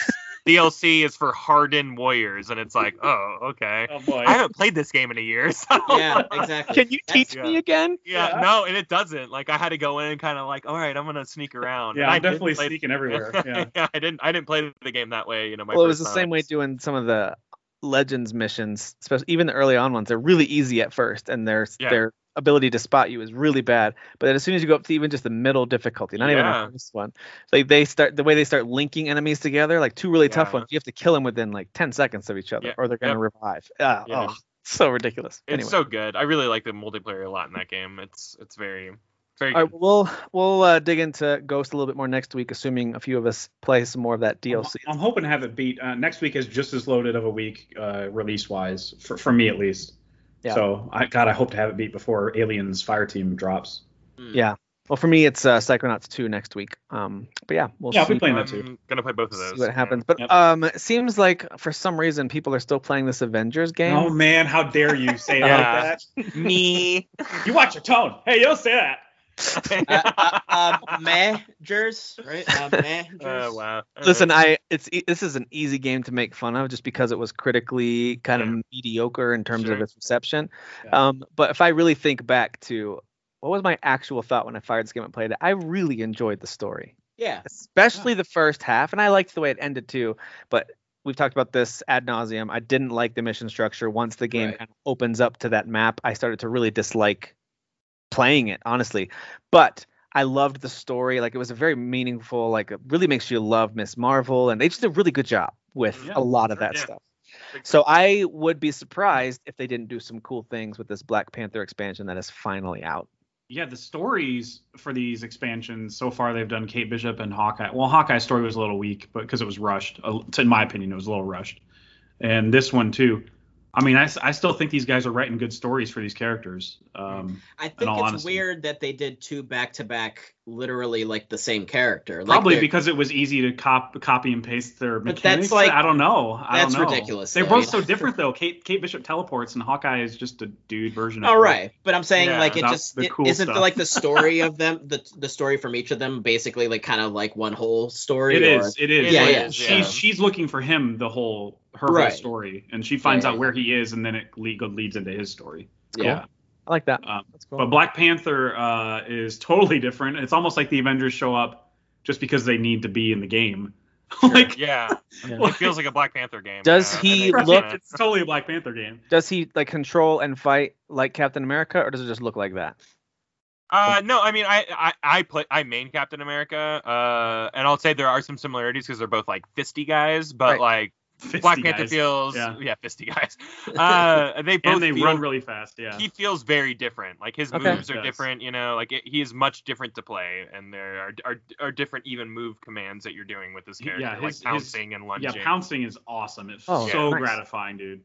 [SPEAKER 5] DLC is for hardened warriors," and it's like, "Oh, okay."
[SPEAKER 3] Oh boy.
[SPEAKER 5] I haven't played this game in a year, so
[SPEAKER 4] yeah, exactly.
[SPEAKER 2] Can you
[SPEAKER 4] That's-
[SPEAKER 2] teach
[SPEAKER 5] yeah.
[SPEAKER 2] me again?
[SPEAKER 5] Yeah,
[SPEAKER 3] Yeah.
[SPEAKER 5] no, and it doesn't. Like I had to go in, kind of like, all right, I'm gonna sneak around.
[SPEAKER 3] yeah,
[SPEAKER 5] And I
[SPEAKER 3] I'm
[SPEAKER 5] didn't
[SPEAKER 3] definitely
[SPEAKER 5] play-
[SPEAKER 3] sneaking everywhere. Yeah.
[SPEAKER 5] yeah, I didn't. I didn't play the game that way. You know, my
[SPEAKER 2] well, it was
[SPEAKER 5] first
[SPEAKER 2] the same way
[SPEAKER 5] time.
[SPEAKER 2] doing some of the Legends missions, especially even the early on ones. They're really easy at first, and their
[SPEAKER 5] Yeah.
[SPEAKER 2] their ability to spot you is really bad. But then as soon as you go up to even just the middle difficulty, not even
[SPEAKER 5] Yeah.
[SPEAKER 2] the first one, like they start the way they start linking enemies together, like two really tough
[SPEAKER 5] Yeah.
[SPEAKER 2] ones. You have to kill them within like ten seconds of each other,
[SPEAKER 5] Yeah.
[SPEAKER 2] or they're gonna revive. Ah,
[SPEAKER 5] Yeah.
[SPEAKER 2] Oh, so ridiculous.
[SPEAKER 5] It's
[SPEAKER 2] anyway.
[SPEAKER 5] so good. I really like the multiplayer a lot in that game. It's it's very very.
[SPEAKER 2] All
[SPEAKER 5] Good.
[SPEAKER 2] right, we'll we'll uh, dig into Ghost a little bit more next week, assuming a few of us play some more of
[SPEAKER 5] Uh-huh.
[SPEAKER 2] that
[SPEAKER 3] I'm,
[SPEAKER 2] DLC.
[SPEAKER 3] I'm hoping to have it beat. Uh, next week is just as loaded of a week uh, release wise for, for me at least.
[SPEAKER 2] Yeah.
[SPEAKER 3] So I God, I hope to have it beat before Aliens Fire Team drops.
[SPEAKER 2] Yeah. Well, for me, it's uh, Psychonauts 2 next week. Um, but yeah, we'll
[SPEAKER 3] Yeah, I'll
[SPEAKER 2] see, um,
[SPEAKER 3] be playing that too.
[SPEAKER 5] I'm gonna play both of
[SPEAKER 2] see
[SPEAKER 5] those.
[SPEAKER 2] what happens. But
[SPEAKER 3] Yep.
[SPEAKER 2] um, it seems like for some reason people are still playing this Avengers game.
[SPEAKER 3] Oh man, how dare you say it
[SPEAKER 5] Yeah.
[SPEAKER 3] like
[SPEAKER 5] Me.
[SPEAKER 3] that? You watch your tone. Hey, you don't say that.
[SPEAKER 4] Uh, uh, uh, managers, right? Uh, managers.
[SPEAKER 5] wow.
[SPEAKER 2] Listen, I it's e- this is an easy game to make fun of just because it was critically kind
[SPEAKER 5] Yeah.
[SPEAKER 2] of mediocre in terms of
[SPEAKER 5] Sure.
[SPEAKER 2] its reception.
[SPEAKER 3] Yeah.
[SPEAKER 2] Um, but if I really think back to what was my actual thought when I fired this game and played it, I really enjoyed the story.
[SPEAKER 4] Yeah.
[SPEAKER 2] especially the first half. And I liked the way it ended too. But we've talked about this ad nauseum. I didn't like the mission structure. Once the game
[SPEAKER 4] Right.
[SPEAKER 2] kind of opens up to that map, I started to really dislike playing it, honestly. But I loved the story. Like it was a very meaningful. Like it really makes you love Miss Marvel, and they just did a really good job with
[SPEAKER 5] Yeah,
[SPEAKER 2] a lot of
[SPEAKER 5] sure,
[SPEAKER 2] that
[SPEAKER 5] yeah.
[SPEAKER 2] stuff. So I would be surprised if they didn't do some cool things with this Black Panther expansion that is finally out.
[SPEAKER 3] yeah, the stories for these expansions so far they've done Kate Bishop and Hawkeye. Well, Hawkeye's story was a little weak, but because it was rushed, uh, in my opinion, it was a little rushed. And this one too. I mean, I, s- I still think these guys are writing good stories for these characters. Um,
[SPEAKER 4] I think
[SPEAKER 3] In all
[SPEAKER 4] it's
[SPEAKER 3] honesty.
[SPEAKER 4] weird that they did two back to back, literally like the same character. Like,
[SPEAKER 3] probably
[SPEAKER 4] they're-
[SPEAKER 3] because it was easy to cop, copy and paste their
[SPEAKER 4] But
[SPEAKER 3] mechanics.
[SPEAKER 4] that's like-
[SPEAKER 3] I don't know. I
[SPEAKER 4] that's
[SPEAKER 3] don't know.
[SPEAKER 4] ridiculous,
[SPEAKER 3] They're
[SPEAKER 4] though,
[SPEAKER 3] both
[SPEAKER 4] you
[SPEAKER 3] so
[SPEAKER 4] know?
[SPEAKER 3] different though. Kate Kate Bishop teleports and Hawkeye is just a dude version of.
[SPEAKER 4] All
[SPEAKER 3] her.
[SPEAKER 4] right, but I'm saying
[SPEAKER 5] Yeah,
[SPEAKER 4] like it
[SPEAKER 3] not
[SPEAKER 4] just
[SPEAKER 3] the
[SPEAKER 4] it,
[SPEAKER 3] cool
[SPEAKER 4] isn't
[SPEAKER 3] stuff.
[SPEAKER 4] like the story of them the the story from each of them basically like kind of like one whole story.
[SPEAKER 3] It
[SPEAKER 4] or-
[SPEAKER 3] is. It is.
[SPEAKER 4] Yeah,
[SPEAKER 3] like,
[SPEAKER 4] yeah,
[SPEAKER 3] She's
[SPEAKER 5] yeah.
[SPEAKER 3] she's looking for him the whole her
[SPEAKER 4] Right.
[SPEAKER 3] whole story, and she finds
[SPEAKER 4] Yeah,
[SPEAKER 3] out
[SPEAKER 4] yeah.
[SPEAKER 3] where he is, and then it le- leads into his story.
[SPEAKER 4] Yeah.
[SPEAKER 2] I like that.
[SPEAKER 3] Um,
[SPEAKER 2] That's
[SPEAKER 3] But
[SPEAKER 2] cool.
[SPEAKER 3] Black Panther uh, is totally different. It's almost like the Avengers show up just because they need to be in the game. like,
[SPEAKER 5] yeah, it
[SPEAKER 3] like-
[SPEAKER 5] feels like a Black Panther game.
[SPEAKER 2] Does
[SPEAKER 5] yeah, I
[SPEAKER 2] he
[SPEAKER 5] think it's uh,
[SPEAKER 2] look-
[SPEAKER 5] kinda-
[SPEAKER 3] It's totally a Black Panther game.
[SPEAKER 2] Does he like control and fight like Captain America, or does it just look like that?
[SPEAKER 5] Uh, no, I mean, I, I, I play, I main Captain America, uh, and I'll say there are some similarities because they're both like fisty guys, but
[SPEAKER 2] Right.
[SPEAKER 3] Fisty
[SPEAKER 5] like Black Panther
[SPEAKER 3] guys.
[SPEAKER 5] feels,
[SPEAKER 3] Yeah.
[SPEAKER 5] yeah. fisty guys. Uh, they both
[SPEAKER 3] and they
[SPEAKER 5] feel,
[SPEAKER 3] run really fast. Yeah.
[SPEAKER 5] he feels very different. Like his
[SPEAKER 2] Okay.
[SPEAKER 5] moves are
[SPEAKER 3] Yes.
[SPEAKER 5] different, you know, like it, he is much different to play, and there are, are are different even move commands that you're doing with this
[SPEAKER 3] He- yeah,
[SPEAKER 5] character,
[SPEAKER 3] his- his-
[SPEAKER 5] like pouncing and
[SPEAKER 3] yeah,
[SPEAKER 5] lunging.
[SPEAKER 3] pouncing is awesome. It's
[SPEAKER 2] Oh,
[SPEAKER 3] so
[SPEAKER 2] nice.
[SPEAKER 3] gratifying, dude.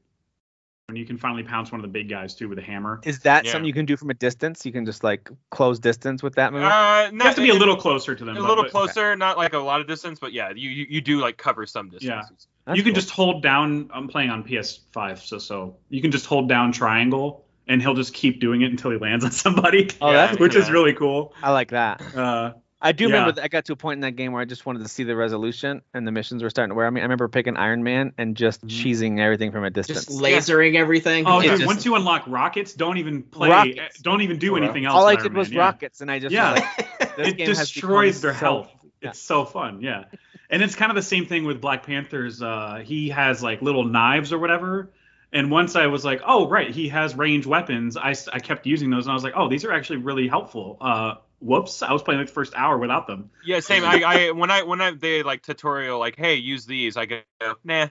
[SPEAKER 3] When you can finally pounce one of the big guys too with a hammer.
[SPEAKER 2] Is that
[SPEAKER 5] Yeah.
[SPEAKER 2] something you can do from a distance? You can just like close distance with that move.
[SPEAKER 5] Uh,
[SPEAKER 3] You have to be a
[SPEAKER 5] it-
[SPEAKER 3] little closer to them.
[SPEAKER 5] a
[SPEAKER 3] but-
[SPEAKER 5] little
[SPEAKER 3] but
[SPEAKER 5] closer, not like a lot of distance, but yeah, you you, you do like cover some distance.
[SPEAKER 3] Yeah.
[SPEAKER 2] That's
[SPEAKER 3] you can
[SPEAKER 2] cool.
[SPEAKER 3] just hold down. I'm playing on PS5, so so you can just hold down triangle, and he'll just keep doing it until he lands on somebody,
[SPEAKER 2] Oh, that's
[SPEAKER 3] which is
[SPEAKER 5] yeah.
[SPEAKER 3] really cool.
[SPEAKER 2] I like that.
[SPEAKER 3] Uh,
[SPEAKER 2] I do
[SPEAKER 3] Yeah.
[SPEAKER 2] remember that I got to a point in that game where I just wanted to see the resolution and the missions were starting to wear. I mean, I remember picking Iron Man and just
[SPEAKER 3] Mhm.
[SPEAKER 2] cheesing everything from a distance.
[SPEAKER 4] Just lasering everything.
[SPEAKER 3] oh,
[SPEAKER 4] It
[SPEAKER 3] dude!
[SPEAKER 2] just-
[SPEAKER 3] once you unlock rockets, don't even play.
[SPEAKER 2] Rockets.
[SPEAKER 3] Don't even do
[SPEAKER 5] All right.
[SPEAKER 3] anything else.
[SPEAKER 2] All
[SPEAKER 3] in
[SPEAKER 2] I
[SPEAKER 3] Iron
[SPEAKER 2] did was
[SPEAKER 3] Man, yeah.
[SPEAKER 2] rockets, and I just
[SPEAKER 3] Yeah.
[SPEAKER 2] was like, this
[SPEAKER 3] It
[SPEAKER 2] game has
[SPEAKER 3] destroys
[SPEAKER 2] become
[SPEAKER 3] their
[SPEAKER 2] so-
[SPEAKER 3] health.
[SPEAKER 2] Yeah.
[SPEAKER 3] It's so fun, yeah. And it's kind of the same thing with Black Panthers. Uh, he has like little knives or whatever. And once I was like, oh right, he has range weapons. I, s- I kept using those, and I was like, oh, these are actually really helpful. Uh, whoops, I was playing like the first hour without them.
[SPEAKER 5] Yeah, same. I, I when I when I they like tutorial like, hey, use these. I go nah.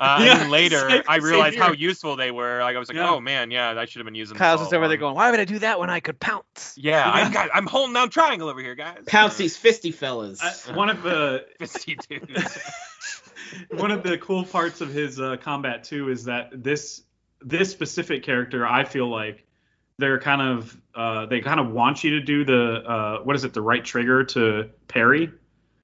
[SPEAKER 5] Uh,
[SPEAKER 3] Yeah,
[SPEAKER 5] and then later,
[SPEAKER 3] same-
[SPEAKER 5] I
[SPEAKER 3] same
[SPEAKER 5] realized how
[SPEAKER 3] here.
[SPEAKER 5] useful they were. Like I was like,
[SPEAKER 3] Yeah.
[SPEAKER 5] oh man, yeah, I should have been using. this
[SPEAKER 2] Kyle's
[SPEAKER 5] all
[SPEAKER 2] just over there going,
[SPEAKER 5] along."
[SPEAKER 2] why would I do that when I could pounce?
[SPEAKER 5] Yeah,
[SPEAKER 3] Yeah.
[SPEAKER 5] I'm, got, I'm holding down triangle over here, guys.
[SPEAKER 4] Pounce these fisty fellas. Uh,
[SPEAKER 3] I, one of the
[SPEAKER 5] Fisty dude.
[SPEAKER 3] one of the cool parts of his uh, combat too is that this this specific character i feel like they're kind of uh, they kind of want you to do the uh, what is it the right trigger to parry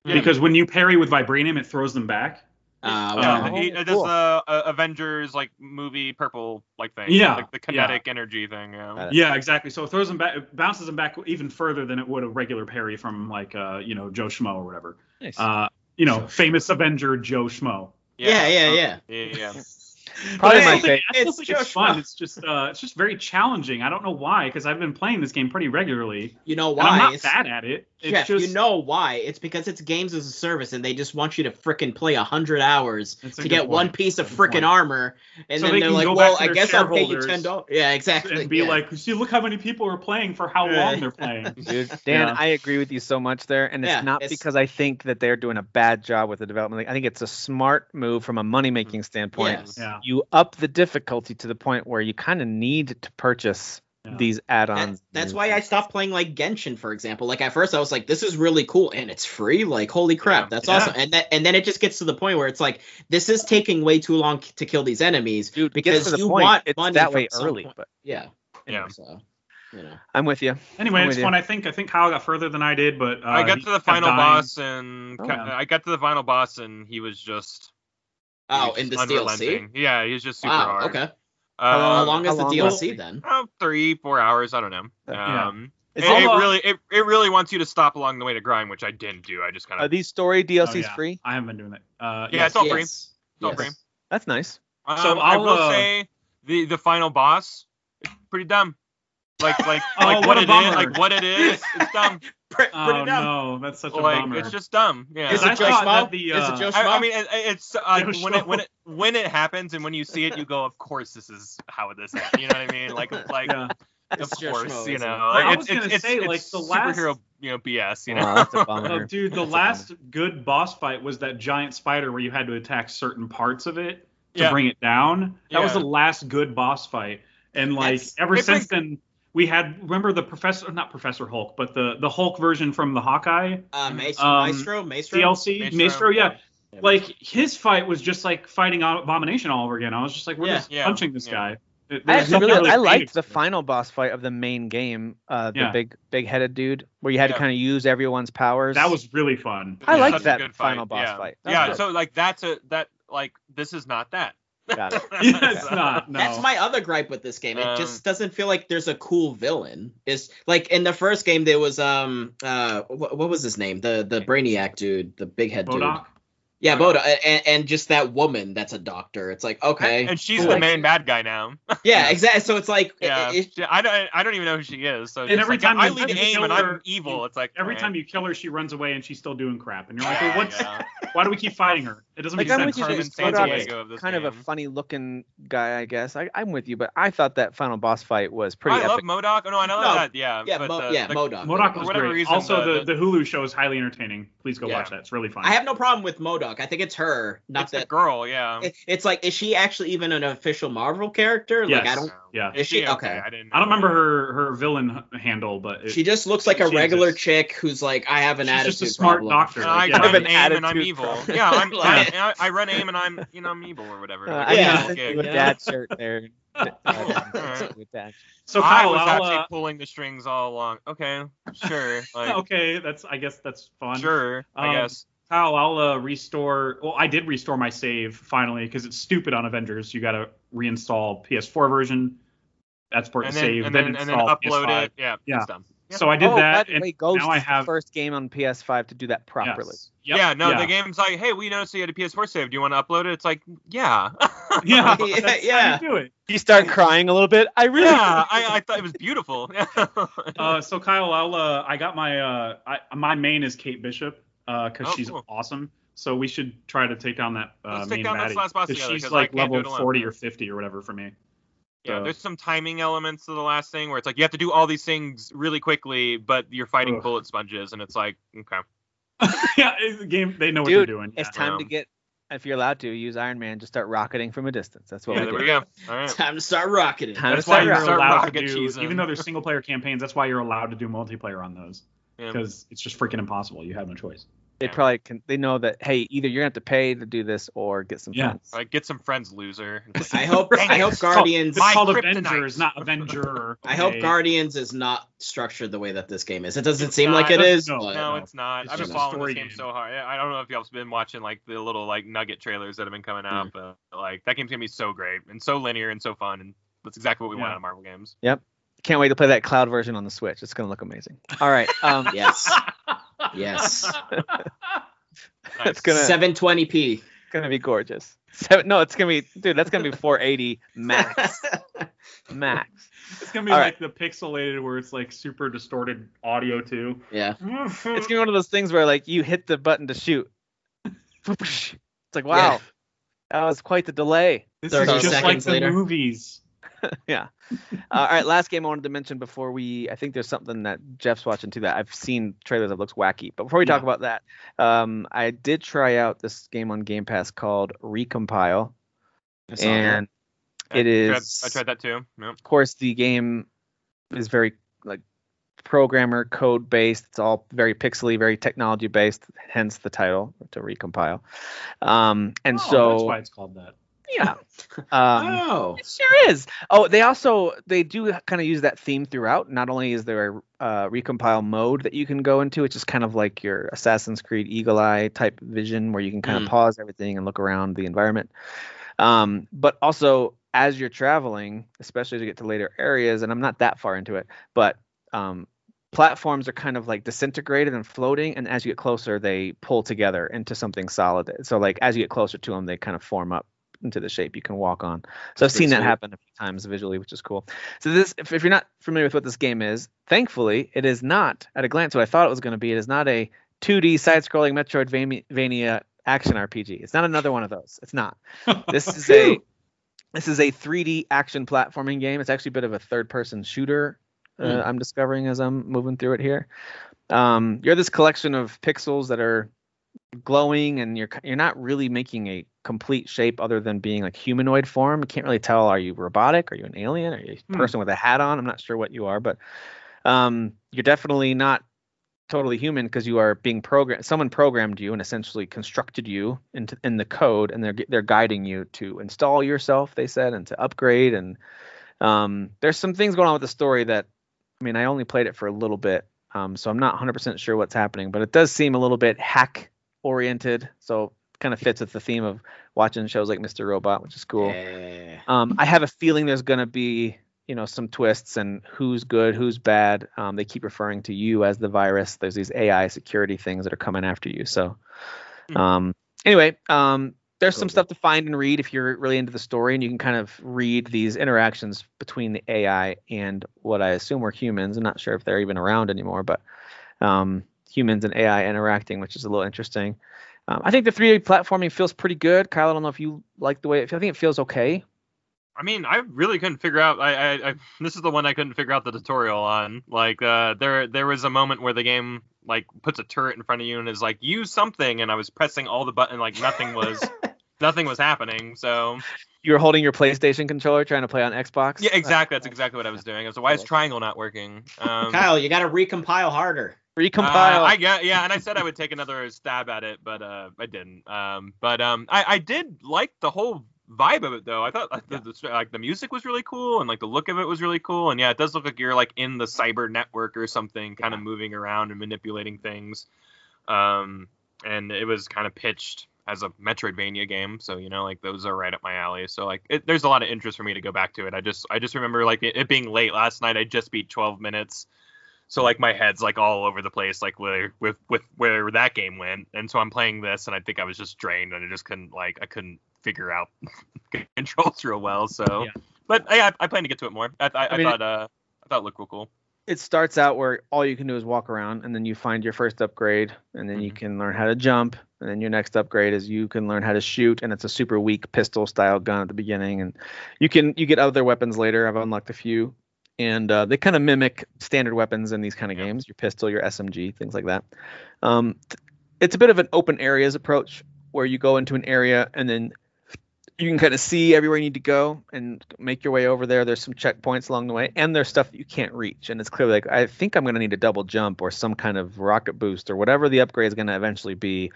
[SPEAKER 5] Yeah.
[SPEAKER 3] because when you parry with vibranium it throws them back
[SPEAKER 4] Uh,
[SPEAKER 5] Yeah,
[SPEAKER 2] wow.
[SPEAKER 5] the- Um, he-
[SPEAKER 2] Oh,
[SPEAKER 5] That's
[SPEAKER 2] cool.
[SPEAKER 5] the uh, Avengers like movie purple like thing.
[SPEAKER 3] Yeah,
[SPEAKER 5] like the
[SPEAKER 3] yeah.
[SPEAKER 5] kinetic energy thing.
[SPEAKER 2] Got
[SPEAKER 5] Yeah.
[SPEAKER 2] it.
[SPEAKER 3] yeah exactly so it throws them back it bounces them back even further than it would a regular parry from like uh, you know joe schmo or whatever
[SPEAKER 2] Nice.
[SPEAKER 3] uh, you know famous avenger joe schmo
[SPEAKER 4] yeah, yeah, yeah.
[SPEAKER 5] yeah, yeah.
[SPEAKER 2] Probably
[SPEAKER 3] But I
[SPEAKER 2] my
[SPEAKER 3] still think-
[SPEAKER 2] favorite.
[SPEAKER 3] I still
[SPEAKER 4] It's
[SPEAKER 3] think
[SPEAKER 4] Joe
[SPEAKER 3] it's fun.
[SPEAKER 4] Schmo.
[SPEAKER 3] It's just uh, it's just very challenging. I don't know why, because I've been playing this game pretty regularly.
[SPEAKER 4] You know
[SPEAKER 3] and
[SPEAKER 4] why?
[SPEAKER 3] I'm not
[SPEAKER 4] It's-
[SPEAKER 3] bad at it. It's
[SPEAKER 4] Jeff,
[SPEAKER 3] just
[SPEAKER 4] you know why? It's because it's games as a service, and they just want you to frickin' play a hundred hours
[SPEAKER 3] That's a
[SPEAKER 4] to
[SPEAKER 3] good
[SPEAKER 4] get
[SPEAKER 3] point.
[SPEAKER 4] one piece of
[SPEAKER 3] That's a good
[SPEAKER 4] frickin'
[SPEAKER 3] point.
[SPEAKER 4] armor, and
[SPEAKER 3] So
[SPEAKER 4] then
[SPEAKER 3] they
[SPEAKER 4] they're
[SPEAKER 3] can
[SPEAKER 4] like,
[SPEAKER 3] go back
[SPEAKER 4] "Well,
[SPEAKER 3] to
[SPEAKER 4] I
[SPEAKER 3] their
[SPEAKER 4] guess I'll pay you
[SPEAKER 3] shareholders
[SPEAKER 4] ten dollars." Yeah, exactly.
[SPEAKER 3] and be
[SPEAKER 4] yeah.
[SPEAKER 3] like, see, look how many people are playing for how
[SPEAKER 4] Yeah.
[SPEAKER 3] long they're playing.
[SPEAKER 2] Dude, Dan,
[SPEAKER 3] Yeah.
[SPEAKER 2] I agree with you so much there, and it's
[SPEAKER 4] Yeah,
[SPEAKER 2] not
[SPEAKER 4] it's-
[SPEAKER 2] because I think that they're doing a bad job with the development. Like, I think it's a smart move from a money making standpoint.
[SPEAKER 4] Yes.
[SPEAKER 3] yeah.
[SPEAKER 2] You up the difficulty to the point where you kind of need to purchase
[SPEAKER 3] Yeah.
[SPEAKER 2] these
[SPEAKER 4] That-
[SPEAKER 2] add-ons.
[SPEAKER 4] that's why I stopped playing like Genshin, for example. Like at first, I was like, "This is really cool and it's free." Like, holy crap,
[SPEAKER 5] Yeah.
[SPEAKER 4] that's
[SPEAKER 3] Yeah.
[SPEAKER 4] awesome! And that, and then it just gets to the point where it's like, "This is taking way too long c- to kill these enemies."
[SPEAKER 2] Dude, it gets
[SPEAKER 4] because
[SPEAKER 2] to the
[SPEAKER 4] you
[SPEAKER 2] point,
[SPEAKER 4] want
[SPEAKER 2] it's
[SPEAKER 4] money
[SPEAKER 2] that
[SPEAKER 4] from
[SPEAKER 2] way
[SPEAKER 4] some
[SPEAKER 2] early,
[SPEAKER 4] point.
[SPEAKER 2] but
[SPEAKER 4] Yeah,
[SPEAKER 5] Yeah.
[SPEAKER 4] So, you know,
[SPEAKER 2] I'm with you.
[SPEAKER 3] Anyway,
[SPEAKER 2] I'm
[SPEAKER 3] it's
[SPEAKER 2] with
[SPEAKER 3] fun. I think I think Kyle got further than I did, but uh,
[SPEAKER 5] I got
[SPEAKER 3] he
[SPEAKER 5] to the
[SPEAKER 3] kept
[SPEAKER 5] final
[SPEAKER 3] dying.
[SPEAKER 5] boss and
[SPEAKER 2] Oh,
[SPEAKER 5] ca-
[SPEAKER 3] yeah.
[SPEAKER 5] I got to the final boss and he was just he
[SPEAKER 4] oh,
[SPEAKER 5] was
[SPEAKER 4] in
[SPEAKER 5] just
[SPEAKER 4] this DLC.
[SPEAKER 5] unrelenting. Yeah, he was just super
[SPEAKER 4] Wow.
[SPEAKER 5] hard.
[SPEAKER 4] Okay.
[SPEAKER 5] Uh,
[SPEAKER 4] How
[SPEAKER 2] Um,
[SPEAKER 4] long is
[SPEAKER 2] how
[SPEAKER 4] the
[SPEAKER 2] long-
[SPEAKER 4] DLC then?
[SPEAKER 5] Oh, three, four hours. I don't know. Um,
[SPEAKER 3] Yeah.
[SPEAKER 5] It,
[SPEAKER 2] Is
[SPEAKER 3] How
[SPEAKER 5] it
[SPEAKER 3] long-
[SPEAKER 5] really, it, it really wants you to stop along the way to grind, which I didn't do. I just kind
[SPEAKER 2] Are
[SPEAKER 5] of
[SPEAKER 2] these story DLCs
[SPEAKER 3] uh, Oh, yeah.
[SPEAKER 2] free?
[SPEAKER 3] I haven't been doing that. Uh,
[SPEAKER 5] Yeah,
[SPEAKER 3] yes.
[SPEAKER 5] it's all free.
[SPEAKER 4] Yes.
[SPEAKER 5] It's all
[SPEAKER 4] Yes.
[SPEAKER 5] free.
[SPEAKER 2] That's nice.
[SPEAKER 5] Um,
[SPEAKER 3] So
[SPEAKER 5] I
[SPEAKER 3] I'll,
[SPEAKER 5] will
[SPEAKER 3] uh,
[SPEAKER 5] say the the final boss, pretty dumb. Like like
[SPEAKER 3] Oh,
[SPEAKER 5] like
[SPEAKER 3] what
[SPEAKER 5] what,
[SPEAKER 3] a
[SPEAKER 5] it is,
[SPEAKER 3] bummer.
[SPEAKER 5] like what it is, it's dumb.
[SPEAKER 4] Put, put
[SPEAKER 3] Oh
[SPEAKER 4] it down.
[SPEAKER 3] no, that's such a
[SPEAKER 5] like
[SPEAKER 3] bummer.
[SPEAKER 5] it's just dumb. Yeah.
[SPEAKER 4] Is
[SPEAKER 3] I
[SPEAKER 4] it Joe
[SPEAKER 3] thought
[SPEAKER 4] Schmo?
[SPEAKER 3] that the,
[SPEAKER 4] Is
[SPEAKER 3] uh,
[SPEAKER 4] it Joe Schmo?
[SPEAKER 5] I, I mean, it, it's uh,
[SPEAKER 3] No
[SPEAKER 5] when it when
[SPEAKER 3] show.
[SPEAKER 5] it when it happens and when you see it, you go, of course this is how this. Happened. You know what I mean? Like like
[SPEAKER 3] yeah.
[SPEAKER 5] of
[SPEAKER 4] It's just
[SPEAKER 5] course,
[SPEAKER 4] schmoes,
[SPEAKER 5] you
[SPEAKER 4] isn't it?
[SPEAKER 5] know,
[SPEAKER 3] I
[SPEAKER 5] it's,
[SPEAKER 3] was
[SPEAKER 5] it's,
[SPEAKER 3] gonna
[SPEAKER 5] it's,
[SPEAKER 3] say,
[SPEAKER 5] it's
[SPEAKER 3] like, the last-
[SPEAKER 5] superhero, you know, BS, you know.
[SPEAKER 1] Wow, that's a
[SPEAKER 3] Oh,
[SPEAKER 1] bummer.
[SPEAKER 3] dude, the
[SPEAKER 1] That's a
[SPEAKER 3] last good boss fight was that giant spider where you had to attack certain parts of it to
[SPEAKER 5] Yeah.
[SPEAKER 3] bring it down. That was
[SPEAKER 5] Yeah.
[SPEAKER 3] the last good boss fight, and like
[SPEAKER 4] That's-
[SPEAKER 3] ever
[SPEAKER 5] they
[SPEAKER 3] since then, we had remember the professor, not Professor Hulk, but the the Hulk version from the Hawkeye
[SPEAKER 4] Uh, Maestro,
[SPEAKER 3] Um,
[SPEAKER 4] Maestro, Maestro.
[SPEAKER 3] DLC, Maestro,
[SPEAKER 5] Maestro,
[SPEAKER 3] yeah.
[SPEAKER 1] yeah.
[SPEAKER 3] Like his fight was just like fighting Abomination all over again. I was just like, we're
[SPEAKER 4] Yeah,
[SPEAKER 3] just
[SPEAKER 5] yeah,
[SPEAKER 3] punching this
[SPEAKER 5] yeah.
[SPEAKER 3] guy. There-
[SPEAKER 2] I
[SPEAKER 3] there's
[SPEAKER 2] actually
[SPEAKER 3] nothing
[SPEAKER 2] really, I
[SPEAKER 3] creative
[SPEAKER 2] liked the
[SPEAKER 3] to it.
[SPEAKER 2] final boss fight of the main game, uh, the
[SPEAKER 3] Yeah.
[SPEAKER 2] big big headed dude, where you had to
[SPEAKER 5] Yeah.
[SPEAKER 2] kind of use everyone's powers.
[SPEAKER 3] That was really fun.
[SPEAKER 2] I
[SPEAKER 5] Yeah.
[SPEAKER 2] liked
[SPEAKER 5] Such a
[SPEAKER 2] that
[SPEAKER 5] good fight,
[SPEAKER 2] final boss
[SPEAKER 5] yeah.
[SPEAKER 2] fight. That
[SPEAKER 5] yeah,
[SPEAKER 2] was
[SPEAKER 5] so like that's a that like this is not that.
[SPEAKER 2] good. Got it.
[SPEAKER 3] yeah, it's not. No.
[SPEAKER 4] That's my other gripe with this game. It
[SPEAKER 5] Um,
[SPEAKER 4] just doesn't feel like there's a cool villain. It's like in the first game there was um uh what, what was his name? The the brainiac dude, the big head dude.
[SPEAKER 3] Modok.
[SPEAKER 4] Yeah, Boda, and, and just that woman that's a doctor. It's like okay,
[SPEAKER 5] And she's
[SPEAKER 4] cool.
[SPEAKER 5] the main bad guy now.
[SPEAKER 4] yeah, exactly. So it's like
[SPEAKER 5] Yeah,
[SPEAKER 4] it- it-
[SPEAKER 5] She- I don't. I don't even know who she is. So
[SPEAKER 3] And
[SPEAKER 5] it's
[SPEAKER 3] every
[SPEAKER 5] like,
[SPEAKER 3] time
[SPEAKER 5] I
[SPEAKER 3] you-
[SPEAKER 5] lead
[SPEAKER 3] you
[SPEAKER 5] aim
[SPEAKER 3] kill
[SPEAKER 5] and
[SPEAKER 3] her,
[SPEAKER 5] I'm evil,
[SPEAKER 3] you-
[SPEAKER 5] it's like
[SPEAKER 3] Every
[SPEAKER 5] eh,
[SPEAKER 3] time you kill her, she runs away and she's still doing crap. And you're like,
[SPEAKER 5] yeah,
[SPEAKER 3] well, what's,
[SPEAKER 5] yeah.
[SPEAKER 3] why do we keep fighting her? It doesn't
[SPEAKER 2] Like,
[SPEAKER 3] make
[SPEAKER 2] I'm
[SPEAKER 3] sense.
[SPEAKER 2] with you,
[SPEAKER 5] Carmen
[SPEAKER 2] it's sort of-
[SPEAKER 5] Sandiego of this
[SPEAKER 2] kind of a
[SPEAKER 5] game.
[SPEAKER 2] funny looking guy, I guess. I, I'm with you, but I thought that final boss fight was pretty
[SPEAKER 5] I
[SPEAKER 2] epic.
[SPEAKER 5] love Modoc. Oh, no, I know
[SPEAKER 4] No,
[SPEAKER 5] that. Yeah,
[SPEAKER 4] yeah,
[SPEAKER 5] but
[SPEAKER 4] Mo-
[SPEAKER 5] the-
[SPEAKER 4] yeah,
[SPEAKER 5] the-
[SPEAKER 4] Modoc.
[SPEAKER 3] Modok
[SPEAKER 5] For
[SPEAKER 3] was
[SPEAKER 5] whatever
[SPEAKER 3] great.
[SPEAKER 5] reason,
[SPEAKER 3] also, the, the
[SPEAKER 5] the-
[SPEAKER 3] Hulu show is highly entertaining. Please go
[SPEAKER 5] Yeah.
[SPEAKER 3] watch that. It's really fun.
[SPEAKER 4] I have no problem with Modoc. I think it's her, not
[SPEAKER 5] it's the
[SPEAKER 4] that.
[SPEAKER 5] girl. Yeah.
[SPEAKER 4] it- it's like, is she actually even an official Marvel character? Like, I
[SPEAKER 3] Yes.
[SPEAKER 4] don't.
[SPEAKER 3] yeah.
[SPEAKER 5] Is
[SPEAKER 4] she-
[SPEAKER 5] she okay?
[SPEAKER 4] okay.
[SPEAKER 5] I didn't.
[SPEAKER 3] I don't
[SPEAKER 5] know.
[SPEAKER 3] remember her her villain h- handle, but it,
[SPEAKER 4] She just looks like a
[SPEAKER 3] she
[SPEAKER 4] regular
[SPEAKER 3] exists.
[SPEAKER 4] chick who's like, I have an
[SPEAKER 3] She's
[SPEAKER 4] attitude
[SPEAKER 3] just a smart
[SPEAKER 4] problem.
[SPEAKER 3] doctor.
[SPEAKER 5] And I
[SPEAKER 3] Yeah.
[SPEAKER 5] run
[SPEAKER 2] Kind of an
[SPEAKER 5] aim and I'm
[SPEAKER 2] attitude
[SPEAKER 5] evil.
[SPEAKER 2] problem.
[SPEAKER 5] Yeah, I'm,
[SPEAKER 4] Like-
[SPEAKER 5] I, I I run aim and I'm you know I'm evil or whatever.
[SPEAKER 2] Uh,
[SPEAKER 5] Like,
[SPEAKER 2] I
[SPEAKER 5] it's
[SPEAKER 2] mean,
[SPEAKER 5] a
[SPEAKER 4] Yeah.
[SPEAKER 2] I
[SPEAKER 5] cool
[SPEAKER 2] sent you
[SPEAKER 5] gig.
[SPEAKER 2] with
[SPEAKER 4] Yeah.
[SPEAKER 2] that shirt there. Uh,
[SPEAKER 5] Alright.
[SPEAKER 2] with that.
[SPEAKER 3] so
[SPEAKER 5] I
[SPEAKER 3] Kyle,
[SPEAKER 5] was
[SPEAKER 3] I'll,
[SPEAKER 5] actually
[SPEAKER 3] uh,
[SPEAKER 5] pulling the strings all along. Okay, sure, like
[SPEAKER 3] okay, that's I guess that's fun.
[SPEAKER 5] sure, I
[SPEAKER 3] Um,
[SPEAKER 5] guess.
[SPEAKER 3] Kyle, I'll uh, restore. Well, I did restore my save finally because it's stupid on Avengers. You got to reinstall PS4 version, export
[SPEAKER 5] And
[SPEAKER 3] and
[SPEAKER 5] then,
[SPEAKER 3] save,
[SPEAKER 5] and
[SPEAKER 3] then,
[SPEAKER 5] then, and then
[SPEAKER 3] install
[SPEAKER 5] upload
[SPEAKER 3] PS5.
[SPEAKER 5] it. Yeah,
[SPEAKER 3] Yeah.
[SPEAKER 5] it's dumb. Yeah.
[SPEAKER 3] So I did
[SPEAKER 2] oh,
[SPEAKER 3] that,
[SPEAKER 2] by the
[SPEAKER 3] and
[SPEAKER 2] way, Ghost
[SPEAKER 3] now I
[SPEAKER 2] is
[SPEAKER 3] have
[SPEAKER 2] the first game on PS5 to do that properly.
[SPEAKER 3] Yes. Yep,
[SPEAKER 5] yeah, no, the game's like, hey, we noticed you had a PS4 save. Do you want to upload it? It's like, yeah,
[SPEAKER 3] Yeah,
[SPEAKER 4] Yeah,
[SPEAKER 3] that's
[SPEAKER 4] yeah.
[SPEAKER 3] How you do it.
[SPEAKER 2] You start crying a little bit. I really.
[SPEAKER 5] yeah. I, I thought it was beautiful.
[SPEAKER 3] Uh, so Kyle, I'll uh, I got my uh, I, my main is Kate Bishop because
[SPEAKER 5] Oh,
[SPEAKER 3] she's
[SPEAKER 5] cool.
[SPEAKER 3] awesome. So we should try to take down that uh,
[SPEAKER 5] Let's
[SPEAKER 3] main
[SPEAKER 5] take down this
[SPEAKER 3] baddie,
[SPEAKER 5] last boss
[SPEAKER 3] 'cause
[SPEAKER 5] together,
[SPEAKER 3] she's
[SPEAKER 5] 'cause I
[SPEAKER 3] like
[SPEAKER 5] can't do
[SPEAKER 3] level
[SPEAKER 5] it alone.
[SPEAKER 3] forty or fifty or whatever for me.
[SPEAKER 5] Yeah,
[SPEAKER 3] So-
[SPEAKER 5] there's some timing elements to the last thing where it's like you have to do all these things really quickly, but you're fighting
[SPEAKER 3] Ugh.
[SPEAKER 5] bullet sponges, and it's like, okay.
[SPEAKER 3] yeah, it's a game they know what they're
[SPEAKER 2] Dude,
[SPEAKER 3] doing.
[SPEAKER 2] It's
[SPEAKER 3] Yeah.
[SPEAKER 2] time to
[SPEAKER 5] Yeah.
[SPEAKER 2] get, if you're allowed to, use Iron Man. Just start rocketing from a distance. That's what
[SPEAKER 5] yeah,
[SPEAKER 2] we
[SPEAKER 5] there
[SPEAKER 2] do.
[SPEAKER 5] we go. All right.
[SPEAKER 4] Time to start rocketing.
[SPEAKER 2] Time-
[SPEAKER 3] That's
[SPEAKER 2] Start
[SPEAKER 3] why you're
[SPEAKER 2] rocket-
[SPEAKER 5] start
[SPEAKER 3] allowed to
[SPEAKER 5] rocket
[SPEAKER 3] do,
[SPEAKER 5] cheese 'em.
[SPEAKER 3] even though they're single player campaigns. That's why you're allowed to do multiplayer on those
[SPEAKER 5] Yeah.
[SPEAKER 3] because it's just freaking impossible. You have no choice.
[SPEAKER 2] They
[SPEAKER 5] Yeah.
[SPEAKER 2] probably can. They know that hey, either you're gonna have to pay to do this or get some
[SPEAKER 3] Yeah.
[SPEAKER 2] friends.
[SPEAKER 5] Like, get some friends, loser.
[SPEAKER 4] I hope.
[SPEAKER 5] Dang
[SPEAKER 4] I
[SPEAKER 5] it.
[SPEAKER 4] hope
[SPEAKER 5] It's
[SPEAKER 4] Guardians.
[SPEAKER 3] It's called
[SPEAKER 5] kryptonite.
[SPEAKER 3] Avengers, not Avenger.
[SPEAKER 4] I hope
[SPEAKER 3] okay?
[SPEAKER 4] Guardians is not structured the way that this game is. It doesn't
[SPEAKER 5] It's
[SPEAKER 4] seem
[SPEAKER 5] not-
[SPEAKER 4] like it
[SPEAKER 3] it
[SPEAKER 4] is.
[SPEAKER 3] doesn't- no,
[SPEAKER 4] but-
[SPEAKER 5] No,
[SPEAKER 3] no.
[SPEAKER 5] it's not.
[SPEAKER 3] It's
[SPEAKER 5] I've been
[SPEAKER 4] just a
[SPEAKER 5] following
[SPEAKER 3] story
[SPEAKER 5] this game
[SPEAKER 3] game.
[SPEAKER 5] so hard. I I don't know if y'all's been watching like the little like nugget trailers that have been coming out, but like that game's gonna be so great and so linear and so fun, and that's exactly what we want
[SPEAKER 3] Yeah.
[SPEAKER 5] out of Marvel games.
[SPEAKER 2] Can't wait to play that cloud version on the Switch. It's gonna look amazing. All right. Um,
[SPEAKER 4] Yes. Yes.
[SPEAKER 2] it's gonna
[SPEAKER 4] 720p.
[SPEAKER 2] gonna be gorgeous. So, no, it's gonna be dude. That's gonna be 480 max max.
[SPEAKER 3] It's gonna be
[SPEAKER 2] All
[SPEAKER 3] like the pixelated where it's like super distorted audio too.
[SPEAKER 4] yeah.
[SPEAKER 2] It's gonna be one of those things where like you hit the button to shoot. It's like wow,
[SPEAKER 4] Yeah.
[SPEAKER 2] that was quite the delay.
[SPEAKER 3] This
[SPEAKER 4] 30
[SPEAKER 3] is just like
[SPEAKER 4] seconds
[SPEAKER 3] the
[SPEAKER 4] later.
[SPEAKER 3] movies.
[SPEAKER 2] Uh, all right, last game I wanted to mention before we, I think there's something that Jeff's watching too that I've seen trailers that looks wacky. But before we talk
[SPEAKER 3] Yeah.
[SPEAKER 2] about that, um, I did try out this game on Game Pass called Recompile,
[SPEAKER 4] I saw that.
[SPEAKER 2] and
[SPEAKER 5] I
[SPEAKER 2] It
[SPEAKER 5] tried-
[SPEAKER 2] is-
[SPEAKER 5] I tried that too. Yep.
[SPEAKER 2] of course the game is very like programmer code based it's all very pixely very technology based hence the title to recompile um and
[SPEAKER 3] Oh, that's
[SPEAKER 2] so
[SPEAKER 3] why it's called that.
[SPEAKER 2] yeah um
[SPEAKER 4] oh.
[SPEAKER 2] it sure is oh they also they do kind of use that theme throughout not only is there a uh, recompile mode that you can go into which is kind of like your assassin's creed eagle eye type vision where you can kind of
[SPEAKER 4] Mm.
[SPEAKER 2] pause everything and look around the environment um, but also as you're traveling especially to get to later areas and i'm not that far into it but um, platforms are kind of like disintegrated and floating and as you get closer they pull together into something solid so like as you get closer to them they kind of form up into the shape you can walk on so i've
[SPEAKER 4] That's pretty
[SPEAKER 2] seen that
[SPEAKER 4] sweet.
[SPEAKER 2] happen a few times visually which is cool so this if, if you're not familiar with what this game is thankfully it is not at a glance what i thought it was going to be it is not a 2d side-scrolling metroidvania action rpg it's not another one of those it's not this is a this is a 3D action platforming game. It's actually a bit of a third-person shooter uh, I'm discovering as I'm moving through it here. Um, you're this collection of pixels that are glowing, and you're you're not really making a complete shape other than being like humanoid form. You can't really tell are you robotic, are you an alien, are you a
[SPEAKER 5] Hmm.
[SPEAKER 2] person with a hat on? I'm not sure what you are, but um, you're definitely not totally human because you are being programmed. Someone programmed you and essentially constructed you into in the code, and they're they're guiding you to install yourself. They said and to upgrade, and um, there's some things going on with the story that, I mean, I only played it for a little bit, um, so I'm not 100% sure what's happening, but it does seem a little bit hack oriented, so kind of fits with the theme of watching shows like Mr. Robot, which is cool.
[SPEAKER 4] Yeah.
[SPEAKER 2] Um, I have a feeling there's going to be, you know, some twists and who's good, who's bad. Um, they keep referring to you as the virus. There's these AI security things that are coming after you. So,
[SPEAKER 5] Hmm.
[SPEAKER 2] um, anyway, um, there's some
[SPEAKER 4] Totally.
[SPEAKER 2] stuff to find and read if you're really into the story, and you can kind of read these interactions between the AI and what I assume were humans. I'm not sure if they're even around anymore, but um, humans and AI interacting, which is a little interesting. Um, I think the 3D platforming feels pretty good. Kyle, I don't know if you like the way it feels. I think it feels okay.
[SPEAKER 5] I mean, I really couldn't figure out. I, I, I this is the one I couldn't figure out the tutorial on. Like, uh, there, there was a moment where the game like puts a turret in front of you and is like, use something, and I was pressing all the button, like nothing was, nothing was happening. So
[SPEAKER 2] you were holding your PlayStation controller trying to play on Xbox.
[SPEAKER 5] yeah, exactly. That's exactly what I was doing. I was like, why is triangle not working? Um,
[SPEAKER 4] Kyle, you got to recompile harder.
[SPEAKER 2] Recompile.
[SPEAKER 5] Uh, I get yeah, and I said I would take another stab at it, but uh, I didn't. Um, but um, I, I did like the whole vibe of it though. I thought like, the, the, like the music was really cool, and like the look of it was really cool, and yeah, it does look like you're like in the cyber network or something, kind of moving around and manipulating things. Um, and it was kind of pitched as a Metroidvania game, so you know, like those are right up my alley. So like, it, there's a lot of interest for me to go back to it. I just, I just remember like it, it being late last night. I just beat 12 minutes, so like my head's like all over the place, like where with with where that game went. And so I'm playing this, and I think I was just drained, and I just couldn't like I couldn't figure out controls real well. So,
[SPEAKER 3] Yeah.
[SPEAKER 5] but yeah, I, I plan to get to it more. I, I, I,
[SPEAKER 2] I mean,
[SPEAKER 5] thought uh, I thought it looked real cool.
[SPEAKER 2] it starts out where all you can do is walk around, and then you find your first upgrade, and then you
[SPEAKER 5] Mhm.
[SPEAKER 2] can learn how to jump, and then your next upgrade is you can learn how to shoot, and it's a super weak pistol style gun at the beginning, and you can you get other weapons later. I've unlocked a few, and uh, they kind of mimic standard weapons in these kind of
[SPEAKER 5] Yeah.
[SPEAKER 2] games: your pistol, your SMG, things like that. Um, t- it's a bit of an open areas approach where you go into an area and then you can kind of see everywhere you need to go and make your way over there. There's some checkpoints along the way, and there's stuff that you can't reach. And it's clearly like I think I'm going to need a double jump or some kind of rocket boost or whatever the upgrade is going to eventually be.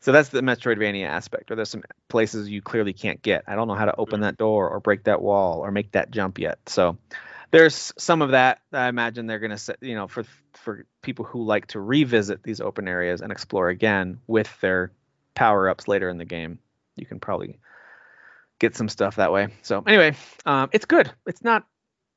[SPEAKER 2] So that's the Metroidvania aspect, or there's some places you clearly can't get. I don't know how to open that door or break that wall or make that jump yet. So there's some of that that I imagine they're going to, you know, for for people who like to revisit these open areas and explore again with their power ups later in the game. You can probably get some stuff that way. So anyway, um, it's good. It's not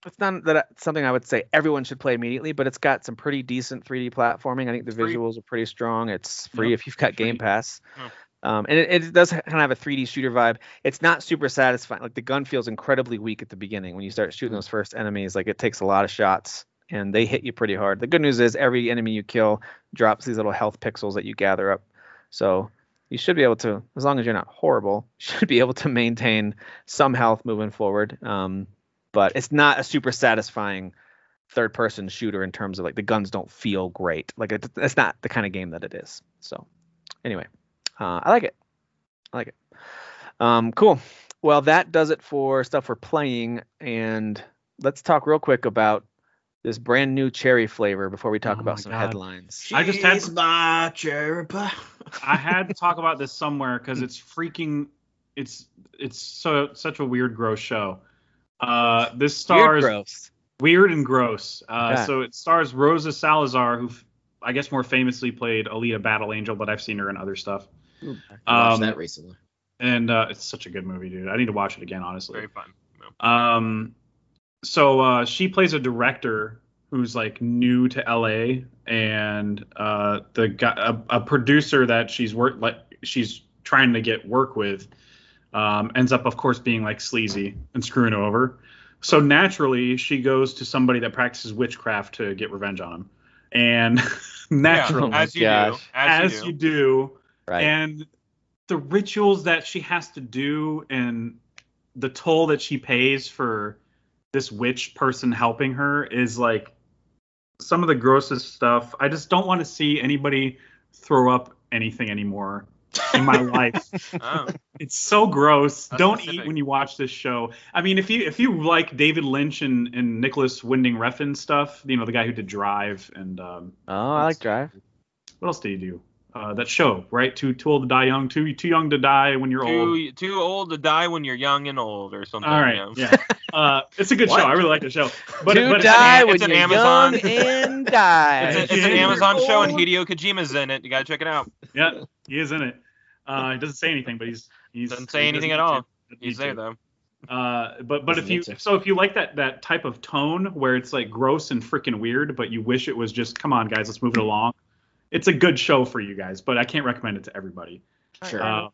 [SPEAKER 2] it's not that I, something I would say everyone should play immediately, but it's got some pretty decent 3D platforming. I think the
[SPEAKER 5] Free.
[SPEAKER 2] visuals are pretty strong. It's free
[SPEAKER 3] Yep,
[SPEAKER 2] if you've got Game
[SPEAKER 3] free.
[SPEAKER 2] Pass.
[SPEAKER 5] Yeah.
[SPEAKER 2] Um, and it, it does kind of have a 3D shooter vibe. It's not super satisfying. Like the gun feels incredibly weak at the beginning when you start shooting those first enemies. Like it takes a lot of shots and they hit you pretty hard. The good news is every enemy you kill drops these little health pixels that you gather up. So you should be able to, as long as you're not horrible, should be able to maintain some health moving forward. Um, but it's not a super satisfying third person shooter in terms of like the guns don't feel great. Like it, it's not the kind of game that it is. So anyway, uh, I like it. I like it. Um, cool. Well, that does it for stuff we're playing, and let's talk real quick about this brand new cherry flavor before we talk
[SPEAKER 3] Oh
[SPEAKER 2] about
[SPEAKER 3] my
[SPEAKER 2] some
[SPEAKER 3] God.
[SPEAKER 2] headlines.
[SPEAKER 3] I just had-
[SPEAKER 4] She's my cherry pie.
[SPEAKER 3] I had to talk about this somewhere because it's freaking. It's it's so such a weird, gross show. Uh, this stars
[SPEAKER 2] Weird gross.
[SPEAKER 3] Weird and gross. Uh,
[SPEAKER 2] Okay.
[SPEAKER 3] So it stars Rosa Salazar, who f- I guess more famously played Alita Battle Angel, but I've seen her in other stuff.
[SPEAKER 4] I watched
[SPEAKER 3] Um,
[SPEAKER 4] that recently.
[SPEAKER 3] And uh, it's such a good movie, dude. I need to watch it again, honestly.
[SPEAKER 5] Very fun.
[SPEAKER 3] Um, so uh, she plays a director who's like new to LA, and uh, the guy, a, a producer that she's work like she's trying to get work with, um, ends up of course being like sleazy and screwing over. So naturally, she goes to somebody that practices witchcraft to get revenge on him, and naturally,
[SPEAKER 2] Oh my
[SPEAKER 5] as you do,
[SPEAKER 2] gosh.
[SPEAKER 5] as, you do.
[SPEAKER 3] you do
[SPEAKER 2] Right.
[SPEAKER 3] and the rituals that she has to do and the toll that she pays for this witch person helping her is like some of the grossest stuff. I just don't want to see anybody throw up anything anymore in my life.
[SPEAKER 5] Oh,
[SPEAKER 3] It's so gross.
[SPEAKER 5] That's
[SPEAKER 3] Don't
[SPEAKER 5] specific.
[SPEAKER 3] eat when you watch this show. I mean, if you if you like David Lynch and, and Nicholas Winding Refn stuff, you know the guy who did Drive and um,
[SPEAKER 2] Oh, I like Drive.
[SPEAKER 3] what else did he do? Uh, that show, right? Too too old to die young. Too too young to die when you're old.
[SPEAKER 5] too, too old to die when you're young and old or something.
[SPEAKER 3] All
[SPEAKER 5] you know.
[SPEAKER 3] right, yeah. Uh, it's a good show.
[SPEAKER 5] What?
[SPEAKER 3] I really like the show. But,
[SPEAKER 2] to
[SPEAKER 3] but it's-
[SPEAKER 2] die
[SPEAKER 5] an-
[SPEAKER 2] when
[SPEAKER 5] it's an
[SPEAKER 2] you're
[SPEAKER 5] Amazon-
[SPEAKER 2] young and die.
[SPEAKER 5] It's, a- it's
[SPEAKER 3] Yeah.
[SPEAKER 5] an Amazon show and
[SPEAKER 4] Old.
[SPEAKER 5] Hideo Kojima's in it. You gotta check it out.
[SPEAKER 3] yeah, he is in it. Uh, he doesn't say anything, but he's he's
[SPEAKER 5] Doesn't say
[SPEAKER 3] he
[SPEAKER 5] anything
[SPEAKER 3] doesn't
[SPEAKER 5] at all.
[SPEAKER 3] need to. Doesn't
[SPEAKER 5] He's
[SPEAKER 3] need
[SPEAKER 5] there
[SPEAKER 3] to.
[SPEAKER 5] though.
[SPEAKER 3] Uh, but but
[SPEAKER 4] Doesn't
[SPEAKER 3] if you
[SPEAKER 4] need to.
[SPEAKER 3] so if you like that that type of tone where it's like gross and freaking weird, but you wish it was just come on guys, let's move it along. It's a good show for you guys, but I can't recommend it to everybody.
[SPEAKER 4] Sure.
[SPEAKER 3] Uh,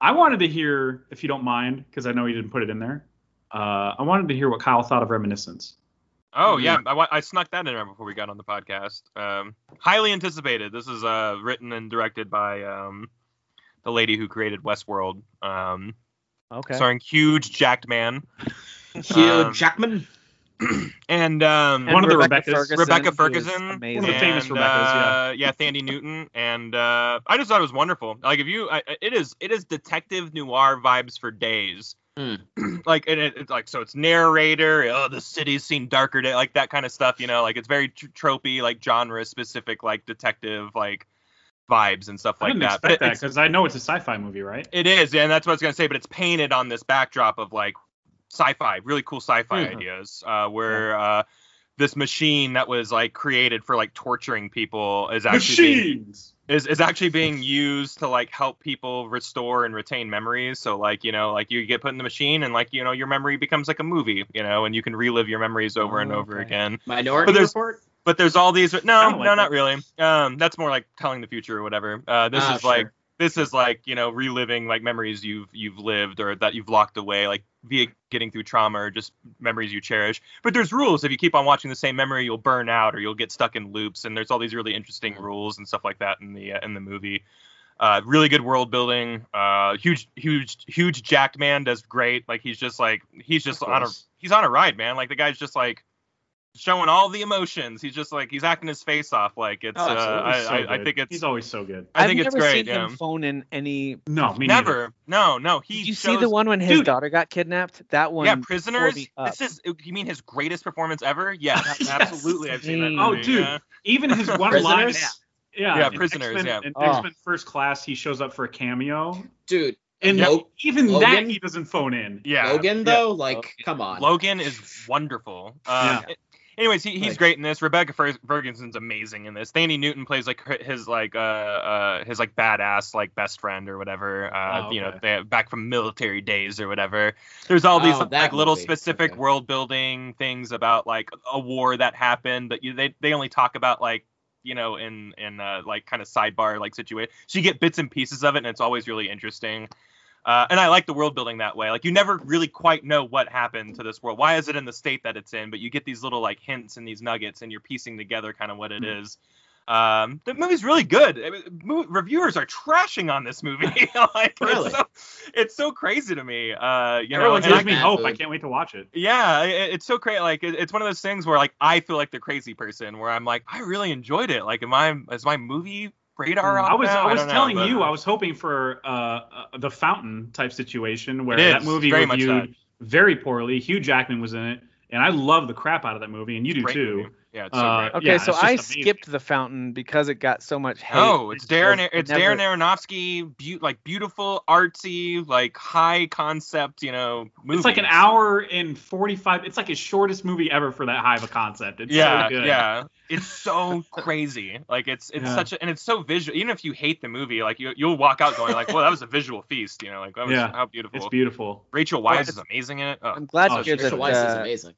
[SPEAKER 3] I wanted to hear, if you don't mind, because I know you didn't put it in there. Uh, I wanted to hear what Kyle thought of Reminiscence.
[SPEAKER 5] Oh
[SPEAKER 4] Mhm.
[SPEAKER 5] yeah,
[SPEAKER 2] Mm-hmm.
[SPEAKER 5] I, wa- I snuck that in right before we got on the podcast. Um, highly anticipated. This is uh, written and directed by um, the lady who created Westworld, um,
[SPEAKER 2] okay.
[SPEAKER 5] starring huge jacked man
[SPEAKER 4] Hugh
[SPEAKER 5] um,
[SPEAKER 4] Jackman.
[SPEAKER 5] and um,
[SPEAKER 2] And
[SPEAKER 3] One of the Rebeccas.
[SPEAKER 5] Rebecca
[SPEAKER 2] who is
[SPEAKER 5] Ferguson.
[SPEAKER 2] amazing.
[SPEAKER 3] One of the famous
[SPEAKER 5] and,
[SPEAKER 3] Rebeccas,
[SPEAKER 5] uh, yeah, Thandi Newton, and uh, I just thought it was wonderful. Like if you, I, I- it is, it is detective noir vibes for days.
[SPEAKER 2] Hmm.
[SPEAKER 4] Mm.
[SPEAKER 5] like and it, it's like so, it's narrator. Oh, the city's seen darker day, like that kind of stuff. You know, like it's very tr- tropey, like genre specific, like detective, like vibes and stuff
[SPEAKER 3] I
[SPEAKER 5] like
[SPEAKER 3] didn't
[SPEAKER 5] that. But
[SPEAKER 3] expect
[SPEAKER 5] it-
[SPEAKER 3] that because I know it's a sci-fi movie, right?
[SPEAKER 5] it is, yeah, and that's what I was gonna say. But it's painted on this backdrop of like sci-fi, really cool sci-fi
[SPEAKER 2] Mm-hmm.
[SPEAKER 4] Mhm.
[SPEAKER 5] ideas, uh, where uh, this machine that was like created for like torturing people is actually being,
[SPEAKER 3] Machines.
[SPEAKER 5] is is actually being used to like help people restore and retain memories. So like you know, like you get put in the machine and like you know your memory becomes like a movie, you know, and you can relive your memories over and
[SPEAKER 2] Oh,
[SPEAKER 5] over
[SPEAKER 2] okay.
[SPEAKER 5] again.
[SPEAKER 4] Minority
[SPEAKER 5] there's-
[SPEAKER 4] Report.
[SPEAKER 5] But there's all these. No,
[SPEAKER 3] I don't
[SPEAKER 5] no,
[SPEAKER 3] like
[SPEAKER 5] not
[SPEAKER 3] that.
[SPEAKER 5] really. Um, that's more like telling the future or whatever. Uh, this
[SPEAKER 4] Ah,
[SPEAKER 5] is like
[SPEAKER 4] sure.
[SPEAKER 5] this is like you know reliving like memories you've you've lived or that you've locked away like via getting through trauma or just memories you cherish but there's rules if you keep on watching the same memory you'll burn out or you'll get stuck in loops and there's all these really interesting
[SPEAKER 4] Mm-hmm.
[SPEAKER 5] rules and stuff like that in the uh, in the movie uh, really good world building uh, huge huge huge jacked man does great like he's just like he's just
[SPEAKER 4] Of
[SPEAKER 5] on a
[SPEAKER 4] course.
[SPEAKER 5] he's on a ride man like the guy's just like showing all the emotions he's just like he's acting his face off like it's
[SPEAKER 4] Oh,
[SPEAKER 5] uh,
[SPEAKER 4] absolutely.
[SPEAKER 5] I,
[SPEAKER 3] He's so
[SPEAKER 5] I, I
[SPEAKER 3] good.
[SPEAKER 5] think it's
[SPEAKER 3] he's always so good.
[SPEAKER 5] I think
[SPEAKER 2] have
[SPEAKER 5] it's
[SPEAKER 2] never
[SPEAKER 5] great
[SPEAKER 2] seen
[SPEAKER 5] yeah
[SPEAKER 2] him phone in any.
[SPEAKER 3] No, me
[SPEAKER 5] never.
[SPEAKER 3] neither.
[SPEAKER 5] No, no. He
[SPEAKER 2] Did you
[SPEAKER 5] shows,
[SPEAKER 2] see the one when his
[SPEAKER 3] Dude.
[SPEAKER 2] daughter got kidnapped? That one.
[SPEAKER 5] Yeah, prisoners.
[SPEAKER 2] me up.
[SPEAKER 5] This is you mean his greatest performance ever? Yeah,
[SPEAKER 3] Yes.
[SPEAKER 5] absolutely. I've seen that.
[SPEAKER 2] Oh,
[SPEAKER 5] movie,
[SPEAKER 3] dude.
[SPEAKER 5] yeah.
[SPEAKER 3] Even his one line.
[SPEAKER 4] Prisoners.
[SPEAKER 3] Yeah,
[SPEAKER 5] Yeah,
[SPEAKER 3] in
[SPEAKER 5] Prisoners,
[SPEAKER 3] X-Men,
[SPEAKER 5] yeah.
[SPEAKER 3] In
[SPEAKER 2] Oh.
[SPEAKER 4] Ah.
[SPEAKER 3] X Men First Class, he shows up for a cameo,
[SPEAKER 4] Dude,
[SPEAKER 3] and
[SPEAKER 4] Nope.
[SPEAKER 3] even that
[SPEAKER 4] Logan?
[SPEAKER 3] he doesn't phone in.
[SPEAKER 5] Yeah.
[SPEAKER 4] Logan though, like,
[SPEAKER 2] Logan.
[SPEAKER 4] come on.
[SPEAKER 5] Logan is wonderful. Uh, it- Anyways, he, he's
[SPEAKER 4] Like-
[SPEAKER 5] great in this. Rebecca Fer- Ferguson's amazing in this. Thandi Newton plays like her- his like uh, uh his like badass like best friend or whatever. Uh,
[SPEAKER 3] Oh,
[SPEAKER 5] you know,
[SPEAKER 3] okay.
[SPEAKER 5] they, back from military days or whatever. There's all these
[SPEAKER 4] Oh, that
[SPEAKER 5] like little
[SPEAKER 4] movie.
[SPEAKER 5] specific
[SPEAKER 4] Okay.
[SPEAKER 5] world building things about like a war that happened, but you, they they only talk about like you know in in uh, like kind of sidebar like situation. So you get bits and pieces of it, and it's always really interesting. Uh, and I like the world building that way. Like you never really quite know what happened to this world. Why is it in the state that it's in? But you get these little like hints and these nuggets, and you're piecing together kind of what it
[SPEAKER 3] Hmm.
[SPEAKER 5] is. Um, the movie's really good. I mean, mo- reviewers are trashing on this movie. like
[SPEAKER 4] Really?
[SPEAKER 5] it's, so, it's so crazy to me. Uh, you know,
[SPEAKER 3] Everyone
[SPEAKER 5] and
[SPEAKER 4] it's
[SPEAKER 5] I-
[SPEAKER 3] gives me
[SPEAKER 4] bad
[SPEAKER 3] hope.
[SPEAKER 4] food.
[SPEAKER 3] I can't wait to watch it.
[SPEAKER 5] yeah, it, it's so crazy. Like it, it's one of those things where like I feel like the crazy person, where I'm like, I really enjoyed it. Like, am I is my movie radar off
[SPEAKER 3] Mm, I was
[SPEAKER 5] now?
[SPEAKER 3] I was
[SPEAKER 5] don't know,
[SPEAKER 3] telling
[SPEAKER 5] but-
[SPEAKER 3] you I was hoping for uh, uh, the Fountain type situation where
[SPEAKER 5] It is,
[SPEAKER 3] that movie
[SPEAKER 5] very much
[SPEAKER 3] reviewed very poorly. Hugh Jackman was in it, and I love the crap out of that movie, and you do
[SPEAKER 5] Great
[SPEAKER 3] too.
[SPEAKER 5] movie. Yeah, it's so
[SPEAKER 3] Uh,
[SPEAKER 5] great.
[SPEAKER 2] Okay,
[SPEAKER 3] Yeah,
[SPEAKER 2] so
[SPEAKER 3] it's just
[SPEAKER 2] I
[SPEAKER 3] amazing.
[SPEAKER 2] skipped the fountain because it got so much hate.
[SPEAKER 5] No, it's
[SPEAKER 2] It was
[SPEAKER 5] Darren. It's
[SPEAKER 2] never-
[SPEAKER 5] Darren Aronofsky. Be- like beautiful, artsy, like high concept. You know, movie.
[SPEAKER 3] It's like an hour and forty five. It's like his shortest movie ever for that high of a concept. It's
[SPEAKER 5] yeah,
[SPEAKER 3] so good.
[SPEAKER 5] yeah. It's so crazy. Like it's it's
[SPEAKER 3] Yeah.
[SPEAKER 5] such a and it's so visual. Even if you hate the movie, like you you'll walk out going like, well, that was a visual feast. You know, like that was
[SPEAKER 3] Yeah.
[SPEAKER 5] how beautiful.
[SPEAKER 3] it's beautiful.
[SPEAKER 5] Rachel
[SPEAKER 2] Well,
[SPEAKER 5] Weisz
[SPEAKER 2] it's-
[SPEAKER 5] is amazing in it. Oh,
[SPEAKER 2] I'm glad
[SPEAKER 3] Oh,
[SPEAKER 2] to hear
[SPEAKER 3] it's
[SPEAKER 4] Rachel
[SPEAKER 2] that.
[SPEAKER 3] just,
[SPEAKER 4] Weisz is
[SPEAKER 2] uh,
[SPEAKER 4] amazing.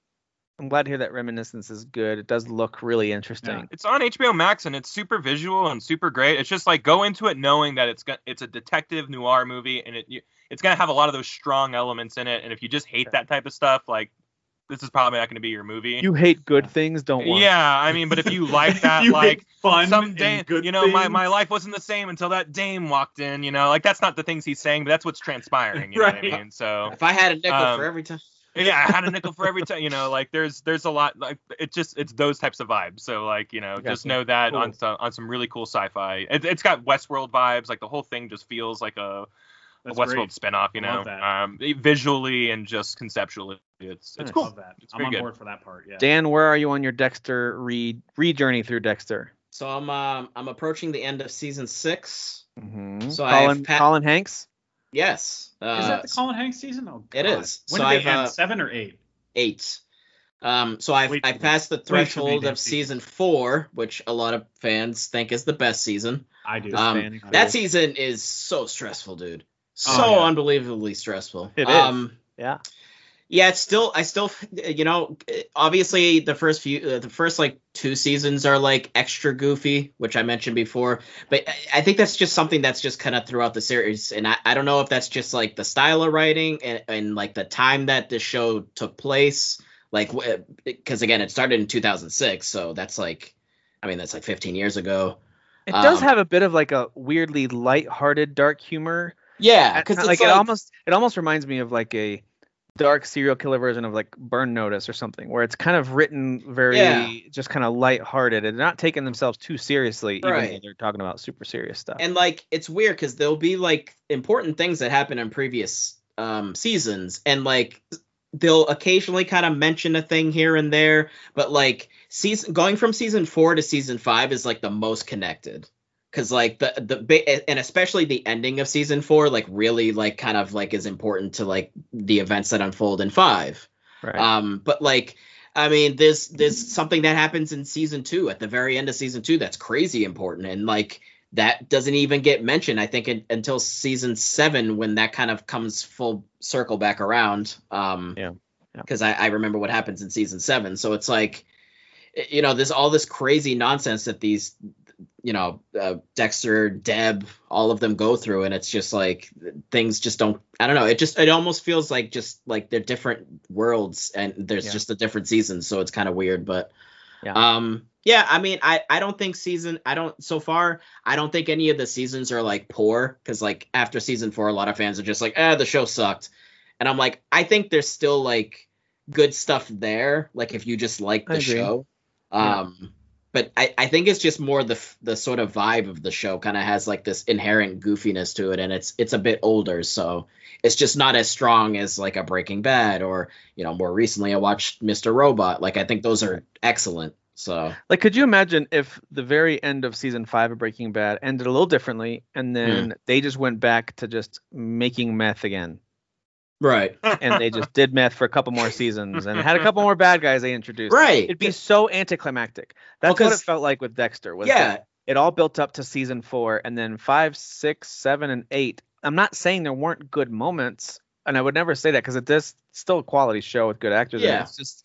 [SPEAKER 2] I'm glad to hear that reminiscence is good. It does look really interesting.
[SPEAKER 5] It's on HBO Max and it's super visual and super great. It's just like go into it knowing that it's go- it's a detective noir movie and it you, it's gonna have a lot of those strong elements in it. And if you just hate that type of stuff, like this is probably not gonna be your movie.
[SPEAKER 2] You hate good things, don't want.
[SPEAKER 5] yeah, I mean, but if you like that,
[SPEAKER 3] You
[SPEAKER 5] like
[SPEAKER 3] get fun
[SPEAKER 5] some
[SPEAKER 3] and
[SPEAKER 5] day,
[SPEAKER 3] good
[SPEAKER 5] you know, my,
[SPEAKER 3] things.
[SPEAKER 5] my life wasn't the same until that dame walked in. You know, like that's not the things he's saying, but that's what's transpiring. You know what
[SPEAKER 3] Right.
[SPEAKER 5] I mean? So
[SPEAKER 4] If I had a nickel
[SPEAKER 5] um,
[SPEAKER 4] for every time.
[SPEAKER 5] yeah, I had a nickel for every time. You know, like there's there's a lot like it's just it's those types of vibes. So like you know, just
[SPEAKER 2] Gotcha.
[SPEAKER 5] know that
[SPEAKER 2] Cool.
[SPEAKER 5] on some on some really cool sci-fi. It, it's got Westworld vibes. Like the whole thing just feels like a, a
[SPEAKER 3] That's
[SPEAKER 5] Westworld
[SPEAKER 3] great.
[SPEAKER 5] spinoff. You
[SPEAKER 3] I
[SPEAKER 5] know,
[SPEAKER 3] love that.
[SPEAKER 5] um, visually and just conceptually, it's it's
[SPEAKER 2] Nice.
[SPEAKER 5] cool.
[SPEAKER 3] Love that.
[SPEAKER 5] It's
[SPEAKER 3] I'm
[SPEAKER 5] pretty
[SPEAKER 3] on
[SPEAKER 5] good.
[SPEAKER 3] board for that part. Yeah.
[SPEAKER 2] Dan, where are you on your Dexter re re journey through Dexter?
[SPEAKER 4] So I'm um I'm approaching the end of season six.
[SPEAKER 2] Mhm.
[SPEAKER 4] So I have
[SPEAKER 2] Colin,
[SPEAKER 4] Pat-
[SPEAKER 2] Colin Hanks.
[SPEAKER 4] Yes. Uh,
[SPEAKER 3] Is that the Colin Hanks season? Oh,
[SPEAKER 4] It
[SPEAKER 3] God.
[SPEAKER 4] is. So
[SPEAKER 3] When did
[SPEAKER 4] I've,
[SPEAKER 3] they end?
[SPEAKER 4] uh,
[SPEAKER 3] Seven or eight?
[SPEAKER 4] eight. Um, so I've
[SPEAKER 3] Wait
[SPEAKER 4] I
[SPEAKER 3] till
[SPEAKER 4] passed the
[SPEAKER 3] till they
[SPEAKER 4] threshold
[SPEAKER 3] do
[SPEAKER 4] of
[SPEAKER 3] season.
[SPEAKER 4] season four, which a lot of fans think is the best season.
[SPEAKER 3] I do.
[SPEAKER 4] Um,
[SPEAKER 2] Fanning.
[SPEAKER 4] That season is so stressful, dude. So
[SPEAKER 3] Oh, yeah.
[SPEAKER 4] unbelievably stressful. Um,
[SPEAKER 2] It is. Yeah.
[SPEAKER 4] Yeah, it's still I still you know obviously the first few uh, the first like two seasons are like extra goofy, which I mentioned before, but I- I think that's just something that's just kind of throughout the series and I, I don't know if that's just like the style of writing and, and like the time that the show took place like because again it started in 2006 so that's like I mean that's like 15 years ago.
[SPEAKER 2] It does
[SPEAKER 4] um,
[SPEAKER 2] have a bit of like a weirdly light-hearted dark humor.
[SPEAKER 4] Yeah,
[SPEAKER 2] Uh,
[SPEAKER 4] cuz
[SPEAKER 2] like, it almost it almost reminds me of like a dark serial killer version of like Burn Notice or something, where it's kind of written very
[SPEAKER 4] Yeah.
[SPEAKER 2] just kind of light-hearted and not taking themselves too seriously, even though
[SPEAKER 4] Right.
[SPEAKER 2] they're talking about super serious stuff.
[SPEAKER 4] and like it's weird because there'll be like important things that happen in previous um seasons and like they'll occasionally kind of mention a thing here and there but like season going from season four to season five is like the most connected because like the the ba- and especially the ending of season four like really like kind of like is important to like the events that unfold in five
[SPEAKER 2] right.
[SPEAKER 4] um, but like, I mean, there's there's something that happens in season two at the very end of season two that's crazy important, and like that doesn't even get mentioned. I think in, until season seven when that kind of comes full circle back around. Um,
[SPEAKER 2] Yeah. Yeah.
[SPEAKER 4] Because I, I remember what happens in season seven, so it's like, i- you know, there's all this crazy nonsense that these, you know, uh, Dexter, Deb, all of them go through, and it's just like things just don't i don't know it just it almost feels like just like they're different worlds and there's
[SPEAKER 2] Yeah.
[SPEAKER 4] just a different season so it's kind of weird but
[SPEAKER 2] Yeah.
[SPEAKER 4] um yeah i mean i i don't think season i don't so far i don't think any of the seasons are like poor because like after season four a lot of fans are just like ah the show sucked and i'm like i think there's still like good stuff there like if you just like
[SPEAKER 2] I
[SPEAKER 4] the
[SPEAKER 2] agree.
[SPEAKER 4] show
[SPEAKER 2] Yeah.
[SPEAKER 4] um but I, I think it's just more the f- the sort of vibe of the show kind of has like this inherent goofiness to it and it's it's a bit older so it's just not as strong as like a breaking bad or you know more recently i watched mr robot like i think those are excellent so
[SPEAKER 2] Like, could you imagine if the very end of season five of Breaking Bad ended a little differently,
[SPEAKER 4] Hmm.
[SPEAKER 2] and then they just went back to just making meth again,
[SPEAKER 4] right
[SPEAKER 2] and they just did meth for a couple more seasons, and had a couple more bad guys they introduced.
[SPEAKER 4] right
[SPEAKER 2] It'd be so anticlimactic. That's
[SPEAKER 4] Well,
[SPEAKER 2] what
[SPEAKER 4] 'cause-
[SPEAKER 2] it felt like with Dexter. Was
[SPEAKER 4] yeah
[SPEAKER 2] that it all built up to season four, and then five, six, seven, and eight. I'm not saying there weren't good moments, and I would never say that because it is still a quality show with good actors. in it.
[SPEAKER 4] Yeah.
[SPEAKER 2] It's just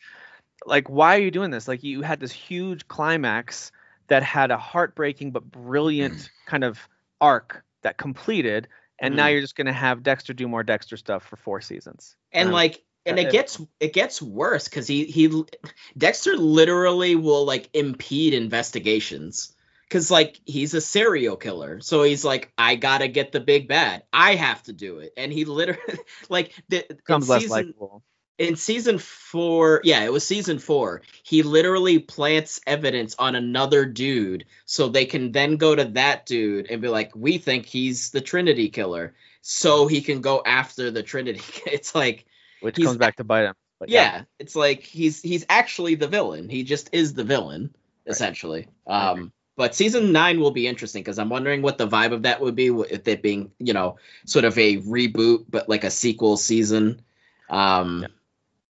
[SPEAKER 2] like, why are you doing this? Like, you had this huge climax that had a heartbreaking but
[SPEAKER 4] Mm.
[SPEAKER 2] brilliant kind of arc that completed, and now
[SPEAKER 4] Mhm.
[SPEAKER 2] you're just going to have Dexter do more Dexter stuff for four seasons.
[SPEAKER 4] and
[SPEAKER 2] Um,
[SPEAKER 4] like and
[SPEAKER 2] uh,
[SPEAKER 4] it
[SPEAKER 2] if-
[SPEAKER 4] gets it gets worse because he he l- dexter literally will like impede investigations because like he's a serial killer so he's like i gotta get the big bad i have to do it and he literally like the in
[SPEAKER 2] becomes less
[SPEAKER 4] season-
[SPEAKER 2] likable.
[SPEAKER 4] in season four yeah it was season four he literally plants evidence on another dude so they can then go to that dude and be like we think he's the trinity killer so he can go after the trinity it's like
[SPEAKER 2] which
[SPEAKER 4] He's-
[SPEAKER 2] comes back to bite him. But
[SPEAKER 4] yeah, it's like he's he's actually the villain. He just is the villain essentially.
[SPEAKER 2] I agree.
[SPEAKER 4] Um, but season nine will be interesting because I'm wondering what the vibe of that would be with it being you know sort of a reboot but like a sequel season. Um,
[SPEAKER 2] Yeah.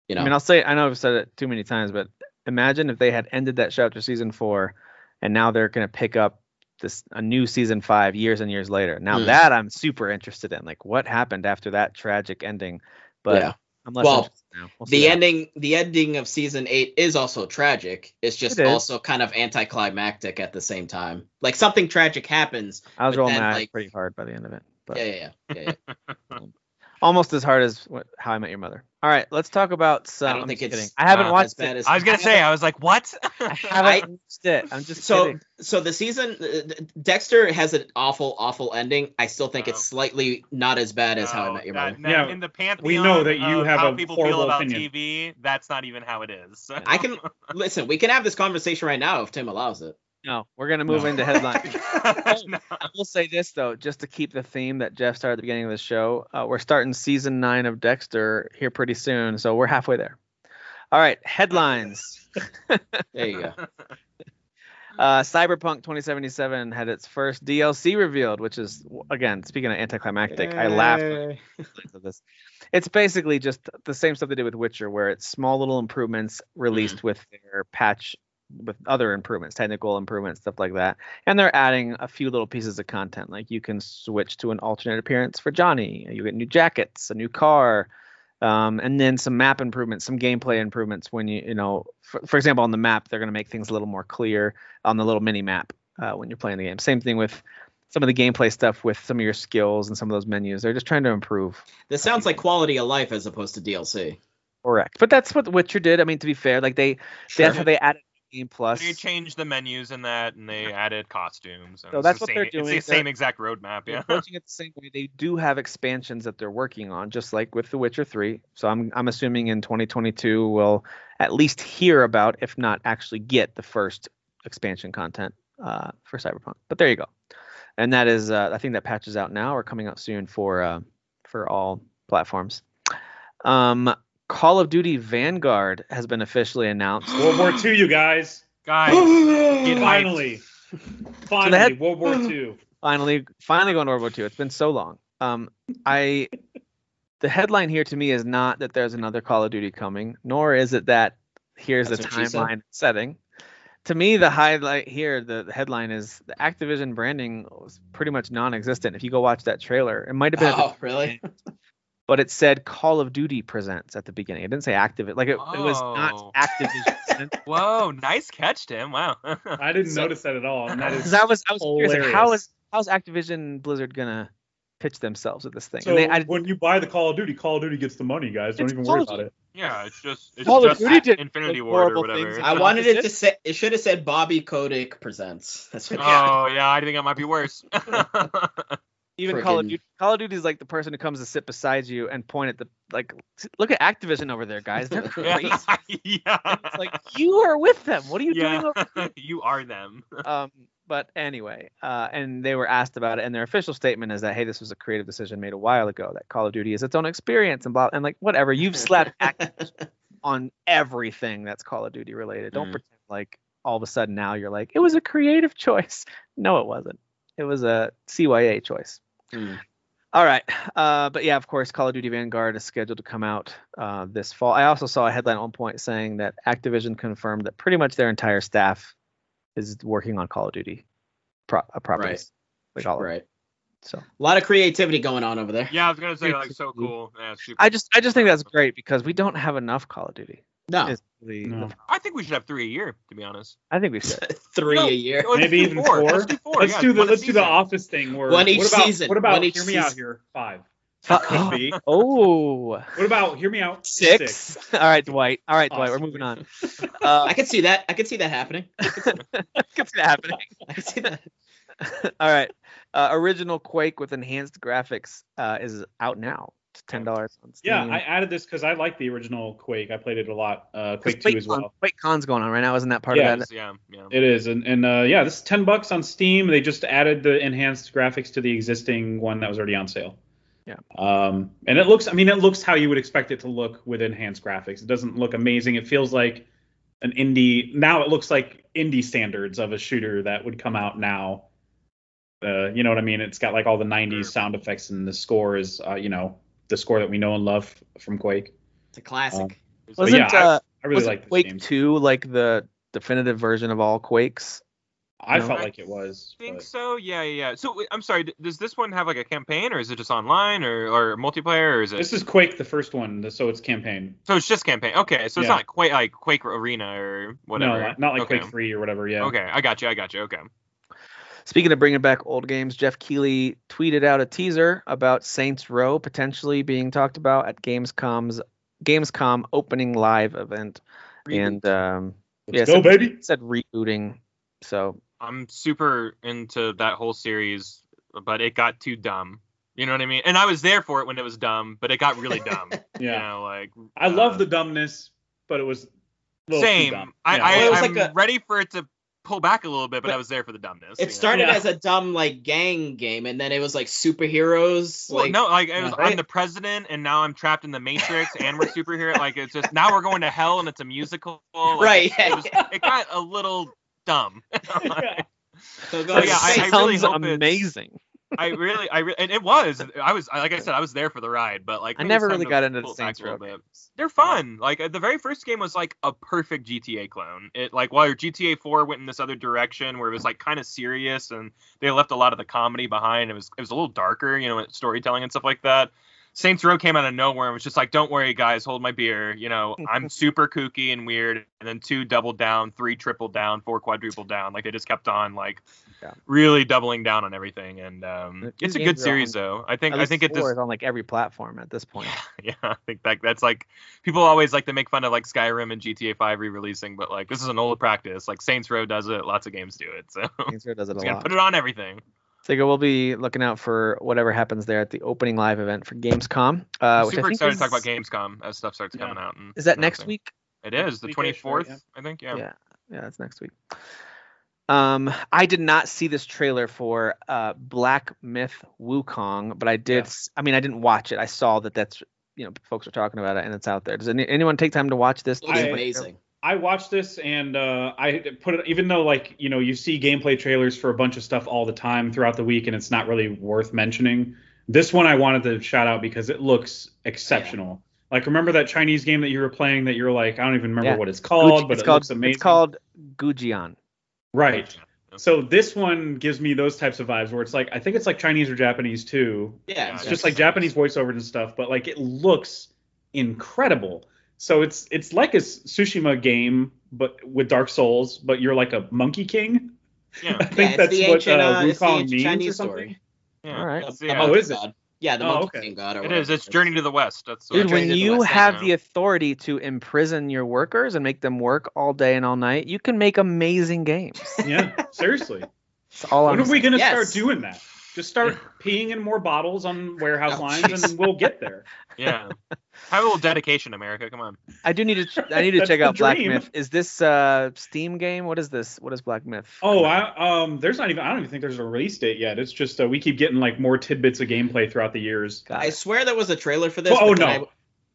[SPEAKER 4] you
[SPEAKER 2] I
[SPEAKER 4] know,
[SPEAKER 2] mean, I'll say I know I've said it too many times, but imagine if they had ended that show after season four, and now they're gonna pick up this a new season five years and years later. Now
[SPEAKER 4] Hmm.
[SPEAKER 2] that I'm super interested in, like what happened after that tragic ending. But
[SPEAKER 4] Yeah.
[SPEAKER 2] I'm less
[SPEAKER 4] Well,
[SPEAKER 2] interested now. We'll see
[SPEAKER 4] the
[SPEAKER 2] what
[SPEAKER 4] ending the ending of season eight is also tragic. It's just
[SPEAKER 2] It is.
[SPEAKER 4] also kind of anticlimactic at the same time. Like something tragic happens.
[SPEAKER 2] happens. I was
[SPEAKER 4] but
[SPEAKER 2] rolling
[SPEAKER 4] then,
[SPEAKER 2] my eyes
[SPEAKER 4] like-
[SPEAKER 2] pretty hard by the end of it. But
[SPEAKER 4] yeah, yeah, yeah, yeah, yeah.
[SPEAKER 2] almost as hard as what, How I Met Your Mother. All right, let's talk about some.
[SPEAKER 4] I don't
[SPEAKER 2] I'm
[SPEAKER 4] think
[SPEAKER 2] just
[SPEAKER 4] it's
[SPEAKER 2] kidding. I haven't
[SPEAKER 4] uh, as
[SPEAKER 2] watched
[SPEAKER 4] bad
[SPEAKER 2] it.
[SPEAKER 4] as
[SPEAKER 5] I was gonna say, I was like, what?
[SPEAKER 2] I haven't watched it. I'm just
[SPEAKER 4] so
[SPEAKER 2] kidding.
[SPEAKER 4] so the season uh, Dexter has an awful awful ending. I still think it's slightly not as bad as How I
[SPEAKER 5] No,
[SPEAKER 4] Met Your
[SPEAKER 5] that-
[SPEAKER 4] Mother.
[SPEAKER 5] that-
[SPEAKER 3] Yeah,
[SPEAKER 5] in the pantheon,
[SPEAKER 3] we know that you
[SPEAKER 5] of
[SPEAKER 3] have
[SPEAKER 5] how
[SPEAKER 3] a
[SPEAKER 5] people
[SPEAKER 3] horrible
[SPEAKER 5] feel about
[SPEAKER 3] opinion.
[SPEAKER 5] TV. That's not even how it is.
[SPEAKER 4] I can listen. We can have this conversation right now if Tim allows it.
[SPEAKER 2] No, we're gonna move
[SPEAKER 3] No.
[SPEAKER 2] into headlines.
[SPEAKER 5] No.
[SPEAKER 2] I will say this though, just to keep the theme that Jeff started at the beginning of the show, uh, we're starting season nine of Dexter here pretty soon, so we're halfway there. All right, headlines.
[SPEAKER 4] There you go.
[SPEAKER 2] Uh, Cyberpunk 2077 had its first DLC revealed, which is again speaking of anticlimactic, I laughed when I
[SPEAKER 4] Yay.
[SPEAKER 2] looked at this. It's basically just the same stuff they did with Witcher, where it's small little improvements released with their patch, with other improvements, technical improvements, stuff like that. And they're adding a few little pieces of content, like you can switch to an alternate appearance for Johnny, you get new jackets, a new car, um, and then some map improvements, some gameplay improvements. When you, you know, for, for example, on the map, they're going to make things a little more clear on the little mini map uh, when you're playing the game. Same thing with some of the gameplay stuff with some of your skills and some of those menus. They're just trying to improve.
[SPEAKER 4] This sounds like quality of life as opposed to DLC.
[SPEAKER 2] Correct. But that's what Witcher did. I mean, to be fair, like they that's how
[SPEAKER 3] Sure.
[SPEAKER 2] they added Game Plus.
[SPEAKER 5] They changed the menus in that, and they added costumes. And
[SPEAKER 2] So
[SPEAKER 5] it's
[SPEAKER 2] that's
[SPEAKER 5] the
[SPEAKER 2] what
[SPEAKER 5] same,
[SPEAKER 2] they're
[SPEAKER 5] It's the
[SPEAKER 2] doing.
[SPEAKER 5] same exact roadmap.
[SPEAKER 2] They're
[SPEAKER 5] Yeah.
[SPEAKER 2] approaching it the same way. They do have expansions that they're working on, just like with The Witcher 3. So I'm I'm assuming in 2022 we'll at least hear about, if not actually get, the first expansion content uh, for Cyberpunk. But there you go. And that is, uh, I think that patch is out now or coming out soon for uh, for all platforms. Um, Call of Duty Vanguard has been officially announced.
[SPEAKER 3] World War II, you guys.
[SPEAKER 5] Guys,
[SPEAKER 3] Finally.
[SPEAKER 4] Oh,
[SPEAKER 5] hyped.
[SPEAKER 3] Finally,
[SPEAKER 2] had-
[SPEAKER 3] World War II.
[SPEAKER 2] finally finally going to World War II. It's been so long. Um, I the headline here to me is not that there's another Call of Duty coming, nor is it that here's the
[SPEAKER 4] That's what she said.
[SPEAKER 2] timeline setting. To me, the highlight here, the, the headline is the Activision branding was pretty much non-existent. If you go watch that trailer, it might have been, at the-
[SPEAKER 4] Oh, really?
[SPEAKER 2] but it said Call of Duty presents at the beginning. It didn't say Activision. Like it, it was
[SPEAKER 5] Oh.
[SPEAKER 2] not Activision.
[SPEAKER 5] whoa, nice catch, Tim. Wow.
[SPEAKER 3] I didn't
[SPEAKER 4] So-
[SPEAKER 3] notice that at all. And that is
[SPEAKER 2] Because I was, I was curious, like, how
[SPEAKER 3] hilarious.
[SPEAKER 2] is how's Activision Blizzard gonna pitch themselves at this thing?
[SPEAKER 3] So
[SPEAKER 2] and they, I,
[SPEAKER 3] when you buy the Call of Duty, Call of Duty gets the money, guys. Don't
[SPEAKER 2] It's
[SPEAKER 3] even
[SPEAKER 2] Call
[SPEAKER 3] worry
[SPEAKER 2] of
[SPEAKER 3] about
[SPEAKER 2] Duty.
[SPEAKER 3] it.
[SPEAKER 5] yeah, it's just it's
[SPEAKER 2] Call of
[SPEAKER 5] just
[SPEAKER 2] Duty did
[SPEAKER 5] Infinity
[SPEAKER 2] those
[SPEAKER 5] Ward or
[SPEAKER 2] horrible
[SPEAKER 5] whatever.
[SPEAKER 2] things.
[SPEAKER 4] I wanted it to say it should have said Bobby Kotick presents. That's what
[SPEAKER 5] Oh yeah, I think that might be worse.
[SPEAKER 2] even Call of
[SPEAKER 4] Friggin-
[SPEAKER 2] Duty. Call of Duty is like the person who comes to sit beside you and point at the like. s- Look at Activision over there, guys. They're crazy.
[SPEAKER 5] yeah. yeah.
[SPEAKER 2] it's like you are with them. What are you doing? Over-
[SPEAKER 5] yeah. you are them.
[SPEAKER 2] um, but anyway, uh, and they were asked about it, and their official statement is that hey, this was a creative decision made a while ago. That Call of Duty is its own experience and blah and like whatever. You've slapped Activision on everything that's Call of Duty related. Don't
[SPEAKER 4] Mhm.
[SPEAKER 2] pretend like all of a sudden now you're like it was a creative choice. No, it wasn't. It was a CYA choice.
[SPEAKER 4] Hmm.
[SPEAKER 2] All right. Uh, but yeah, of course, Call of Duty Vanguard is scheduled to come out uh, this fall. I also saw a headline at one point saying that Activision confirmed that pretty much their entire staff is working on Call of Duty pro- uh, properties. Like all of
[SPEAKER 4] right.
[SPEAKER 2] it. So
[SPEAKER 4] A lot of creativity going on over there.
[SPEAKER 5] Yeah, I was gonna say like so cool. Yeah, super.
[SPEAKER 2] I just I just think that's great because we don't have enough Call of Duty.
[SPEAKER 4] No,
[SPEAKER 2] Is really
[SPEAKER 3] No.
[SPEAKER 2] the-
[SPEAKER 5] I think we should have three a year, to be honest.
[SPEAKER 2] I think we should.
[SPEAKER 4] three
[SPEAKER 5] No.
[SPEAKER 4] a year.
[SPEAKER 5] Or let's
[SPEAKER 3] Maybe
[SPEAKER 5] do
[SPEAKER 3] even
[SPEAKER 5] four.
[SPEAKER 3] four.
[SPEAKER 5] Let's do four.
[SPEAKER 3] Let's
[SPEAKER 5] yeah,
[SPEAKER 3] do the
[SPEAKER 5] one a
[SPEAKER 3] let's do the
[SPEAKER 5] season.
[SPEAKER 3] office thing where
[SPEAKER 4] One each
[SPEAKER 3] what about,
[SPEAKER 4] season.
[SPEAKER 3] What about
[SPEAKER 4] One each
[SPEAKER 3] hear me out
[SPEAKER 4] season.
[SPEAKER 3] here? Five.
[SPEAKER 2] Uh,
[SPEAKER 3] Could be.
[SPEAKER 2] oh,
[SPEAKER 3] What about hear me out?
[SPEAKER 4] Six.
[SPEAKER 2] all right, Dwight. All right, Dwight.
[SPEAKER 3] Awesome.
[SPEAKER 2] We're moving on. Uh,
[SPEAKER 4] I could see that. I could see that happening.
[SPEAKER 2] it's happening.
[SPEAKER 4] I could see that.
[SPEAKER 2] All right. Uh, original Quake with enhanced graphics uh, is out now. It's ten dollars on Steam.
[SPEAKER 3] Yeah, I added this because I like the original Quake. I played it a lot. Uh,
[SPEAKER 2] 'Cause
[SPEAKER 3] Quake Two as
[SPEAKER 2] Con-
[SPEAKER 3] well.
[SPEAKER 2] Quake Con's going on right now, isn't that part
[SPEAKER 3] Yeah.
[SPEAKER 2] of that?
[SPEAKER 5] Yeah, yeah.
[SPEAKER 3] It is, and and uh, yeah, this is ten bucks on Steam. They just added the enhanced graphics to the existing one that was already on sale.
[SPEAKER 2] Yeah.
[SPEAKER 3] Um, and it looks, I mean, it looks how you would expect it to look with enhanced graphics. It doesn't look amazing. It feels like an indie. Now it looks like indie standards of a shooter that would come out now. Uh, you know what I mean? It's got like all the '90s
[SPEAKER 5] Sure.
[SPEAKER 2] Mm.
[SPEAKER 3] sound effects, and the score is, uh, you know, the score that we know and love from Quake.
[SPEAKER 4] It's a classic.
[SPEAKER 5] It's like-
[SPEAKER 2] Wasn't
[SPEAKER 3] yeah,
[SPEAKER 2] uh,
[SPEAKER 3] I really
[SPEAKER 2] wasn't
[SPEAKER 3] like this
[SPEAKER 2] Quake
[SPEAKER 3] game.
[SPEAKER 2] Two like the definitive version of all Quakes?
[SPEAKER 3] I
[SPEAKER 2] No.
[SPEAKER 3] felt like it was.
[SPEAKER 5] think
[SPEAKER 3] but-
[SPEAKER 5] so. Yeah, yeah. yeah. So w- I'm sorry. d- Does this one have like a campaign, or is it just online, or or multiplayer, or is it?
[SPEAKER 3] This is Quake, the first one, so it's campaign.
[SPEAKER 5] so it's just campaign. Okay, so it's
[SPEAKER 3] Yeah.
[SPEAKER 5] not quite like Quake Arena or whatever.
[SPEAKER 3] No, not like
[SPEAKER 5] okay.
[SPEAKER 3] Quake Three or whatever. Yeah.
[SPEAKER 5] Okay, I got you. I got you. Okay.
[SPEAKER 2] Speaking of bringing back old games, Jeff Keighley tweeted out a teaser about Saints Row potentially being talked about at Gamescom's Gamescom opening live event, and um, yeah,
[SPEAKER 3] go,
[SPEAKER 2] said-
[SPEAKER 3] baby.
[SPEAKER 2] said rebooting. So
[SPEAKER 5] I'm super into that whole series, but it got too dumb. You know what I mean? And I was there for it when it was dumb, but it got really dumb. You
[SPEAKER 3] Yeah.
[SPEAKER 5] know, like
[SPEAKER 3] I love
[SPEAKER 5] uh,
[SPEAKER 3] the dumbness, but it was a little too
[SPEAKER 5] same.
[SPEAKER 3] dumb.
[SPEAKER 5] I,
[SPEAKER 3] Yeah.
[SPEAKER 5] I,
[SPEAKER 4] Well, it was
[SPEAKER 5] I'm
[SPEAKER 4] like a-
[SPEAKER 5] ready for it to pull back a little bit, but,
[SPEAKER 4] But
[SPEAKER 5] I was there for the dumbness. you know?
[SPEAKER 4] It started
[SPEAKER 3] Yeah.
[SPEAKER 4] as a dumb like gang game, and then it was like superheroes.
[SPEAKER 5] Well,
[SPEAKER 4] like
[SPEAKER 5] no, like it was,
[SPEAKER 3] Yeah.
[SPEAKER 5] I'm the president, and now I'm trapped in the Matrix, and we're superhero. Like it's just now we're going to hell, and it's a musical. Like,
[SPEAKER 4] Right,
[SPEAKER 5] It, it was- it got a little dumb.
[SPEAKER 3] Yeah.
[SPEAKER 4] so go
[SPEAKER 5] Oh,
[SPEAKER 2] that
[SPEAKER 4] to
[SPEAKER 5] yeah, I- I
[SPEAKER 4] Saints.
[SPEAKER 5] really
[SPEAKER 2] sounds
[SPEAKER 5] hope it's-
[SPEAKER 2] amazing.
[SPEAKER 5] I really, I re- and it was. I was like I said, I was there for the ride, but like
[SPEAKER 2] I
[SPEAKER 5] maybe
[SPEAKER 2] never
[SPEAKER 5] it's time
[SPEAKER 2] really
[SPEAKER 5] to
[SPEAKER 2] got into the
[SPEAKER 5] pull it back
[SPEAKER 2] Saints
[SPEAKER 5] a little
[SPEAKER 2] Row
[SPEAKER 5] bit. They're fun. Like uh, the very first game was like a perfect GTA clone. It like while your GTA 4 went in this other direction where it was like kind of serious and they left a lot of the comedy behind. It was it was a little darker, you know, with storytelling and stuff like that. Saints Row came out of nowhere and was just like, "Don't worry, guys, hold my beer." You know, I'm super kooky and weird. And then two doubled down, three tripled down, four quadrupled down. Like they just kept on like
[SPEAKER 2] Yeah.
[SPEAKER 5] really doubling down on everything. And
[SPEAKER 2] The
[SPEAKER 5] um,
[SPEAKER 2] two
[SPEAKER 5] it's a
[SPEAKER 2] games
[SPEAKER 5] good
[SPEAKER 2] are
[SPEAKER 5] series, though. I think I think it
[SPEAKER 2] four
[SPEAKER 5] just
[SPEAKER 2] is on like every platform at this point.
[SPEAKER 5] yeah, I think that that's like people always like to make fun of like Skyrim and GTA 5 re-releasing, but like this is an old practice. Like Saints Row does it, lots of games do it. So
[SPEAKER 2] Saints Row does it a
[SPEAKER 5] just gonna
[SPEAKER 2] lot.
[SPEAKER 5] put it on everything.
[SPEAKER 2] So we'll be looking out for whatever happens there at the opening live event for Gamescom. Uh,
[SPEAKER 5] I'm
[SPEAKER 2] which I
[SPEAKER 5] super
[SPEAKER 2] think
[SPEAKER 5] excited
[SPEAKER 2] is-
[SPEAKER 5] to talk about Gamescom as stuff starts coming out. And
[SPEAKER 2] Is that
[SPEAKER 5] and
[SPEAKER 2] next
[SPEAKER 5] everything.
[SPEAKER 2] week?
[SPEAKER 5] It is the
[SPEAKER 3] Week-ish, right?
[SPEAKER 5] 24th,
[SPEAKER 3] Yeah.
[SPEAKER 5] I think. Yeah.
[SPEAKER 2] Yeah. Yeah, that's next week. Um, I did not see this trailer for uh Black Myth Wukong, but I did.
[SPEAKER 3] Yeah.
[SPEAKER 2] s I I mean, I didn't watch it. I saw that that's you know folks are talking about it and it's out there. Does any, anyone take time to watch this?
[SPEAKER 4] It looks
[SPEAKER 3] I-
[SPEAKER 4] amazing.
[SPEAKER 3] I watched this and uh, I put it, even though like you know you see gameplay trailers for a bunch of stuff all the time throughout the week, and it's not really worth mentioning. This one I wanted to shout out because it looks exceptional. Like remember that Chinese game that you were playing that you're like I don't even remember
[SPEAKER 2] Yeah.
[SPEAKER 3] what it's called,
[SPEAKER 2] Gucci-
[SPEAKER 3] but
[SPEAKER 2] it's
[SPEAKER 3] it
[SPEAKER 2] called
[SPEAKER 3] looks amazing.
[SPEAKER 2] it's called Gujian.
[SPEAKER 3] right.
[SPEAKER 5] Yeah.
[SPEAKER 3] So this one gives me those types of vibes where it's like I think it's like Chinese or Japanese too,
[SPEAKER 4] Yeah,
[SPEAKER 3] it's
[SPEAKER 5] Yeah,
[SPEAKER 3] just
[SPEAKER 5] yeah.
[SPEAKER 3] like Japanese voiceovers and stuff, but like it looks incredible. So it's it's like a S- Tsushima game, but with Dark Souls, but you're like a monkey king.
[SPEAKER 5] Yeah.
[SPEAKER 3] I think
[SPEAKER 4] it's
[SPEAKER 3] that's
[SPEAKER 4] the
[SPEAKER 3] what
[SPEAKER 4] ancient,
[SPEAKER 3] uh,
[SPEAKER 4] uh, it's the
[SPEAKER 3] Wukong
[SPEAKER 4] ancient
[SPEAKER 3] means or
[SPEAKER 4] Chinese
[SPEAKER 3] something.
[SPEAKER 4] story.
[SPEAKER 5] Yeah.
[SPEAKER 2] All right.
[SPEAKER 5] That's
[SPEAKER 4] The
[SPEAKER 5] the,
[SPEAKER 3] Oh,
[SPEAKER 5] uh,
[SPEAKER 4] monkey
[SPEAKER 3] is it?
[SPEAKER 4] god. Yeah, the
[SPEAKER 3] Oh,
[SPEAKER 4] monkey
[SPEAKER 3] okay.
[SPEAKER 4] king god. Or
[SPEAKER 5] it
[SPEAKER 4] whatever.
[SPEAKER 5] is. It's Journey to the West. That's what I
[SPEAKER 2] Dude,
[SPEAKER 5] tried
[SPEAKER 2] when
[SPEAKER 5] to do
[SPEAKER 2] you
[SPEAKER 5] last night,
[SPEAKER 2] have
[SPEAKER 5] know?
[SPEAKER 2] the authority to imprison your workers and make them work all day and all night, you can make amazing games.
[SPEAKER 3] Yeah, seriously.
[SPEAKER 2] That's all
[SPEAKER 3] when
[SPEAKER 2] I'm
[SPEAKER 3] are we gonna
[SPEAKER 4] Yes.
[SPEAKER 3] start doing that? Just start peeing in more bottles on warehouse
[SPEAKER 4] Oh,
[SPEAKER 3] lines, and we'll get there.
[SPEAKER 5] yeah, have a little dedication, America. Come on.
[SPEAKER 2] I do need to. ch- I need to
[SPEAKER 3] That's
[SPEAKER 2] check
[SPEAKER 3] the
[SPEAKER 2] out Black
[SPEAKER 3] dream.
[SPEAKER 2] Myth. Is this uh Steam game? What is this? What is Black Myth?
[SPEAKER 3] Oh, I, um, there's not even. I don't even think there's a release date yet. It's just uh, we keep getting like more tidbits of gameplay throughout the years.
[SPEAKER 2] got
[SPEAKER 4] I
[SPEAKER 2] it.
[SPEAKER 4] swear there was a trailer for this.
[SPEAKER 3] Oh, oh
[SPEAKER 4] but then
[SPEAKER 3] no,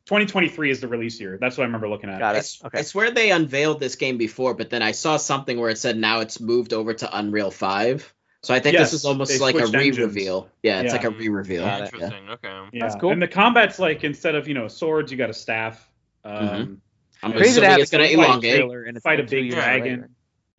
[SPEAKER 3] 2023 is the release year. That's what I remember looking at.
[SPEAKER 2] Got
[SPEAKER 4] I, I
[SPEAKER 2] it.
[SPEAKER 4] s- I
[SPEAKER 2] Okay.
[SPEAKER 4] swear they unveiled this game before, but then I saw something where it said now it's moved over to Unreal Five. So I think
[SPEAKER 3] Yes,
[SPEAKER 4] this is
[SPEAKER 3] they
[SPEAKER 4] almost like a
[SPEAKER 3] switched engines.
[SPEAKER 4] re-reveal. Yeah, it's
[SPEAKER 3] Yeah.
[SPEAKER 4] like a re-reveal.
[SPEAKER 2] Got it, yeah.
[SPEAKER 5] Interesting. Okay.
[SPEAKER 3] Yeah.
[SPEAKER 2] That's cool.
[SPEAKER 3] And the combat's like instead of you know swords, you got a staff. Um,
[SPEAKER 4] I'm
[SPEAKER 3] Crazy to
[SPEAKER 4] assuming
[SPEAKER 2] have
[SPEAKER 4] it's gonna
[SPEAKER 2] a fight
[SPEAKER 4] elongate.
[SPEAKER 2] trailer and it's
[SPEAKER 3] Fight a
[SPEAKER 2] like two
[SPEAKER 3] big
[SPEAKER 2] years
[SPEAKER 3] dragon. Oh
[SPEAKER 2] later.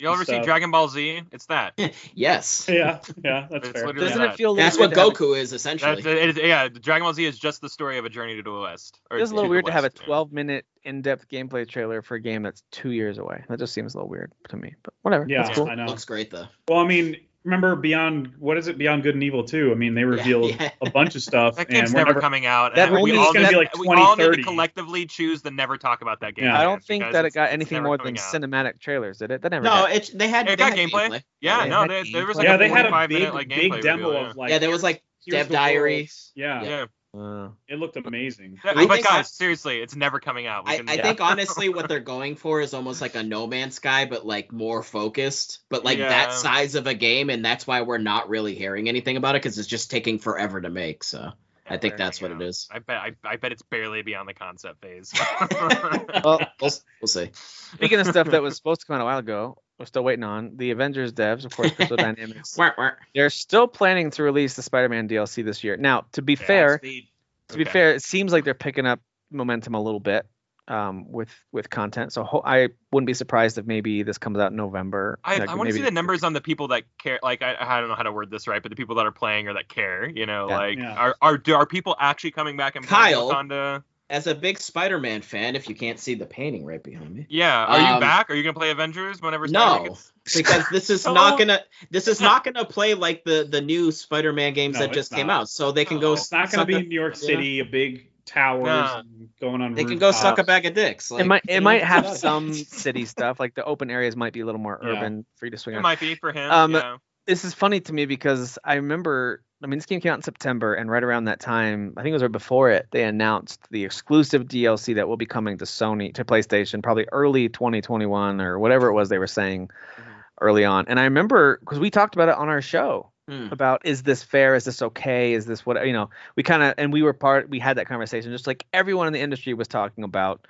[SPEAKER 5] You all ever see
[SPEAKER 3] So-
[SPEAKER 5] Dragon Ball Z? It's that.
[SPEAKER 4] Yes,
[SPEAKER 3] Yeah, yeah, that's
[SPEAKER 5] It's
[SPEAKER 3] fair.
[SPEAKER 5] literally-
[SPEAKER 2] Doesn't
[SPEAKER 5] Yeah.
[SPEAKER 2] it feel? a little
[SPEAKER 4] that's
[SPEAKER 2] weird
[SPEAKER 4] what
[SPEAKER 2] to have a-
[SPEAKER 4] Goku is
[SPEAKER 5] That's,
[SPEAKER 4] essentially.
[SPEAKER 5] it is, yeah, Dragon Ball Z is just the story of a journey to the West. or
[SPEAKER 2] It is a
[SPEAKER 5] to
[SPEAKER 2] little
[SPEAKER 5] the
[SPEAKER 2] weird to have a
[SPEAKER 5] West, yeah.
[SPEAKER 2] 12 minute in-depth gameplay trailer for a game that's two years away. That just seems a little weird to me, but whatever.
[SPEAKER 3] yeah,
[SPEAKER 2] that's cool.
[SPEAKER 3] I know.
[SPEAKER 4] Looks great though.
[SPEAKER 3] Well, I mean, remember Beyond? What is it? Beyond Good and Evil too. I mean, they revealed
[SPEAKER 4] yeah.
[SPEAKER 3] a bunch of stuff,
[SPEAKER 5] That
[SPEAKER 3] and
[SPEAKER 5] game's
[SPEAKER 3] we're
[SPEAKER 5] never,
[SPEAKER 3] never.
[SPEAKER 5] coming out.
[SPEAKER 2] That
[SPEAKER 5] and we
[SPEAKER 2] only
[SPEAKER 5] all
[SPEAKER 2] is gonna
[SPEAKER 5] need-
[SPEAKER 2] be
[SPEAKER 3] like
[SPEAKER 5] We all need
[SPEAKER 3] 2030.
[SPEAKER 5] to collectively choose to never talk about that game.
[SPEAKER 3] Yeah.
[SPEAKER 2] I
[SPEAKER 5] again,
[SPEAKER 2] don't think
[SPEAKER 5] because
[SPEAKER 2] that it
[SPEAKER 5] it's-
[SPEAKER 2] got
[SPEAKER 5] it's
[SPEAKER 2] anything
[SPEAKER 5] never
[SPEAKER 2] more
[SPEAKER 5] coming
[SPEAKER 2] than
[SPEAKER 5] out.
[SPEAKER 2] cinematic trailers, did it? That never.
[SPEAKER 4] No,
[SPEAKER 2] happened.
[SPEAKER 4] it they had
[SPEAKER 5] It
[SPEAKER 4] they
[SPEAKER 5] got
[SPEAKER 4] had
[SPEAKER 5] gameplay. Yeah,
[SPEAKER 2] they
[SPEAKER 5] no,
[SPEAKER 2] had
[SPEAKER 5] they, there
[SPEAKER 2] gameplay.
[SPEAKER 5] was like
[SPEAKER 3] yeah,
[SPEAKER 5] a
[SPEAKER 3] they had a
[SPEAKER 5] 45
[SPEAKER 3] big,
[SPEAKER 5] minute like
[SPEAKER 3] big
[SPEAKER 5] gameplay
[SPEAKER 3] demo
[SPEAKER 5] reveal,
[SPEAKER 3] of like.
[SPEAKER 4] yeah, there was like
[SPEAKER 3] here's
[SPEAKER 4] Dev
[SPEAKER 3] the world.
[SPEAKER 4] Diary.
[SPEAKER 5] yeah.
[SPEAKER 3] Yeah,
[SPEAKER 5] yeah.
[SPEAKER 2] Uh,
[SPEAKER 3] it looked amazing.
[SPEAKER 5] Yeah,
[SPEAKER 4] I
[SPEAKER 5] but
[SPEAKER 4] think
[SPEAKER 5] guys,
[SPEAKER 4] I-
[SPEAKER 5] seriously, it's never coming out. We
[SPEAKER 4] I,
[SPEAKER 5] can-
[SPEAKER 4] I think honestly what they're going for is almost like a No Man's Sky, but like more focused, but like
[SPEAKER 5] Yeah.
[SPEAKER 4] that size of a game, and that's why we're not really hearing anything about it because it's just taking forever to make. So I think that's what it is.
[SPEAKER 5] I bet. I, I bet it's barely beyond the concept phase.
[SPEAKER 2] well,
[SPEAKER 4] We'll, we'll see.
[SPEAKER 2] speaking of stuff that was supposed to come out a while ago, we're still waiting on the Avengers devs, of course, Crystal Dynamics.
[SPEAKER 4] Wah, wah.
[SPEAKER 2] They're still planning to release the Spider-Man DLC this year. Now, to be
[SPEAKER 5] Yeah,
[SPEAKER 2] fair, to be
[SPEAKER 5] Okay.
[SPEAKER 2] fair, it seems like they're picking up momentum a little bit um, with with content. So ho- I wouldn't be surprised if maybe this comes out in November.
[SPEAKER 5] I,
[SPEAKER 2] Like,
[SPEAKER 5] I want to
[SPEAKER 2] maybe-
[SPEAKER 5] see the numbers on the people that care. Like I, I don't know how to word this right, but the people that are playing or that care. You know,
[SPEAKER 2] Yeah.
[SPEAKER 5] like
[SPEAKER 3] Yeah.
[SPEAKER 5] are are do, are people actually coming back and playing
[SPEAKER 4] Kyle.
[SPEAKER 5] Wakanda?
[SPEAKER 4] as a big Spider-Man fan, if you can't see the painting right behind me,
[SPEAKER 5] Yeah. Are you
[SPEAKER 4] Um,
[SPEAKER 5] back? Are you gonna play Avengers whenever?
[SPEAKER 4] No.
[SPEAKER 5] Spider-Man gets-
[SPEAKER 4] because this is
[SPEAKER 5] Oh.
[SPEAKER 4] not gonna this is not gonna play like the the new Spider-Man games
[SPEAKER 3] No,
[SPEAKER 4] that
[SPEAKER 3] it's
[SPEAKER 4] just came
[SPEAKER 3] not.
[SPEAKER 4] out. So they can
[SPEAKER 5] No,
[SPEAKER 4] go.
[SPEAKER 3] It's not going to
[SPEAKER 4] suck
[SPEAKER 3] be
[SPEAKER 4] a-
[SPEAKER 3] in New York
[SPEAKER 4] yeah.
[SPEAKER 3] City, a big tower
[SPEAKER 5] Nah.
[SPEAKER 3] going on.
[SPEAKER 4] They can go suck a
[SPEAKER 3] rooftops.
[SPEAKER 4] bag of dicks. Like,
[SPEAKER 2] it might
[SPEAKER 4] you
[SPEAKER 2] it
[SPEAKER 4] know,
[SPEAKER 2] might have
[SPEAKER 4] yeah.
[SPEAKER 2] some city stuff. Like the open areas might be a little more
[SPEAKER 3] Yeah.
[SPEAKER 2] urban for you to swing
[SPEAKER 5] It
[SPEAKER 2] on.
[SPEAKER 5] might be for him.
[SPEAKER 2] Um,
[SPEAKER 5] yeah.
[SPEAKER 2] this is funny to me because I remember. I mean, this game came out in September, and right around that time, I think it was right before it, they announced the exclusive DLC that will be coming to Sony to PlayStation, probably early 2021 or whatever it was they were saying
[SPEAKER 4] Mhm.
[SPEAKER 2] early on. And I remember because we talked about it on our show
[SPEAKER 4] Hmm.
[SPEAKER 2] about is this fair? Is this okay? Is this what you know? We kind of and we were part. We had that conversation. Just like everyone in the industry was talking about,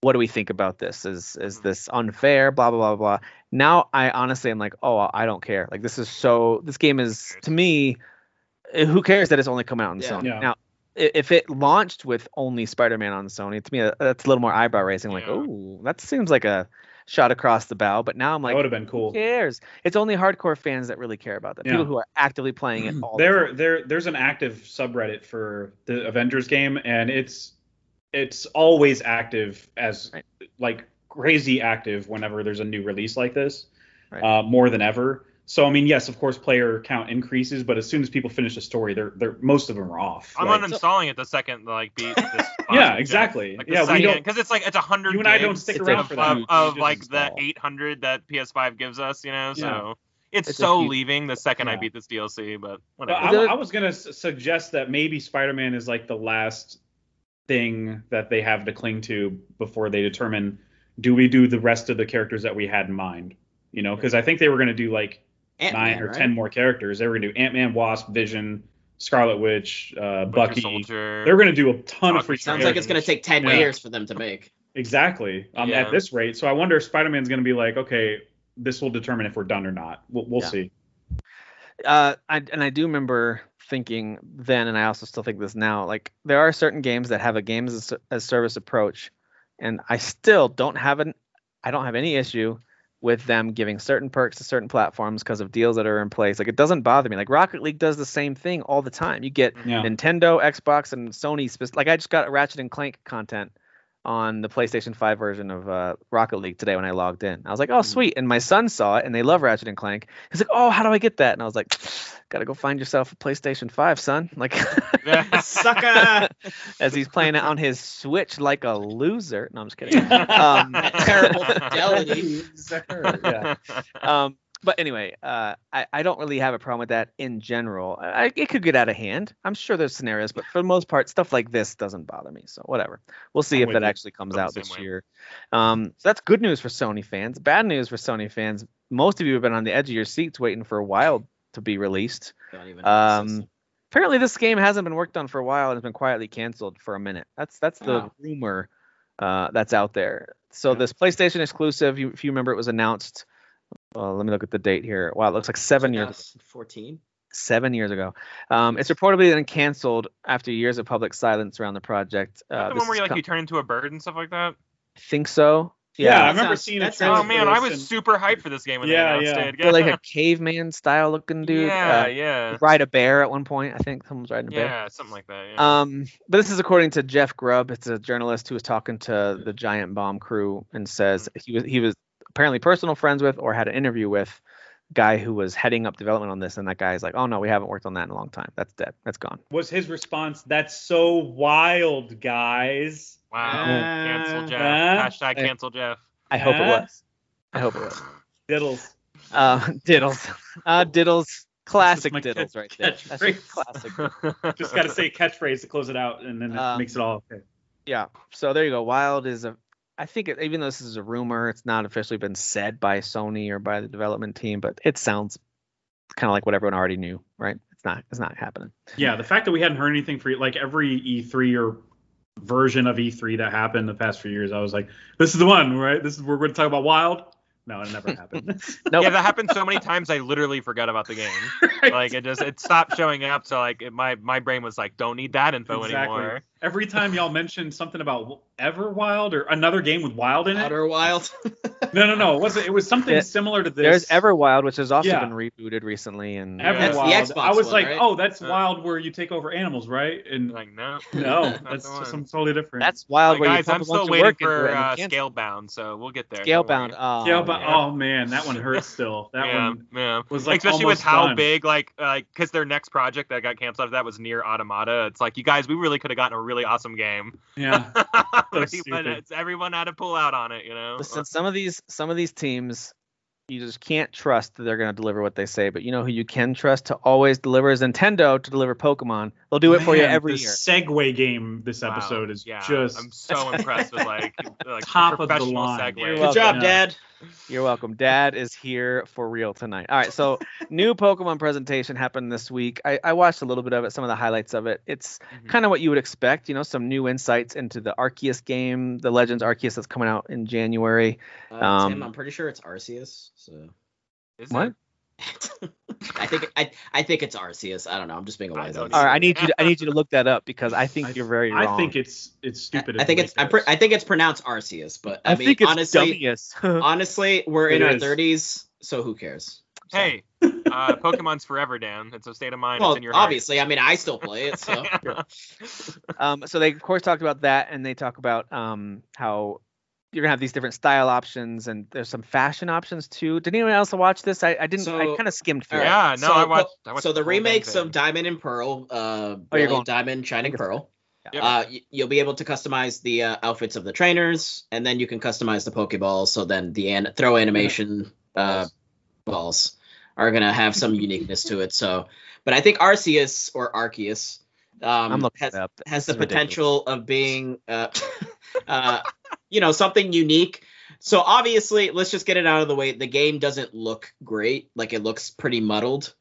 [SPEAKER 2] what do we think about this? Is is
[SPEAKER 4] Hmm.
[SPEAKER 5] Mhm.
[SPEAKER 2] this unfair? Blah blah blah blah. Now I honestly am like, oh, I don't care. Like this is so. This game is to me. eh, Who cares that it's only come out on
[SPEAKER 4] Yeah.
[SPEAKER 2] Sony?
[SPEAKER 3] Yeah.
[SPEAKER 2] Now, i- if it launched with only Spider-Man on Sony, to me uh, that's a little more eyebrow raising. Like,
[SPEAKER 5] Yeah.
[SPEAKER 2] oh, that seems like a shot across the bow. But now I'm like,
[SPEAKER 3] that would have been
[SPEAKER 2] who
[SPEAKER 3] cool.
[SPEAKER 2] cares? It's only hardcore fans that really care about that.
[SPEAKER 3] Yeah.
[SPEAKER 2] People who are actively playing it all the
[SPEAKER 3] There,
[SPEAKER 2] time.
[SPEAKER 3] there, there's an active subreddit for the Avengers game, and it's it's always active as
[SPEAKER 2] Right.
[SPEAKER 3] like crazy active whenever there's a new release like this,
[SPEAKER 2] Right.
[SPEAKER 3] uh, more than ever. So I mean, yes, of course, player count increases, but as soon as people finish a story, they're they're most of them are off.
[SPEAKER 5] I'm
[SPEAKER 3] Like,
[SPEAKER 5] uninstalling it the second like beat this. boss,
[SPEAKER 3] Yeah, exactly.
[SPEAKER 5] Like,
[SPEAKER 3] Yeah,
[SPEAKER 5] the
[SPEAKER 3] we don't-
[SPEAKER 5] because it's like it's a hundred.
[SPEAKER 3] you and I don't
[SPEAKER 5] gigs
[SPEAKER 3] stick
[SPEAKER 2] it's
[SPEAKER 3] around
[SPEAKER 5] of,
[SPEAKER 3] for that.
[SPEAKER 5] of,
[SPEAKER 2] huge
[SPEAKER 5] of,
[SPEAKER 2] digital
[SPEAKER 5] like the
[SPEAKER 2] install.
[SPEAKER 5] 800 that PS5 gives us, you know. So it's,
[SPEAKER 2] It's a
[SPEAKER 5] so
[SPEAKER 2] huge-
[SPEAKER 5] leaving the second I
[SPEAKER 3] Yeah.
[SPEAKER 5] beat this DLC, but
[SPEAKER 3] Well,
[SPEAKER 5] whatever.
[SPEAKER 3] I,
[SPEAKER 2] Is there-
[SPEAKER 3] I was gonna s- suggest that maybe Spider-Man is like the last thing that they have to cling to before they determine do we do the rest of the characters that we had in mind. You know, because I think they were gonna do like
[SPEAKER 4] Ant-Man,
[SPEAKER 3] nine or
[SPEAKER 4] right?
[SPEAKER 3] ten more characters. They were gonna do Ant-Man, Wasp, Vision, Scarlet Witch, uh,
[SPEAKER 5] Winter
[SPEAKER 3] Bucky.
[SPEAKER 5] Soldier.
[SPEAKER 3] They were gonna do a ton of
[SPEAKER 5] Doctor
[SPEAKER 3] free
[SPEAKER 4] Sounds like it's gonna take ten
[SPEAKER 3] Yeah.
[SPEAKER 4] years for them to make.
[SPEAKER 3] exactly um,
[SPEAKER 5] Yeah.
[SPEAKER 3] at this rate. So I wonder if Spider-Man's gonna be like, okay, this will determine if we're done or not. We'll, we'll
[SPEAKER 2] Yeah.
[SPEAKER 3] see.
[SPEAKER 2] Uh, I, and I do remember thinking then, and I also still think this now. Like there are certain games that have a games as, as service approach, and I still don't have an, I don't have any issue with them giving certain perks to certain platforms because of deals that are in place. Like it doesn't bother me. Like Rocket League does the same thing all the time. You get
[SPEAKER 3] Yeah.
[SPEAKER 2] Nintendo, Xbox, and Sony. Spec- like I just got Ratchet and Clank content on the PlayStation 5 version of uh, Rocket League today when I logged in. I was like, oh
[SPEAKER 4] Mhm.
[SPEAKER 2] sweet, and my son saw it and they love Ratchet and Clank. He's like, oh, how do I get that? And I was like, gotta go find yourself a PlayStation 5, son. Like
[SPEAKER 4] Sucker!
[SPEAKER 2] as he's playing it on his Switch like a loser. No, I'm just kidding.
[SPEAKER 4] Uh,
[SPEAKER 2] Um,
[SPEAKER 4] Terrible fidelity.
[SPEAKER 3] yeah.
[SPEAKER 2] um, but anyway, uh, I, I don't really have a problem with that in general. I, I- it could get out of hand. I'm sure there's scenarios, but for the most part, stuff like this doesn't bother me. So whatever. We'll see
[SPEAKER 3] I'm
[SPEAKER 2] if
[SPEAKER 3] with
[SPEAKER 2] that
[SPEAKER 3] you.
[SPEAKER 2] actually comes
[SPEAKER 5] Feel the
[SPEAKER 2] out
[SPEAKER 5] same
[SPEAKER 2] this
[SPEAKER 5] way.
[SPEAKER 2] year. Um, so that's good news for Sony fans. Bad news for Sony fans. Most of you have been on the edge of your seats waiting for a while to be released.
[SPEAKER 4] Don't even know what this is.
[SPEAKER 2] Um, apparently, this game hasn't been worked on for a while and has been quietly canceled for a minute. That's that's the
[SPEAKER 4] Wow.
[SPEAKER 2] rumor uh, that's out there. So this PlayStation exclusive, you, if you remember, it was announced. Well, let me look at the date here. Wow, it looks like seven years
[SPEAKER 4] 14.
[SPEAKER 2] seven years ago. Um, it's reportedly then canceled after years of public silence around the project. Uh,
[SPEAKER 5] the
[SPEAKER 2] this
[SPEAKER 5] one where
[SPEAKER 2] is
[SPEAKER 5] like
[SPEAKER 2] co-
[SPEAKER 5] you turn into a bird and stuff like that.
[SPEAKER 2] I think so.
[SPEAKER 3] Yeah, I
[SPEAKER 4] that
[SPEAKER 3] remember
[SPEAKER 4] sounds-
[SPEAKER 3] seeing
[SPEAKER 4] that
[SPEAKER 3] a
[SPEAKER 4] sounds
[SPEAKER 3] trailer
[SPEAKER 5] Oh
[SPEAKER 3] for this
[SPEAKER 5] man, I was
[SPEAKER 3] and-
[SPEAKER 5] super hyped for this game when
[SPEAKER 3] Yeah,
[SPEAKER 5] they announced
[SPEAKER 3] yeah.
[SPEAKER 5] it.
[SPEAKER 2] They're like a caveman style looking dude.
[SPEAKER 5] Yeah,
[SPEAKER 2] uh,
[SPEAKER 5] yeah,
[SPEAKER 2] Ride a bear at one point. I think someone's riding a bear.
[SPEAKER 5] yeah, something like that.
[SPEAKER 3] Mm-hmm.
[SPEAKER 5] Yeah.
[SPEAKER 2] Um, but this is according to Jeff Grubb. It's a journalist who was talking to the Giant Bomb crew and says
[SPEAKER 3] Mm-hmm.
[SPEAKER 2] he was he was apparently personal friends with or had an interview with guy who was heading up development on this, and that guy's like, oh no, we haven't worked on that in a long time. That's dead. That's gone.
[SPEAKER 3] was his response that's so wild guys
[SPEAKER 5] wow, cancel
[SPEAKER 4] uh,
[SPEAKER 5] Jeff.
[SPEAKER 3] uh,
[SPEAKER 5] Hashtag cancel Jeff.
[SPEAKER 2] I hope it
[SPEAKER 3] Huh?
[SPEAKER 2] was. I hope it was.
[SPEAKER 3] diddles
[SPEAKER 2] Uh, diddles. Uh, diddles. Classic
[SPEAKER 3] my
[SPEAKER 2] diddles
[SPEAKER 3] catch-
[SPEAKER 2] right there. That's just
[SPEAKER 3] catchphrase.
[SPEAKER 2] classic.
[SPEAKER 3] just gotta say catchphrase to close it out and then it
[SPEAKER 2] Um,
[SPEAKER 3] makes it all okay
[SPEAKER 2] Yeah. So there you go. Wild is a. I think it, even though this is a rumor, it's not officially been said by Sony or by the development team, but it sounds kind of like what everyone already knew, right? It's not. It's not happening.
[SPEAKER 3] yeah the fact that we hadn't heard anything for like every e3 or version of e3 that happened the past few years i was like this is the one right this is we're going to talk about wild no it never happened
[SPEAKER 2] No.
[SPEAKER 5] Yeah, that happened so many times I literally forgot about the game.
[SPEAKER 3] Right?
[SPEAKER 5] Like it just it stopped showing up. So like it, my my brain was like, don't need that info
[SPEAKER 3] Exactly.
[SPEAKER 5] anymore.
[SPEAKER 3] Every time y'all mentioned something about Everwild or another game with Wild in it.
[SPEAKER 4] Outer Wild.
[SPEAKER 3] No, no, no. It wasn't. It was something
[SPEAKER 2] Yeah.
[SPEAKER 3] similar to this.
[SPEAKER 2] There's Everwild, which has also
[SPEAKER 3] Yeah.
[SPEAKER 2] been rebooted recently, and
[SPEAKER 3] Everwild.
[SPEAKER 4] That's the Xbox
[SPEAKER 3] I was
[SPEAKER 4] one,
[SPEAKER 3] like,
[SPEAKER 4] right?
[SPEAKER 3] oh, that's
[SPEAKER 5] Uh,
[SPEAKER 3] Wild where you take over animals, right? And
[SPEAKER 5] Like no,
[SPEAKER 3] no,
[SPEAKER 5] not
[SPEAKER 3] that's
[SPEAKER 5] the one.
[SPEAKER 3] something totally different.
[SPEAKER 2] that's wild.
[SPEAKER 5] Like,
[SPEAKER 2] where
[SPEAKER 5] guys,
[SPEAKER 2] you
[SPEAKER 5] I'm
[SPEAKER 2] pump a bunch
[SPEAKER 5] still
[SPEAKER 2] of
[SPEAKER 5] waiting
[SPEAKER 2] work into
[SPEAKER 5] for
[SPEAKER 2] it
[SPEAKER 5] uh,
[SPEAKER 2] and you can't-
[SPEAKER 5] Scalebound, so we'll get there. don't worry.
[SPEAKER 2] Scalebound. Oh,
[SPEAKER 3] yeah, but
[SPEAKER 2] man.
[SPEAKER 3] oh man, that one hurts still. That
[SPEAKER 5] yeah,
[SPEAKER 3] one
[SPEAKER 5] yeah.
[SPEAKER 3] was like
[SPEAKER 5] especially with
[SPEAKER 3] almost
[SPEAKER 5] how
[SPEAKER 3] done.
[SPEAKER 5] big like like because their next project that got canceled after that was near automata it's like you guys we really could have gotten a really awesome game
[SPEAKER 3] Yeah,
[SPEAKER 5] But
[SPEAKER 3] stupid.
[SPEAKER 5] it's- everyone had to pull out on it you know
[SPEAKER 2] Listen, some of these some of these teams, you just can't trust that they're going to deliver what they say. But you know who you can trust to always deliver is Nintendo to deliver Pokemon. They'll do it for you
[SPEAKER 3] Man,
[SPEAKER 2] every
[SPEAKER 3] the
[SPEAKER 2] year.
[SPEAKER 3] Segway game this
[SPEAKER 5] Wow,
[SPEAKER 3] episode is
[SPEAKER 5] yeah,
[SPEAKER 3] just
[SPEAKER 5] i'm so impressed with like like
[SPEAKER 3] Top of the
[SPEAKER 5] professional
[SPEAKER 3] line.
[SPEAKER 5] segue.
[SPEAKER 4] Good job,
[SPEAKER 3] Yeah.
[SPEAKER 4] Dad.
[SPEAKER 2] You're welcome. Dad is here for real tonight. All right, so new Pokemon presentation happened this week. I, I watched a little bit of it, some of the highlights of it. It's
[SPEAKER 5] Mhm.
[SPEAKER 2] kind of what you would expect, you know, some new insights into the Arceus game, the Legends Arceus that's coming out in January.
[SPEAKER 4] Uh,
[SPEAKER 2] Um,
[SPEAKER 4] Tim, I'm pretty sure it's Arceus. So.
[SPEAKER 5] Is
[SPEAKER 2] What?
[SPEAKER 5] it?
[SPEAKER 4] I think I I think it's Arceus. I don't know. I'm just being a
[SPEAKER 5] I
[SPEAKER 4] wise.
[SPEAKER 5] don't
[SPEAKER 4] ass.
[SPEAKER 5] know.
[SPEAKER 2] All right, I need you. To, I need you to look that up because I think
[SPEAKER 3] I-
[SPEAKER 2] you're very wrong.
[SPEAKER 3] I think it's it's stupid.
[SPEAKER 4] I, I
[SPEAKER 3] as
[SPEAKER 4] think
[SPEAKER 3] it
[SPEAKER 4] it's I,
[SPEAKER 3] is.
[SPEAKER 4] pr- I think it's pronounced Arceus, but I,
[SPEAKER 2] I
[SPEAKER 4] mean
[SPEAKER 2] think it's
[SPEAKER 4] honestly
[SPEAKER 2] dumbiest.
[SPEAKER 4] honestly we're in
[SPEAKER 3] It
[SPEAKER 4] our
[SPEAKER 3] is.
[SPEAKER 4] 30s, so who cares? So-
[SPEAKER 5] hey uh pokemon's forever dan it's a state of mind
[SPEAKER 4] well,
[SPEAKER 5] it's in your heart.
[SPEAKER 4] obviously, I mean I still play it, so
[SPEAKER 2] um, so they of course talked about that, and they talk about um, how you're gonna have these different style options, and there's some fashion options too. Did anyone else watch this? I, I didn't. I
[SPEAKER 4] So-
[SPEAKER 2] kind of skimmed through.
[SPEAKER 4] All right,
[SPEAKER 2] it.
[SPEAKER 5] Yeah, no, I watched- I watched
[SPEAKER 4] so the
[SPEAKER 5] the whole damn
[SPEAKER 4] remakes
[SPEAKER 5] thing.
[SPEAKER 4] of Diamond and Pearl, uh,
[SPEAKER 2] Oh, you're
[SPEAKER 4] Brilliant
[SPEAKER 2] going-
[SPEAKER 4] Diamond, Shining Pearl.
[SPEAKER 5] Yeah.
[SPEAKER 4] Uh, y- you'll be able to customize the uh, outfits of the trainers, and then you can customize the Pokeballs. So then the an- throw animation uh, balls are gonna have some uniqueness to it. So, but I think Arceus or Arceus um,
[SPEAKER 2] I'm looking
[SPEAKER 4] has,
[SPEAKER 2] it up.
[SPEAKER 4] has the
[SPEAKER 2] This is ridiculous.
[SPEAKER 4] potential of being, uh, uh, you know, something unique. So obviously, let's just get it out of the way. The game doesn't look great. Like it looks pretty muddled.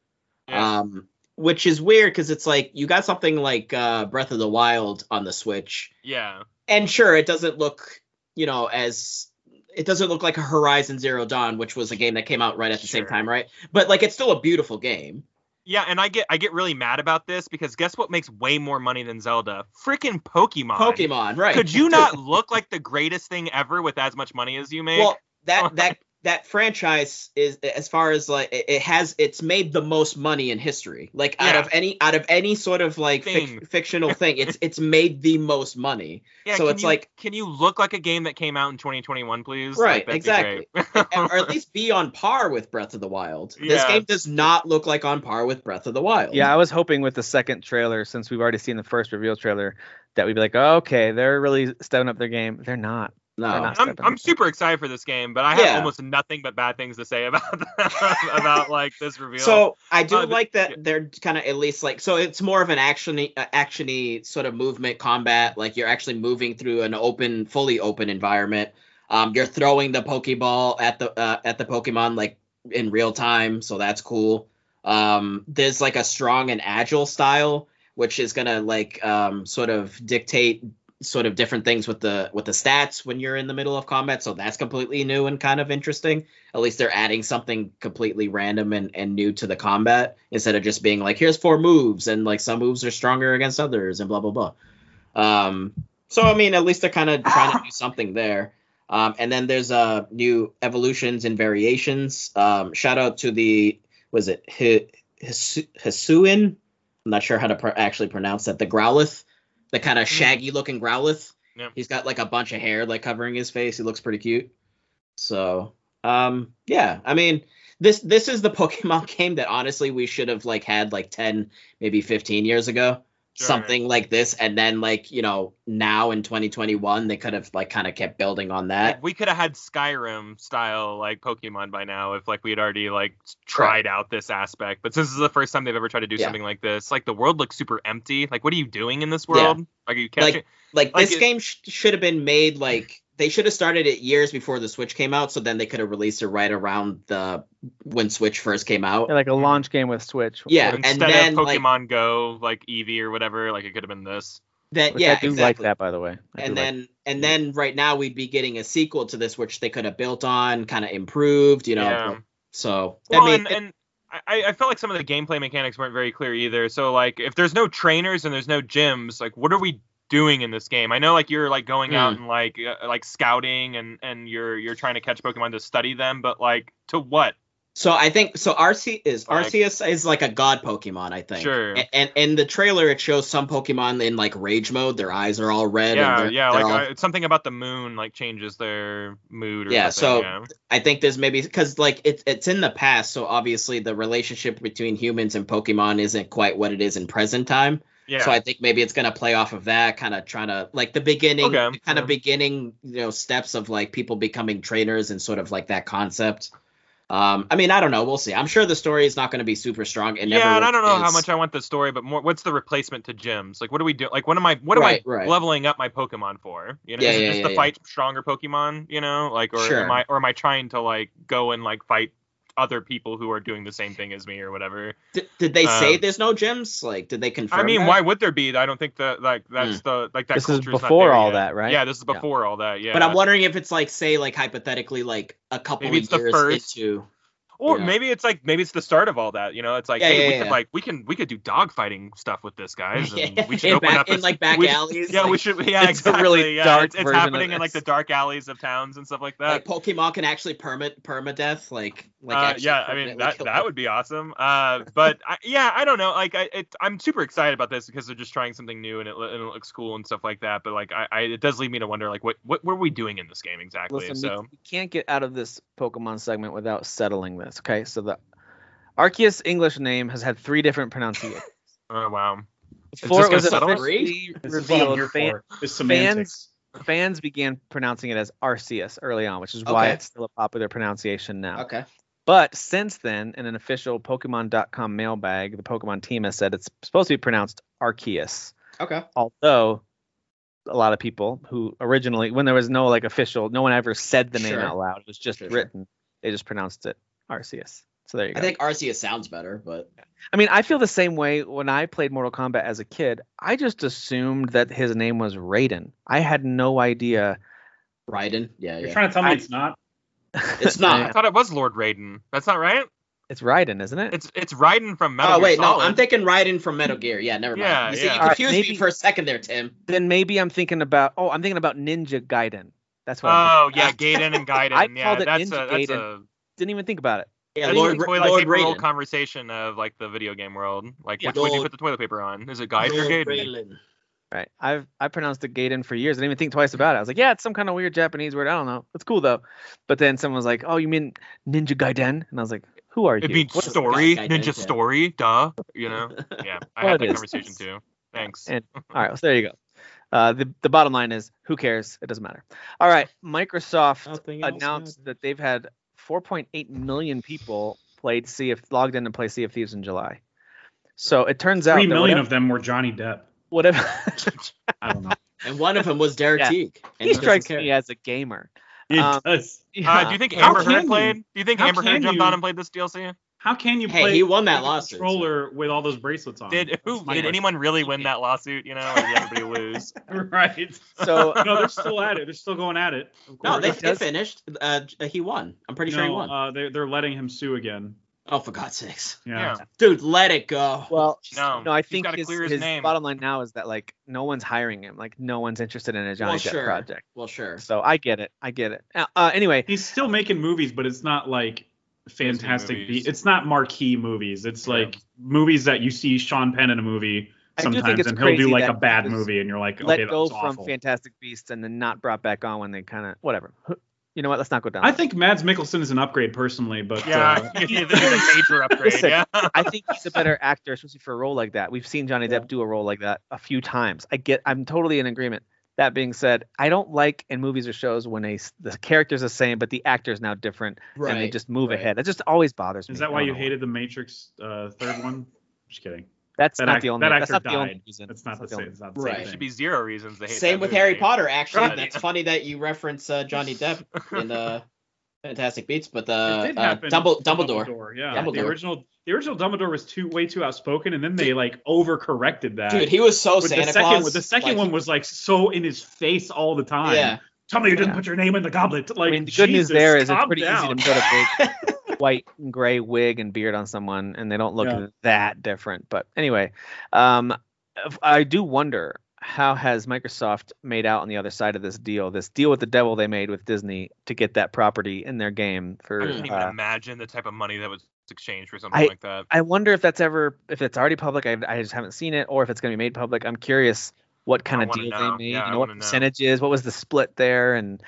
[SPEAKER 5] Yeah.
[SPEAKER 4] Um, which is weird because it's like you got something like uh, Breath of the Wild on the Switch,
[SPEAKER 5] yeah
[SPEAKER 4] and sure, it doesn't look, you know, as it doesn't look like a Horizon Zero Dawn, which was a game that came out right at the same
[SPEAKER 5] Sure.
[SPEAKER 4] time, right? But like, it's still a beautiful game.
[SPEAKER 5] yeah and i get i get really mad about this because guess what makes way more money than zelda freaking pokemon
[SPEAKER 4] Pokemon, right?
[SPEAKER 5] could you not look like the greatest thing ever with as much money as you make
[SPEAKER 4] Well, that that that franchise is as far as like it it has it's made the most money in history. Like out
[SPEAKER 5] Yeah.
[SPEAKER 4] of any out of any sort of like fic-
[SPEAKER 5] Thing.
[SPEAKER 4] fictional thing, it's it's made the most money.
[SPEAKER 5] Yeah,
[SPEAKER 4] So
[SPEAKER 5] can
[SPEAKER 4] it's
[SPEAKER 5] you,
[SPEAKER 4] like-
[SPEAKER 5] can you look like a game that came out in 2021, please?
[SPEAKER 4] Right,
[SPEAKER 5] Like, that'd be
[SPEAKER 4] exactly.
[SPEAKER 5] great.
[SPEAKER 4] or at least be on par with Breath of the Wild. This
[SPEAKER 5] Yeah.
[SPEAKER 4] game does not look like on par with Breath of the Wild.
[SPEAKER 2] Yeah, I was hoping with the second trailer, since we've already seen the first reveal trailer, that we'd be like, oh, okay, they're really stepping up their game. They're not. Why
[SPEAKER 4] no.
[SPEAKER 2] not?
[SPEAKER 5] I'm, I'm super excited for this game, but I have
[SPEAKER 4] Yeah.
[SPEAKER 5] almost nothing but bad things to say about about like this reveal.
[SPEAKER 4] So I do
[SPEAKER 5] Uh, the-
[SPEAKER 4] like
[SPEAKER 5] yeah.
[SPEAKER 4] that they're kind of at least like so it's more of an actiony uh, actiony sort of movement combat. Like you're actually moving through an open, fully open environment. Um, you're throwing the Pokeball at the uh, at the Pokemon like in real time, so that's cool. Um, there's like a strong and agile style, which is gonna like um, sort of dictate sort of different things with the with the stats when you're in the middle of combat. So that's completely new and kind of interesting. At least they're adding something completely random and, and new to the combat instead of just being like, here's four moves and like some moves are stronger against others and blah blah blah. Um, so I mean, at least they're kind of trying to do something there. Um, and then there's uh new evolutions and variations. Um, shout out to the was it Hi- Hisu- Hisuian? I'm not sure how to pr- actually pronounce that. The Growlithe, the kind of shaggy looking Growlithe.
[SPEAKER 5] Mm-hmm. Yeah.
[SPEAKER 4] He's got like a bunch of hair like covering his face. He looks pretty cute. So um yeah, I mean this this is the Pokemon game that honestly we should have like had like 10 maybe 15 years ago.
[SPEAKER 5] Sure.
[SPEAKER 4] Something like this and then like, you know, now in 2021 they could have like kind of kept building on that.
[SPEAKER 5] Like, we could have had Skyrim style like Pokemon by now if like we had already like tried out this aspect. But since this is the first time they've ever tried to do
[SPEAKER 4] Yeah.
[SPEAKER 5] something like this, like the world looks super empty. Like what are you doing in this
[SPEAKER 4] Yeah.
[SPEAKER 5] world? Like are you catching?
[SPEAKER 4] Like,
[SPEAKER 5] Like,
[SPEAKER 4] this
[SPEAKER 5] it-
[SPEAKER 4] game sh- should have been made like they should have started it years before the Switch came out, so then they could have released it right around the when Switch first came out.
[SPEAKER 2] They're like a launch game with Switch.
[SPEAKER 4] Yeah, and
[SPEAKER 5] Instead
[SPEAKER 4] then,
[SPEAKER 5] of
[SPEAKER 4] like-
[SPEAKER 5] Pokemon Go, like Eevee or whatever, like it could have been this.
[SPEAKER 4] that
[SPEAKER 2] Which
[SPEAKER 4] yeah,
[SPEAKER 2] I do
[SPEAKER 4] exactly.
[SPEAKER 2] like that, by the way. I do
[SPEAKER 4] and
[SPEAKER 2] like
[SPEAKER 4] then and then right now we'd be getting a sequel to this, which they could have built on, kind of improved, you know.
[SPEAKER 5] Yeah.
[SPEAKER 4] So
[SPEAKER 5] Well,
[SPEAKER 4] I mean,
[SPEAKER 5] and, and I, I felt like some of the gameplay mechanics weren't very clear either. So like, if there's no trainers and there's no gyms, like, what are we doing in this game. I know like you're like going out
[SPEAKER 4] Hmm.
[SPEAKER 5] and like uh, like scouting and and you're you're trying to catch Pokemon to study them, but like to what?
[SPEAKER 4] So I think so. Arce is
[SPEAKER 5] Like-
[SPEAKER 4] Arceus is like a god Pokemon, I think.
[SPEAKER 5] Sure.
[SPEAKER 4] A- And in the trailer, it shows some Pokemon in like rage mode. Their eyes are all red. and
[SPEAKER 5] yeah,
[SPEAKER 4] they're-
[SPEAKER 5] yeah,
[SPEAKER 4] they're
[SPEAKER 5] like
[SPEAKER 4] all-
[SPEAKER 5] uh, it's something about the moon like changes their mood. Or
[SPEAKER 4] Yeah,
[SPEAKER 5] something,
[SPEAKER 4] so I think there's maybe because like it's it's in the past, so obviously the relationship between humans and Pokemon isn't quite what it is in present time.
[SPEAKER 5] yeah, yeah.
[SPEAKER 4] So I think maybe it's gonna play off of that, kind of trying to like the beginning,
[SPEAKER 5] Okay,
[SPEAKER 4] kind of
[SPEAKER 5] yeah.
[SPEAKER 4] beginning, you know, steps of like people becoming trainers and sort of like that concept. Um, I mean, I don't know. We'll see. I'm sure the story is not going to be super strong. It never
[SPEAKER 5] yeah, and I don't know how
[SPEAKER 4] is.
[SPEAKER 5] much I want the story, but more, what's the replacement to gyms? Like, what do we do? Like, what am I? What
[SPEAKER 4] Right,
[SPEAKER 5] am I
[SPEAKER 4] right.
[SPEAKER 5] leveling up my Pokemon for? You know,
[SPEAKER 4] Yeah,
[SPEAKER 5] is it
[SPEAKER 4] yeah,
[SPEAKER 5] just
[SPEAKER 4] yeah,
[SPEAKER 5] to
[SPEAKER 4] yeah.
[SPEAKER 5] fight stronger Pokemon? You know, like, or
[SPEAKER 4] Sure.
[SPEAKER 5] am I, or am I trying to like go and like fight other people who are doing the same thing as me or whatever?
[SPEAKER 4] Did, did they say
[SPEAKER 5] Um,
[SPEAKER 4] there's no gyms? Like, did they confirm?
[SPEAKER 5] I mean,
[SPEAKER 4] that? Hmm.
[SPEAKER 5] why would there be? I don't think that like that's the like that.
[SPEAKER 2] This is
[SPEAKER 5] culture's not
[SPEAKER 2] before
[SPEAKER 5] there
[SPEAKER 2] all
[SPEAKER 5] yet.
[SPEAKER 2] that, right?
[SPEAKER 5] Yeah, this is
[SPEAKER 4] Yeah.
[SPEAKER 5] before all that. Yeah,
[SPEAKER 4] But I'm wondering if it's like, say, like hypothetically, like a couple
[SPEAKER 5] Maybe
[SPEAKER 4] of
[SPEAKER 5] it's the
[SPEAKER 4] years
[SPEAKER 5] first-
[SPEAKER 4] into.
[SPEAKER 5] Or
[SPEAKER 4] Yeah.
[SPEAKER 5] maybe it's like maybe it's the start of all that. You know, it's like
[SPEAKER 4] Yeah,
[SPEAKER 5] hey,
[SPEAKER 4] yeah,
[SPEAKER 5] we
[SPEAKER 4] yeah.
[SPEAKER 5] could like we can we could do dogfighting stuff with this guys. And we should
[SPEAKER 4] in
[SPEAKER 5] open
[SPEAKER 4] back,
[SPEAKER 5] up
[SPEAKER 4] in
[SPEAKER 5] this-
[SPEAKER 4] like back
[SPEAKER 5] we should-
[SPEAKER 4] alleys.
[SPEAKER 5] Yeah,
[SPEAKER 4] like,
[SPEAKER 5] we should. Yeah,
[SPEAKER 2] It's a
[SPEAKER 5] exactly.
[SPEAKER 2] really
[SPEAKER 5] yeah,
[SPEAKER 2] dark
[SPEAKER 5] it's, it's
[SPEAKER 2] version of
[SPEAKER 5] happening in like the
[SPEAKER 2] this.
[SPEAKER 5] dark alleys of towns and stuff like that.
[SPEAKER 4] like Pokemon can actually permit permadeath. Like, like
[SPEAKER 5] Uh,
[SPEAKER 4] actually
[SPEAKER 5] yeah, I mean
[SPEAKER 4] permanently
[SPEAKER 5] that
[SPEAKER 4] kill
[SPEAKER 5] that would be awesome. Uh, but I, yeah, I don't know. Like I, it, I'm super excited about this because they're just trying something new and it, lo- and it looks cool and stuff like that. But like I, I, it does lead me to wonder like what what were we doing in this game exactly?
[SPEAKER 2] Listen,
[SPEAKER 5] so
[SPEAKER 2] we, we can't get out of this Pokemon segment without settling this. Okay, so the Arceus English name has had three different pronunciations.
[SPEAKER 5] oh wow,
[SPEAKER 2] Before
[SPEAKER 5] just
[SPEAKER 2] it
[SPEAKER 5] gonna
[SPEAKER 2] was
[SPEAKER 5] settle it?
[SPEAKER 2] officially
[SPEAKER 3] This is what I'm here
[SPEAKER 2] revealed, fan-
[SPEAKER 3] for. Is semantics.
[SPEAKER 2] fans began pronouncing it as Arceus early on, which is why
[SPEAKER 4] Okay.
[SPEAKER 2] it's still a popular pronunciation now.
[SPEAKER 4] it. Okay.
[SPEAKER 2] But since then, in an official Pokemon.com mailbag, the Pokemon team has said it's supposed to be pronounced Arceus.
[SPEAKER 4] Okay.
[SPEAKER 2] Although a lot of people who originally, when there was no like official, no one ever said the name
[SPEAKER 4] Sure.
[SPEAKER 2] out loud. It was just
[SPEAKER 4] Sure, sure.
[SPEAKER 2] written. They just pronounced it Arceus. So there you go.
[SPEAKER 4] I think Arceus sounds better, but
[SPEAKER 2] I mean, I feel the same way when I played Mortal Kombat as a kid. I just assumed that his name was Raiden. I had no idea.
[SPEAKER 4] Raiden. Yeah,
[SPEAKER 3] You're
[SPEAKER 4] yeah.
[SPEAKER 3] trying to tell me
[SPEAKER 5] I-
[SPEAKER 3] it's not.
[SPEAKER 4] It's
[SPEAKER 5] I
[SPEAKER 4] not.
[SPEAKER 5] thought it was Lord Raiden. That's not right.
[SPEAKER 2] It's Raiden, isn't it?
[SPEAKER 5] It's it's Raiden from Metal
[SPEAKER 4] oh
[SPEAKER 5] Gear
[SPEAKER 4] wait, no,
[SPEAKER 5] Solid.
[SPEAKER 4] I'm thinking Raiden from Metal Gear. Yeah, never mind.
[SPEAKER 5] Yeah,
[SPEAKER 4] you see,
[SPEAKER 5] yeah.
[SPEAKER 4] you
[SPEAKER 2] Alright,
[SPEAKER 4] confused
[SPEAKER 2] maybe-
[SPEAKER 4] me for a second there, Tim.
[SPEAKER 2] then maybe I'm thinking about. Oh, I'm thinking about Ninja Gaiden. That's what. I'm
[SPEAKER 5] Oh yeah,
[SPEAKER 4] Ah.
[SPEAKER 5] Gaiden and Gaiden.
[SPEAKER 2] I
[SPEAKER 5] yeah,
[SPEAKER 2] called it
[SPEAKER 5] that's
[SPEAKER 2] Ninja
[SPEAKER 5] a that's
[SPEAKER 2] Gaiden.
[SPEAKER 5] a
[SPEAKER 2] Didn't even think about it.
[SPEAKER 4] Yeah,
[SPEAKER 5] that's
[SPEAKER 4] Lord,
[SPEAKER 5] the
[SPEAKER 4] Ra-
[SPEAKER 5] toilet
[SPEAKER 4] Lord
[SPEAKER 5] paper roll
[SPEAKER 4] Raiden.
[SPEAKER 5] conversation of like the video game world. Like
[SPEAKER 4] Yeah.
[SPEAKER 5] which would you
[SPEAKER 4] Lord-
[SPEAKER 5] put the toilet paper on? Is it
[SPEAKER 4] Lord
[SPEAKER 5] Gaiden or Gaiden?
[SPEAKER 4] Raiden.
[SPEAKER 2] Right. I've I pronounced it Gaiden for years. I didn't even think twice about it. I was like, yeah, it's some kind of weird Japanese word. I don't know. It's cool though. But then someone was like, oh, you mean Ninja Gaiden? And I was like, who are you?
[SPEAKER 5] It means
[SPEAKER 2] What-
[SPEAKER 5] story,
[SPEAKER 4] Gaiden,
[SPEAKER 5] ninja
[SPEAKER 4] yeah.
[SPEAKER 5] story, duh. You know. Yeah, I
[SPEAKER 2] Well,
[SPEAKER 5] had
[SPEAKER 2] it
[SPEAKER 5] that
[SPEAKER 2] is.
[SPEAKER 5] conversation too. Thanks. Uh,
[SPEAKER 2] And all right, well, there you go. Uh, the the bottom line is, who cares? It doesn't matter. All right, Microsoft
[SPEAKER 4] Nothing else
[SPEAKER 2] announced that they've had 4.8 million people played Sea of logged in and play Sea of Thieves in July. So it turns out
[SPEAKER 3] Three
[SPEAKER 2] that
[SPEAKER 3] million of them were Johnny Depp.
[SPEAKER 2] whatever, whatever
[SPEAKER 3] I don't know.
[SPEAKER 4] And one of them was Derek
[SPEAKER 2] Yeah.
[SPEAKER 4] Teague. And
[SPEAKER 2] he
[SPEAKER 4] doesn't
[SPEAKER 2] strikes
[SPEAKER 4] care.
[SPEAKER 2] me as a gamer.
[SPEAKER 3] It
[SPEAKER 2] Um,
[SPEAKER 3] does.
[SPEAKER 5] Uh, do you think
[SPEAKER 2] Yeah.
[SPEAKER 5] Amber
[SPEAKER 3] can
[SPEAKER 5] Heard
[SPEAKER 3] you-
[SPEAKER 5] played? Do you think
[SPEAKER 3] how
[SPEAKER 5] Amber Heard
[SPEAKER 3] can
[SPEAKER 5] jumped
[SPEAKER 3] you-
[SPEAKER 5] on and played this DLC?
[SPEAKER 3] How can you
[SPEAKER 4] Hey,
[SPEAKER 3] play?
[SPEAKER 4] he won that
[SPEAKER 3] with a
[SPEAKER 4] lawsuit, so-
[SPEAKER 3] Controller with all those bracelets on.
[SPEAKER 4] Oh,
[SPEAKER 5] Did who
[SPEAKER 3] That's my
[SPEAKER 5] did
[SPEAKER 3] question.
[SPEAKER 5] anyone really win that lawsuit? You know, or did everybody lose?
[SPEAKER 3] Right.
[SPEAKER 2] so?
[SPEAKER 3] no, they're still at it. They're still going at it. Of
[SPEAKER 4] No,
[SPEAKER 3] course.
[SPEAKER 4] they,
[SPEAKER 2] It
[SPEAKER 4] they
[SPEAKER 2] does-
[SPEAKER 4] finished. Uh, j- he won. I'm pretty sure he
[SPEAKER 3] No,
[SPEAKER 4] won.
[SPEAKER 3] Uh, they're, they're letting him sue again.
[SPEAKER 4] oh, for God's sakes,
[SPEAKER 3] Yeah.
[SPEAKER 4] dude, let it go.
[SPEAKER 2] Well,
[SPEAKER 5] No,
[SPEAKER 2] no, I
[SPEAKER 5] he's
[SPEAKER 2] think
[SPEAKER 5] gotta
[SPEAKER 2] his,
[SPEAKER 5] clear his
[SPEAKER 2] his
[SPEAKER 5] name.
[SPEAKER 2] bottom line now is that like no one's hiring him. Like no one's interested in a Johnny
[SPEAKER 4] well,
[SPEAKER 2] Depp
[SPEAKER 4] sure.
[SPEAKER 2] project.
[SPEAKER 4] Well, sure.
[SPEAKER 2] So I get it. I get it. Uh, uh, anyway,
[SPEAKER 3] He's still making movies, but it's not like fantastic.
[SPEAKER 5] movies.
[SPEAKER 3] Be- it's not marquee movies. It's
[SPEAKER 5] Yeah.
[SPEAKER 3] like movies that you see Sean Penn in a movie
[SPEAKER 2] I do think
[SPEAKER 3] sometimes,
[SPEAKER 2] it's
[SPEAKER 3] and he'll do
[SPEAKER 2] crazy
[SPEAKER 3] like
[SPEAKER 2] that
[SPEAKER 3] a bad
[SPEAKER 2] he was
[SPEAKER 3] movie, and you're like,
[SPEAKER 2] let
[SPEAKER 3] okay, that
[SPEAKER 2] go
[SPEAKER 3] was
[SPEAKER 2] from
[SPEAKER 3] awful.
[SPEAKER 2] Fantastic Beasts and then not brought back on when they kind of whatever. You know what? Let's not go down.
[SPEAKER 3] I
[SPEAKER 2] that.
[SPEAKER 3] think Mads Mikkelsen is an upgrade personally, but
[SPEAKER 5] Yeah,
[SPEAKER 3] uh,
[SPEAKER 5] yeah, this is a major upgrade.
[SPEAKER 2] Listen,
[SPEAKER 5] Yeah.
[SPEAKER 2] I think he's a better actor, especially for a role like that. We've seen Johnny
[SPEAKER 3] Yeah.
[SPEAKER 2] Depp do a role like that a few times. I get. I'm totally in agreement. That being said, I don't like in movies or shows when a s- the character's the same but the actor's now different
[SPEAKER 4] Right.
[SPEAKER 2] and they just move
[SPEAKER 4] right.
[SPEAKER 2] ahead. That just always bothers me.
[SPEAKER 3] is that
[SPEAKER 2] I
[SPEAKER 3] why
[SPEAKER 2] don't
[SPEAKER 3] you
[SPEAKER 2] know
[SPEAKER 3] hated the Matrix uh, third one? Just kidding.
[SPEAKER 2] That's
[SPEAKER 3] That
[SPEAKER 2] not
[SPEAKER 3] act-
[SPEAKER 2] the only.
[SPEAKER 3] that
[SPEAKER 2] that's not
[SPEAKER 3] actor
[SPEAKER 2] the only
[SPEAKER 3] died.
[SPEAKER 2] reason.
[SPEAKER 3] It's not the
[SPEAKER 2] That's
[SPEAKER 3] same.
[SPEAKER 2] only-
[SPEAKER 3] It's not the
[SPEAKER 4] Right.
[SPEAKER 3] same.
[SPEAKER 5] It
[SPEAKER 3] thing.
[SPEAKER 5] should be zero reasons they hate
[SPEAKER 4] Same
[SPEAKER 5] that
[SPEAKER 4] with
[SPEAKER 5] movie.
[SPEAKER 4] Harry Potter, actually.
[SPEAKER 5] Right.
[SPEAKER 4] That's funny that you reference uh, Johnny Depp in uh, Fantastic Beats, but the
[SPEAKER 3] It
[SPEAKER 4] uh,
[SPEAKER 3] did happen
[SPEAKER 4] Dumble-
[SPEAKER 3] to
[SPEAKER 4] Dumbledore.
[SPEAKER 3] Yeah, the
[SPEAKER 4] Dumbledore.
[SPEAKER 3] original the original Dumbledore was too way too outspoken, and then they like overcorrected that.
[SPEAKER 4] Dude, he was so
[SPEAKER 3] With
[SPEAKER 4] Santa
[SPEAKER 3] the second,
[SPEAKER 4] Claus.
[SPEAKER 3] The second
[SPEAKER 4] like-
[SPEAKER 3] one was like so in his face all the time.
[SPEAKER 4] Yeah.
[SPEAKER 3] Tell me you didn't
[SPEAKER 2] Yeah.
[SPEAKER 3] put your name in the goblet. Like,
[SPEAKER 2] I mean, the good news
[SPEAKER 3] Jesus,
[SPEAKER 2] there is it's
[SPEAKER 3] calm
[SPEAKER 2] pretty
[SPEAKER 3] down.
[SPEAKER 2] easy to put a big white and gray wig and beard on someone, and they don't look
[SPEAKER 3] Yeah.
[SPEAKER 2] that different. But anyway, um, I do wonder how has Microsoft made out on the other side of this deal, this deal with the devil they made with Disney to get that property in their game for?
[SPEAKER 5] I can't even
[SPEAKER 2] uh,
[SPEAKER 5] imagine the type of money that was exchanged for something like that.
[SPEAKER 2] I wonder if that's ever, if it's already public. I, I just haven't seen it, or if it's going to be made public. I'm curious what kind
[SPEAKER 5] I
[SPEAKER 2] of
[SPEAKER 5] wanna
[SPEAKER 2] deal
[SPEAKER 5] know.
[SPEAKER 2] they made,
[SPEAKER 5] Yeah, I
[SPEAKER 2] you know, what
[SPEAKER 5] wanna know.
[SPEAKER 2] percentages, what was the split there, and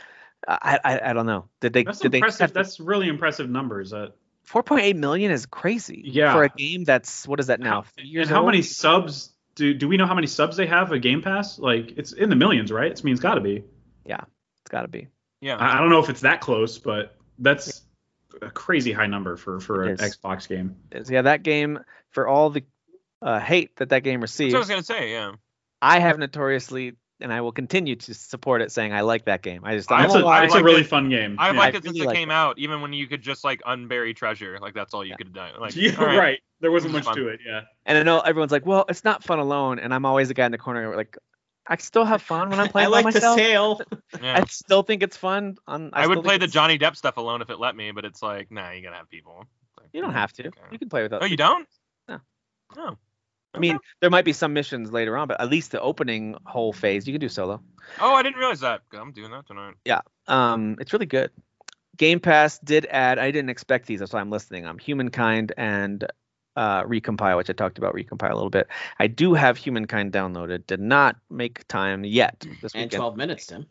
[SPEAKER 2] I, I, I don't know. Did they?
[SPEAKER 3] That's
[SPEAKER 2] did they?
[SPEAKER 3] impressive. That's really impressive numbers. Uh,
[SPEAKER 2] 4.8 million is crazy.
[SPEAKER 3] Yeah.
[SPEAKER 2] For a game that's what is that now?
[SPEAKER 3] How-
[SPEAKER 2] three
[SPEAKER 3] and
[SPEAKER 2] years
[SPEAKER 3] how
[SPEAKER 2] old?
[SPEAKER 3] many subs do do we know how many subs they have a Game Pass? Like it's in the millions, right? It's I mean it's got to be.
[SPEAKER 2] It's got to be.
[SPEAKER 5] Yeah.
[SPEAKER 3] I, I don't know if it's that close, but that's a crazy high number for for an
[SPEAKER 2] It is.
[SPEAKER 3] Xbox game.
[SPEAKER 2] It's- Yeah, that game for all the uh, hate that that game
[SPEAKER 5] That's
[SPEAKER 2] received,
[SPEAKER 5] what I was gonna say. Yeah.
[SPEAKER 2] I have notoriously and I will continue to support it, saying I like that game. I just
[SPEAKER 5] I
[SPEAKER 2] I
[SPEAKER 3] That's
[SPEAKER 2] don't know
[SPEAKER 5] also-
[SPEAKER 3] a,
[SPEAKER 2] why.
[SPEAKER 5] I
[SPEAKER 3] it's a
[SPEAKER 5] like
[SPEAKER 3] really
[SPEAKER 5] it.
[SPEAKER 3] fun game.
[SPEAKER 5] I've
[SPEAKER 3] Yeah.
[SPEAKER 5] liked it
[SPEAKER 2] really
[SPEAKER 5] since it
[SPEAKER 2] like
[SPEAKER 5] came out, even when you could just like unbury treasure. Like that's all you
[SPEAKER 2] Yeah.
[SPEAKER 5] could do. Like
[SPEAKER 3] Yeah,
[SPEAKER 5] all
[SPEAKER 3] right.
[SPEAKER 5] right.
[SPEAKER 3] There wasn't
[SPEAKER 5] It
[SPEAKER 3] much
[SPEAKER 5] was fun.
[SPEAKER 3] to it. Yeah.
[SPEAKER 2] and I know everyone's like, "Well, it's not fun alone," and I'm always the guy in the corner like, "I still have fun when I'm
[SPEAKER 4] I
[SPEAKER 2] playing
[SPEAKER 4] like
[SPEAKER 2] by myself.
[SPEAKER 4] the sale.
[SPEAKER 5] Yeah.
[SPEAKER 2] I still think it's fun." On
[SPEAKER 5] I,
[SPEAKER 2] still
[SPEAKER 5] would
[SPEAKER 2] think
[SPEAKER 5] play the
[SPEAKER 2] it's-
[SPEAKER 5] Johnny Depp stuff alone if it let me, but it's like, nah, you gotta have people. It's like,
[SPEAKER 2] You don't have to.
[SPEAKER 5] Okay.
[SPEAKER 2] You can play without.
[SPEAKER 5] Oh, you don't? Oh,
[SPEAKER 2] No.
[SPEAKER 5] No.
[SPEAKER 2] I mean, there might be some missions later on, but at least the opening whole phase you can do solo.
[SPEAKER 5] Oh, I didn't realize that. I'm doing that tonight.
[SPEAKER 2] Um, it's really good. Game Pass did add. I didn't expect these. That's why I'm listening. I'm Humankind and uh, Recompile, which I talked about Recompile a little bit. I do have Humankind downloaded. Did not make time yet this
[SPEAKER 4] And
[SPEAKER 2] weekend.
[SPEAKER 4] 12 minutes, Tim.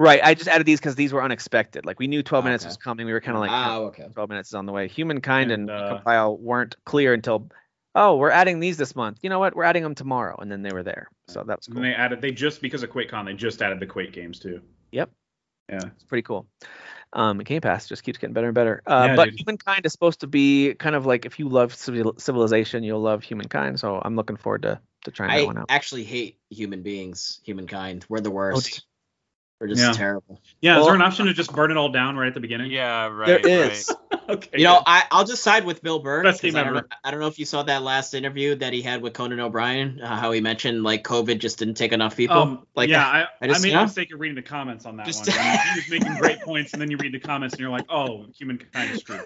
[SPEAKER 2] Right. I just added these because these were unexpected. Like we knew 12 minutes
[SPEAKER 4] Okay.
[SPEAKER 2] was coming. We were kind of like,
[SPEAKER 4] Ah,
[SPEAKER 2] "Oh,
[SPEAKER 4] okay.
[SPEAKER 2] 12 minutes is on the way. Humankind and,
[SPEAKER 3] And, uh,
[SPEAKER 2] Recompile weren't clear until, oh, we're adding these this month. You know what? We're adding them tomorrow, and then they were there. So that was
[SPEAKER 3] And
[SPEAKER 2] cool.
[SPEAKER 3] they added they just because of QuakeCon they just added the Quake games too.
[SPEAKER 2] Yep.
[SPEAKER 3] Yeah.
[SPEAKER 2] It's pretty cool. Um, Game Pass just keeps getting better and better. Uh,
[SPEAKER 3] Yeah,
[SPEAKER 2] but
[SPEAKER 3] dude.
[SPEAKER 2] Humankind is supposed to be kind of like if you love civil- Civilization, you'll love Humankind. So I'm looking forward to to trying that
[SPEAKER 4] I
[SPEAKER 2] one out.
[SPEAKER 4] actually hate human beings, humankind. We're the worst. We're just
[SPEAKER 3] Yeah.
[SPEAKER 4] terrible.
[SPEAKER 3] Yeah. is
[SPEAKER 2] Well-
[SPEAKER 3] there an option to just burn it all down right at the beginning?
[SPEAKER 5] Yeah, right.
[SPEAKER 2] There
[SPEAKER 5] right.
[SPEAKER 2] is.
[SPEAKER 3] okay.
[SPEAKER 4] You know, I, I'll just side with Bill Burr.
[SPEAKER 3] Best
[SPEAKER 4] 'cause
[SPEAKER 3] team
[SPEAKER 4] I don't,
[SPEAKER 3] ever.
[SPEAKER 4] know- I don't know if you saw that last interview that he had with Conan O'Brien, uh, how he mentioned like COVID just didn't take enough people.
[SPEAKER 3] Um,
[SPEAKER 4] like,
[SPEAKER 3] yeah, I,
[SPEAKER 4] I
[SPEAKER 3] I,
[SPEAKER 4] just-
[SPEAKER 3] made
[SPEAKER 4] yeah.
[SPEAKER 3] a mistake of reading the comments on that
[SPEAKER 4] Just-
[SPEAKER 3] one. I mean, he was making great points, and then you read the comments, and you're like, "Oh, humankind is true."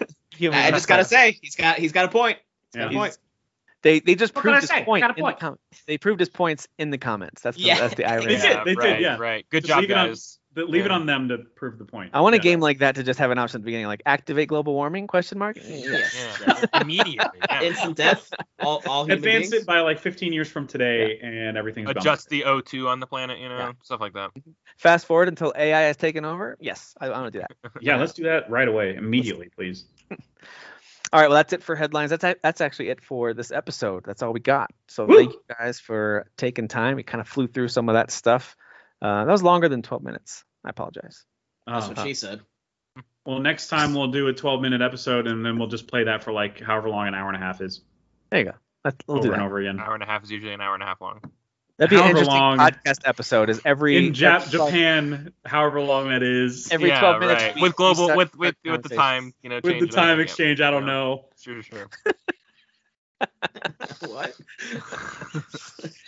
[SPEAKER 4] I just gotta say, he's got he's got a point. He's got
[SPEAKER 3] Yeah.
[SPEAKER 4] a point.
[SPEAKER 2] they they just
[SPEAKER 3] What can I
[SPEAKER 2] proved his
[SPEAKER 3] say? I
[SPEAKER 2] point,
[SPEAKER 3] got a
[SPEAKER 2] in the
[SPEAKER 3] point.
[SPEAKER 2] com- They proved his points in the comments. That's the,
[SPEAKER 4] Yeah.
[SPEAKER 2] that's the
[SPEAKER 5] Yeah,
[SPEAKER 2] irony.
[SPEAKER 3] They did, they did,
[SPEAKER 5] right,
[SPEAKER 3] yeah.
[SPEAKER 5] Right. Good
[SPEAKER 3] Just
[SPEAKER 5] job,
[SPEAKER 3] leave it on-
[SPEAKER 5] guys.
[SPEAKER 3] But leave it
[SPEAKER 5] Yeah.
[SPEAKER 3] on them to prove the point.
[SPEAKER 2] I want a
[SPEAKER 3] Yeah.
[SPEAKER 2] game like that to just have an option at the beginning, like activate global warming? Question mark.
[SPEAKER 4] Yes.
[SPEAKER 5] Yeah. Immediately. Yeah.
[SPEAKER 4] Instant death. All all human
[SPEAKER 3] Advance
[SPEAKER 4] beings.
[SPEAKER 3] it by like 15 years from today, and everything's gone.
[SPEAKER 5] Adjust the O2 on the planet, you know, stuff like that.
[SPEAKER 3] Mm-hmm.
[SPEAKER 2] Fast forward until AI has taken over. Yes, I, I want to do that.
[SPEAKER 3] Yeah, let's do that right away, immediately, please.
[SPEAKER 2] All right, well that's it for headlines. That's a- that's actually it for this episode. That's all we got. So
[SPEAKER 3] Woo!
[SPEAKER 2] thank you guys for taking time. We kind of flew through some of that stuff. Uh, that was longer than 12 minutes. I apologize.
[SPEAKER 4] That's
[SPEAKER 3] Uh,
[SPEAKER 4] what she said.
[SPEAKER 3] well, next time we'll do a 12 minute episode, and then we'll just play that for like however long an hour and a half is,
[SPEAKER 2] There you go. Let, we'll
[SPEAKER 3] over
[SPEAKER 2] do
[SPEAKER 3] and
[SPEAKER 2] that.
[SPEAKER 3] over again.
[SPEAKER 5] An hour and a half is usually an hour and a half long.
[SPEAKER 2] That'd be an
[SPEAKER 3] However
[SPEAKER 2] interesting
[SPEAKER 3] long-
[SPEAKER 2] podcast episode. Is every
[SPEAKER 3] In Jap-
[SPEAKER 2] every-
[SPEAKER 3] Japan, however long that is,
[SPEAKER 2] Every
[SPEAKER 5] yeah,
[SPEAKER 2] 12 minutes
[SPEAKER 5] Right.
[SPEAKER 2] we-
[SPEAKER 5] With
[SPEAKER 2] we
[SPEAKER 5] global
[SPEAKER 2] start
[SPEAKER 5] with
[SPEAKER 2] our
[SPEAKER 5] with with the
[SPEAKER 2] conversation.
[SPEAKER 5] time, you know,
[SPEAKER 3] with the
[SPEAKER 5] change it, I
[SPEAKER 3] time
[SPEAKER 5] think, yeah.
[SPEAKER 3] exchange, I don't know.
[SPEAKER 5] Sure, sure.
[SPEAKER 4] What?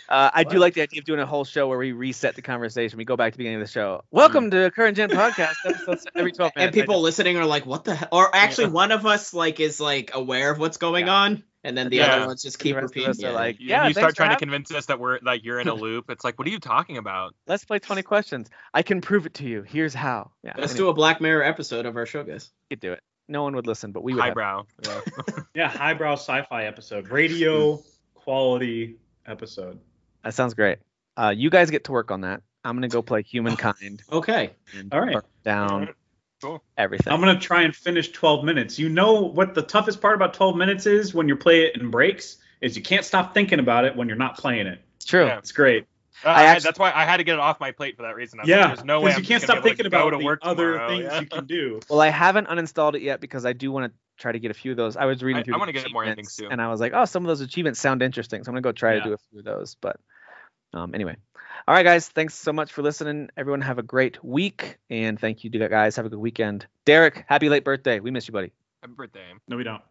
[SPEAKER 2] Uh, I
[SPEAKER 4] What?
[SPEAKER 2] do like the idea of doing a whole show where we reset the conversation. We go back to the beginning of the
[SPEAKER 3] Mm.
[SPEAKER 2] show. Welcome to Current Gen Podcast. episode se- every 12
[SPEAKER 4] and
[SPEAKER 2] minutes.
[SPEAKER 4] people listening are like, "What the?" hell? Or actually, one of us like is like aware of what's going
[SPEAKER 2] Yeah.
[SPEAKER 4] on, and then the
[SPEAKER 5] Yeah.
[SPEAKER 4] other ones just keep
[SPEAKER 2] the rest
[SPEAKER 4] repeating.
[SPEAKER 2] of us are
[SPEAKER 4] it.
[SPEAKER 2] like,
[SPEAKER 5] You-
[SPEAKER 2] yeah,
[SPEAKER 5] you
[SPEAKER 2] thanks
[SPEAKER 5] start
[SPEAKER 2] for
[SPEAKER 5] trying to
[SPEAKER 2] having-
[SPEAKER 5] convince us that we're like you're in a loop. It's like, what are you talking about?
[SPEAKER 2] let's play 20 questions. I can prove it to you. Here's how. Yeah,
[SPEAKER 4] "Let's
[SPEAKER 2] anyway,
[SPEAKER 4] do a Black Mirror episode of our show, guys."
[SPEAKER 2] we could do it. No one would listen, but we would. have-
[SPEAKER 5] Highbrow. Yeah.
[SPEAKER 3] Yeah, highbrow sci-fi episode, radio quality episode.
[SPEAKER 2] That sounds great. Uh, you guys get to work on that. I'm gonna go play Humankind.
[SPEAKER 4] Okay.
[SPEAKER 2] and
[SPEAKER 3] All right.
[SPEAKER 2] burn down
[SPEAKER 5] Alright, cool.
[SPEAKER 2] everything.
[SPEAKER 3] I'm gonna try and finish 12 minutes. You know what the toughest part about 12 minutes is when you play it in breaks is you can't stop thinking about it when you're not playing it.
[SPEAKER 2] it's true.
[SPEAKER 5] Yeah.
[SPEAKER 3] It's great.
[SPEAKER 5] Uh,
[SPEAKER 2] I
[SPEAKER 5] I had-
[SPEAKER 2] actu-
[SPEAKER 5] that's why I had to get it off my plate for that reason. I was
[SPEAKER 3] yeah,
[SPEAKER 5] like, there's no
[SPEAKER 3] 'cause
[SPEAKER 5] way I'm
[SPEAKER 3] you
[SPEAKER 5] just
[SPEAKER 3] can't
[SPEAKER 5] gonna
[SPEAKER 3] stop
[SPEAKER 5] be able to
[SPEAKER 3] thinking
[SPEAKER 5] go
[SPEAKER 3] about
[SPEAKER 5] to
[SPEAKER 3] the
[SPEAKER 5] work
[SPEAKER 3] other
[SPEAKER 5] tomorrow.
[SPEAKER 3] things
[SPEAKER 5] Yeah.
[SPEAKER 3] you can do.
[SPEAKER 2] Well, I haven't uninstalled it yet because I do want to try to get a few of those. I was reading
[SPEAKER 5] I-
[SPEAKER 2] through.
[SPEAKER 5] I
[SPEAKER 2] the
[SPEAKER 5] wanna get more
[SPEAKER 2] achievements,
[SPEAKER 5] endings, too.
[SPEAKER 2] And I was like, oh, some of those achievements sound interesting, so I'm gonna go try
[SPEAKER 3] Yeah.
[SPEAKER 2] to do a few of those. But um, anyway, all right, guys, thanks so much for listening. Everyone have a great week, and thank you, to you guys. Have a good weekend. Derek, happy late birthday. We miss you, buddy.
[SPEAKER 5] Happy birthday.
[SPEAKER 3] No, we don't.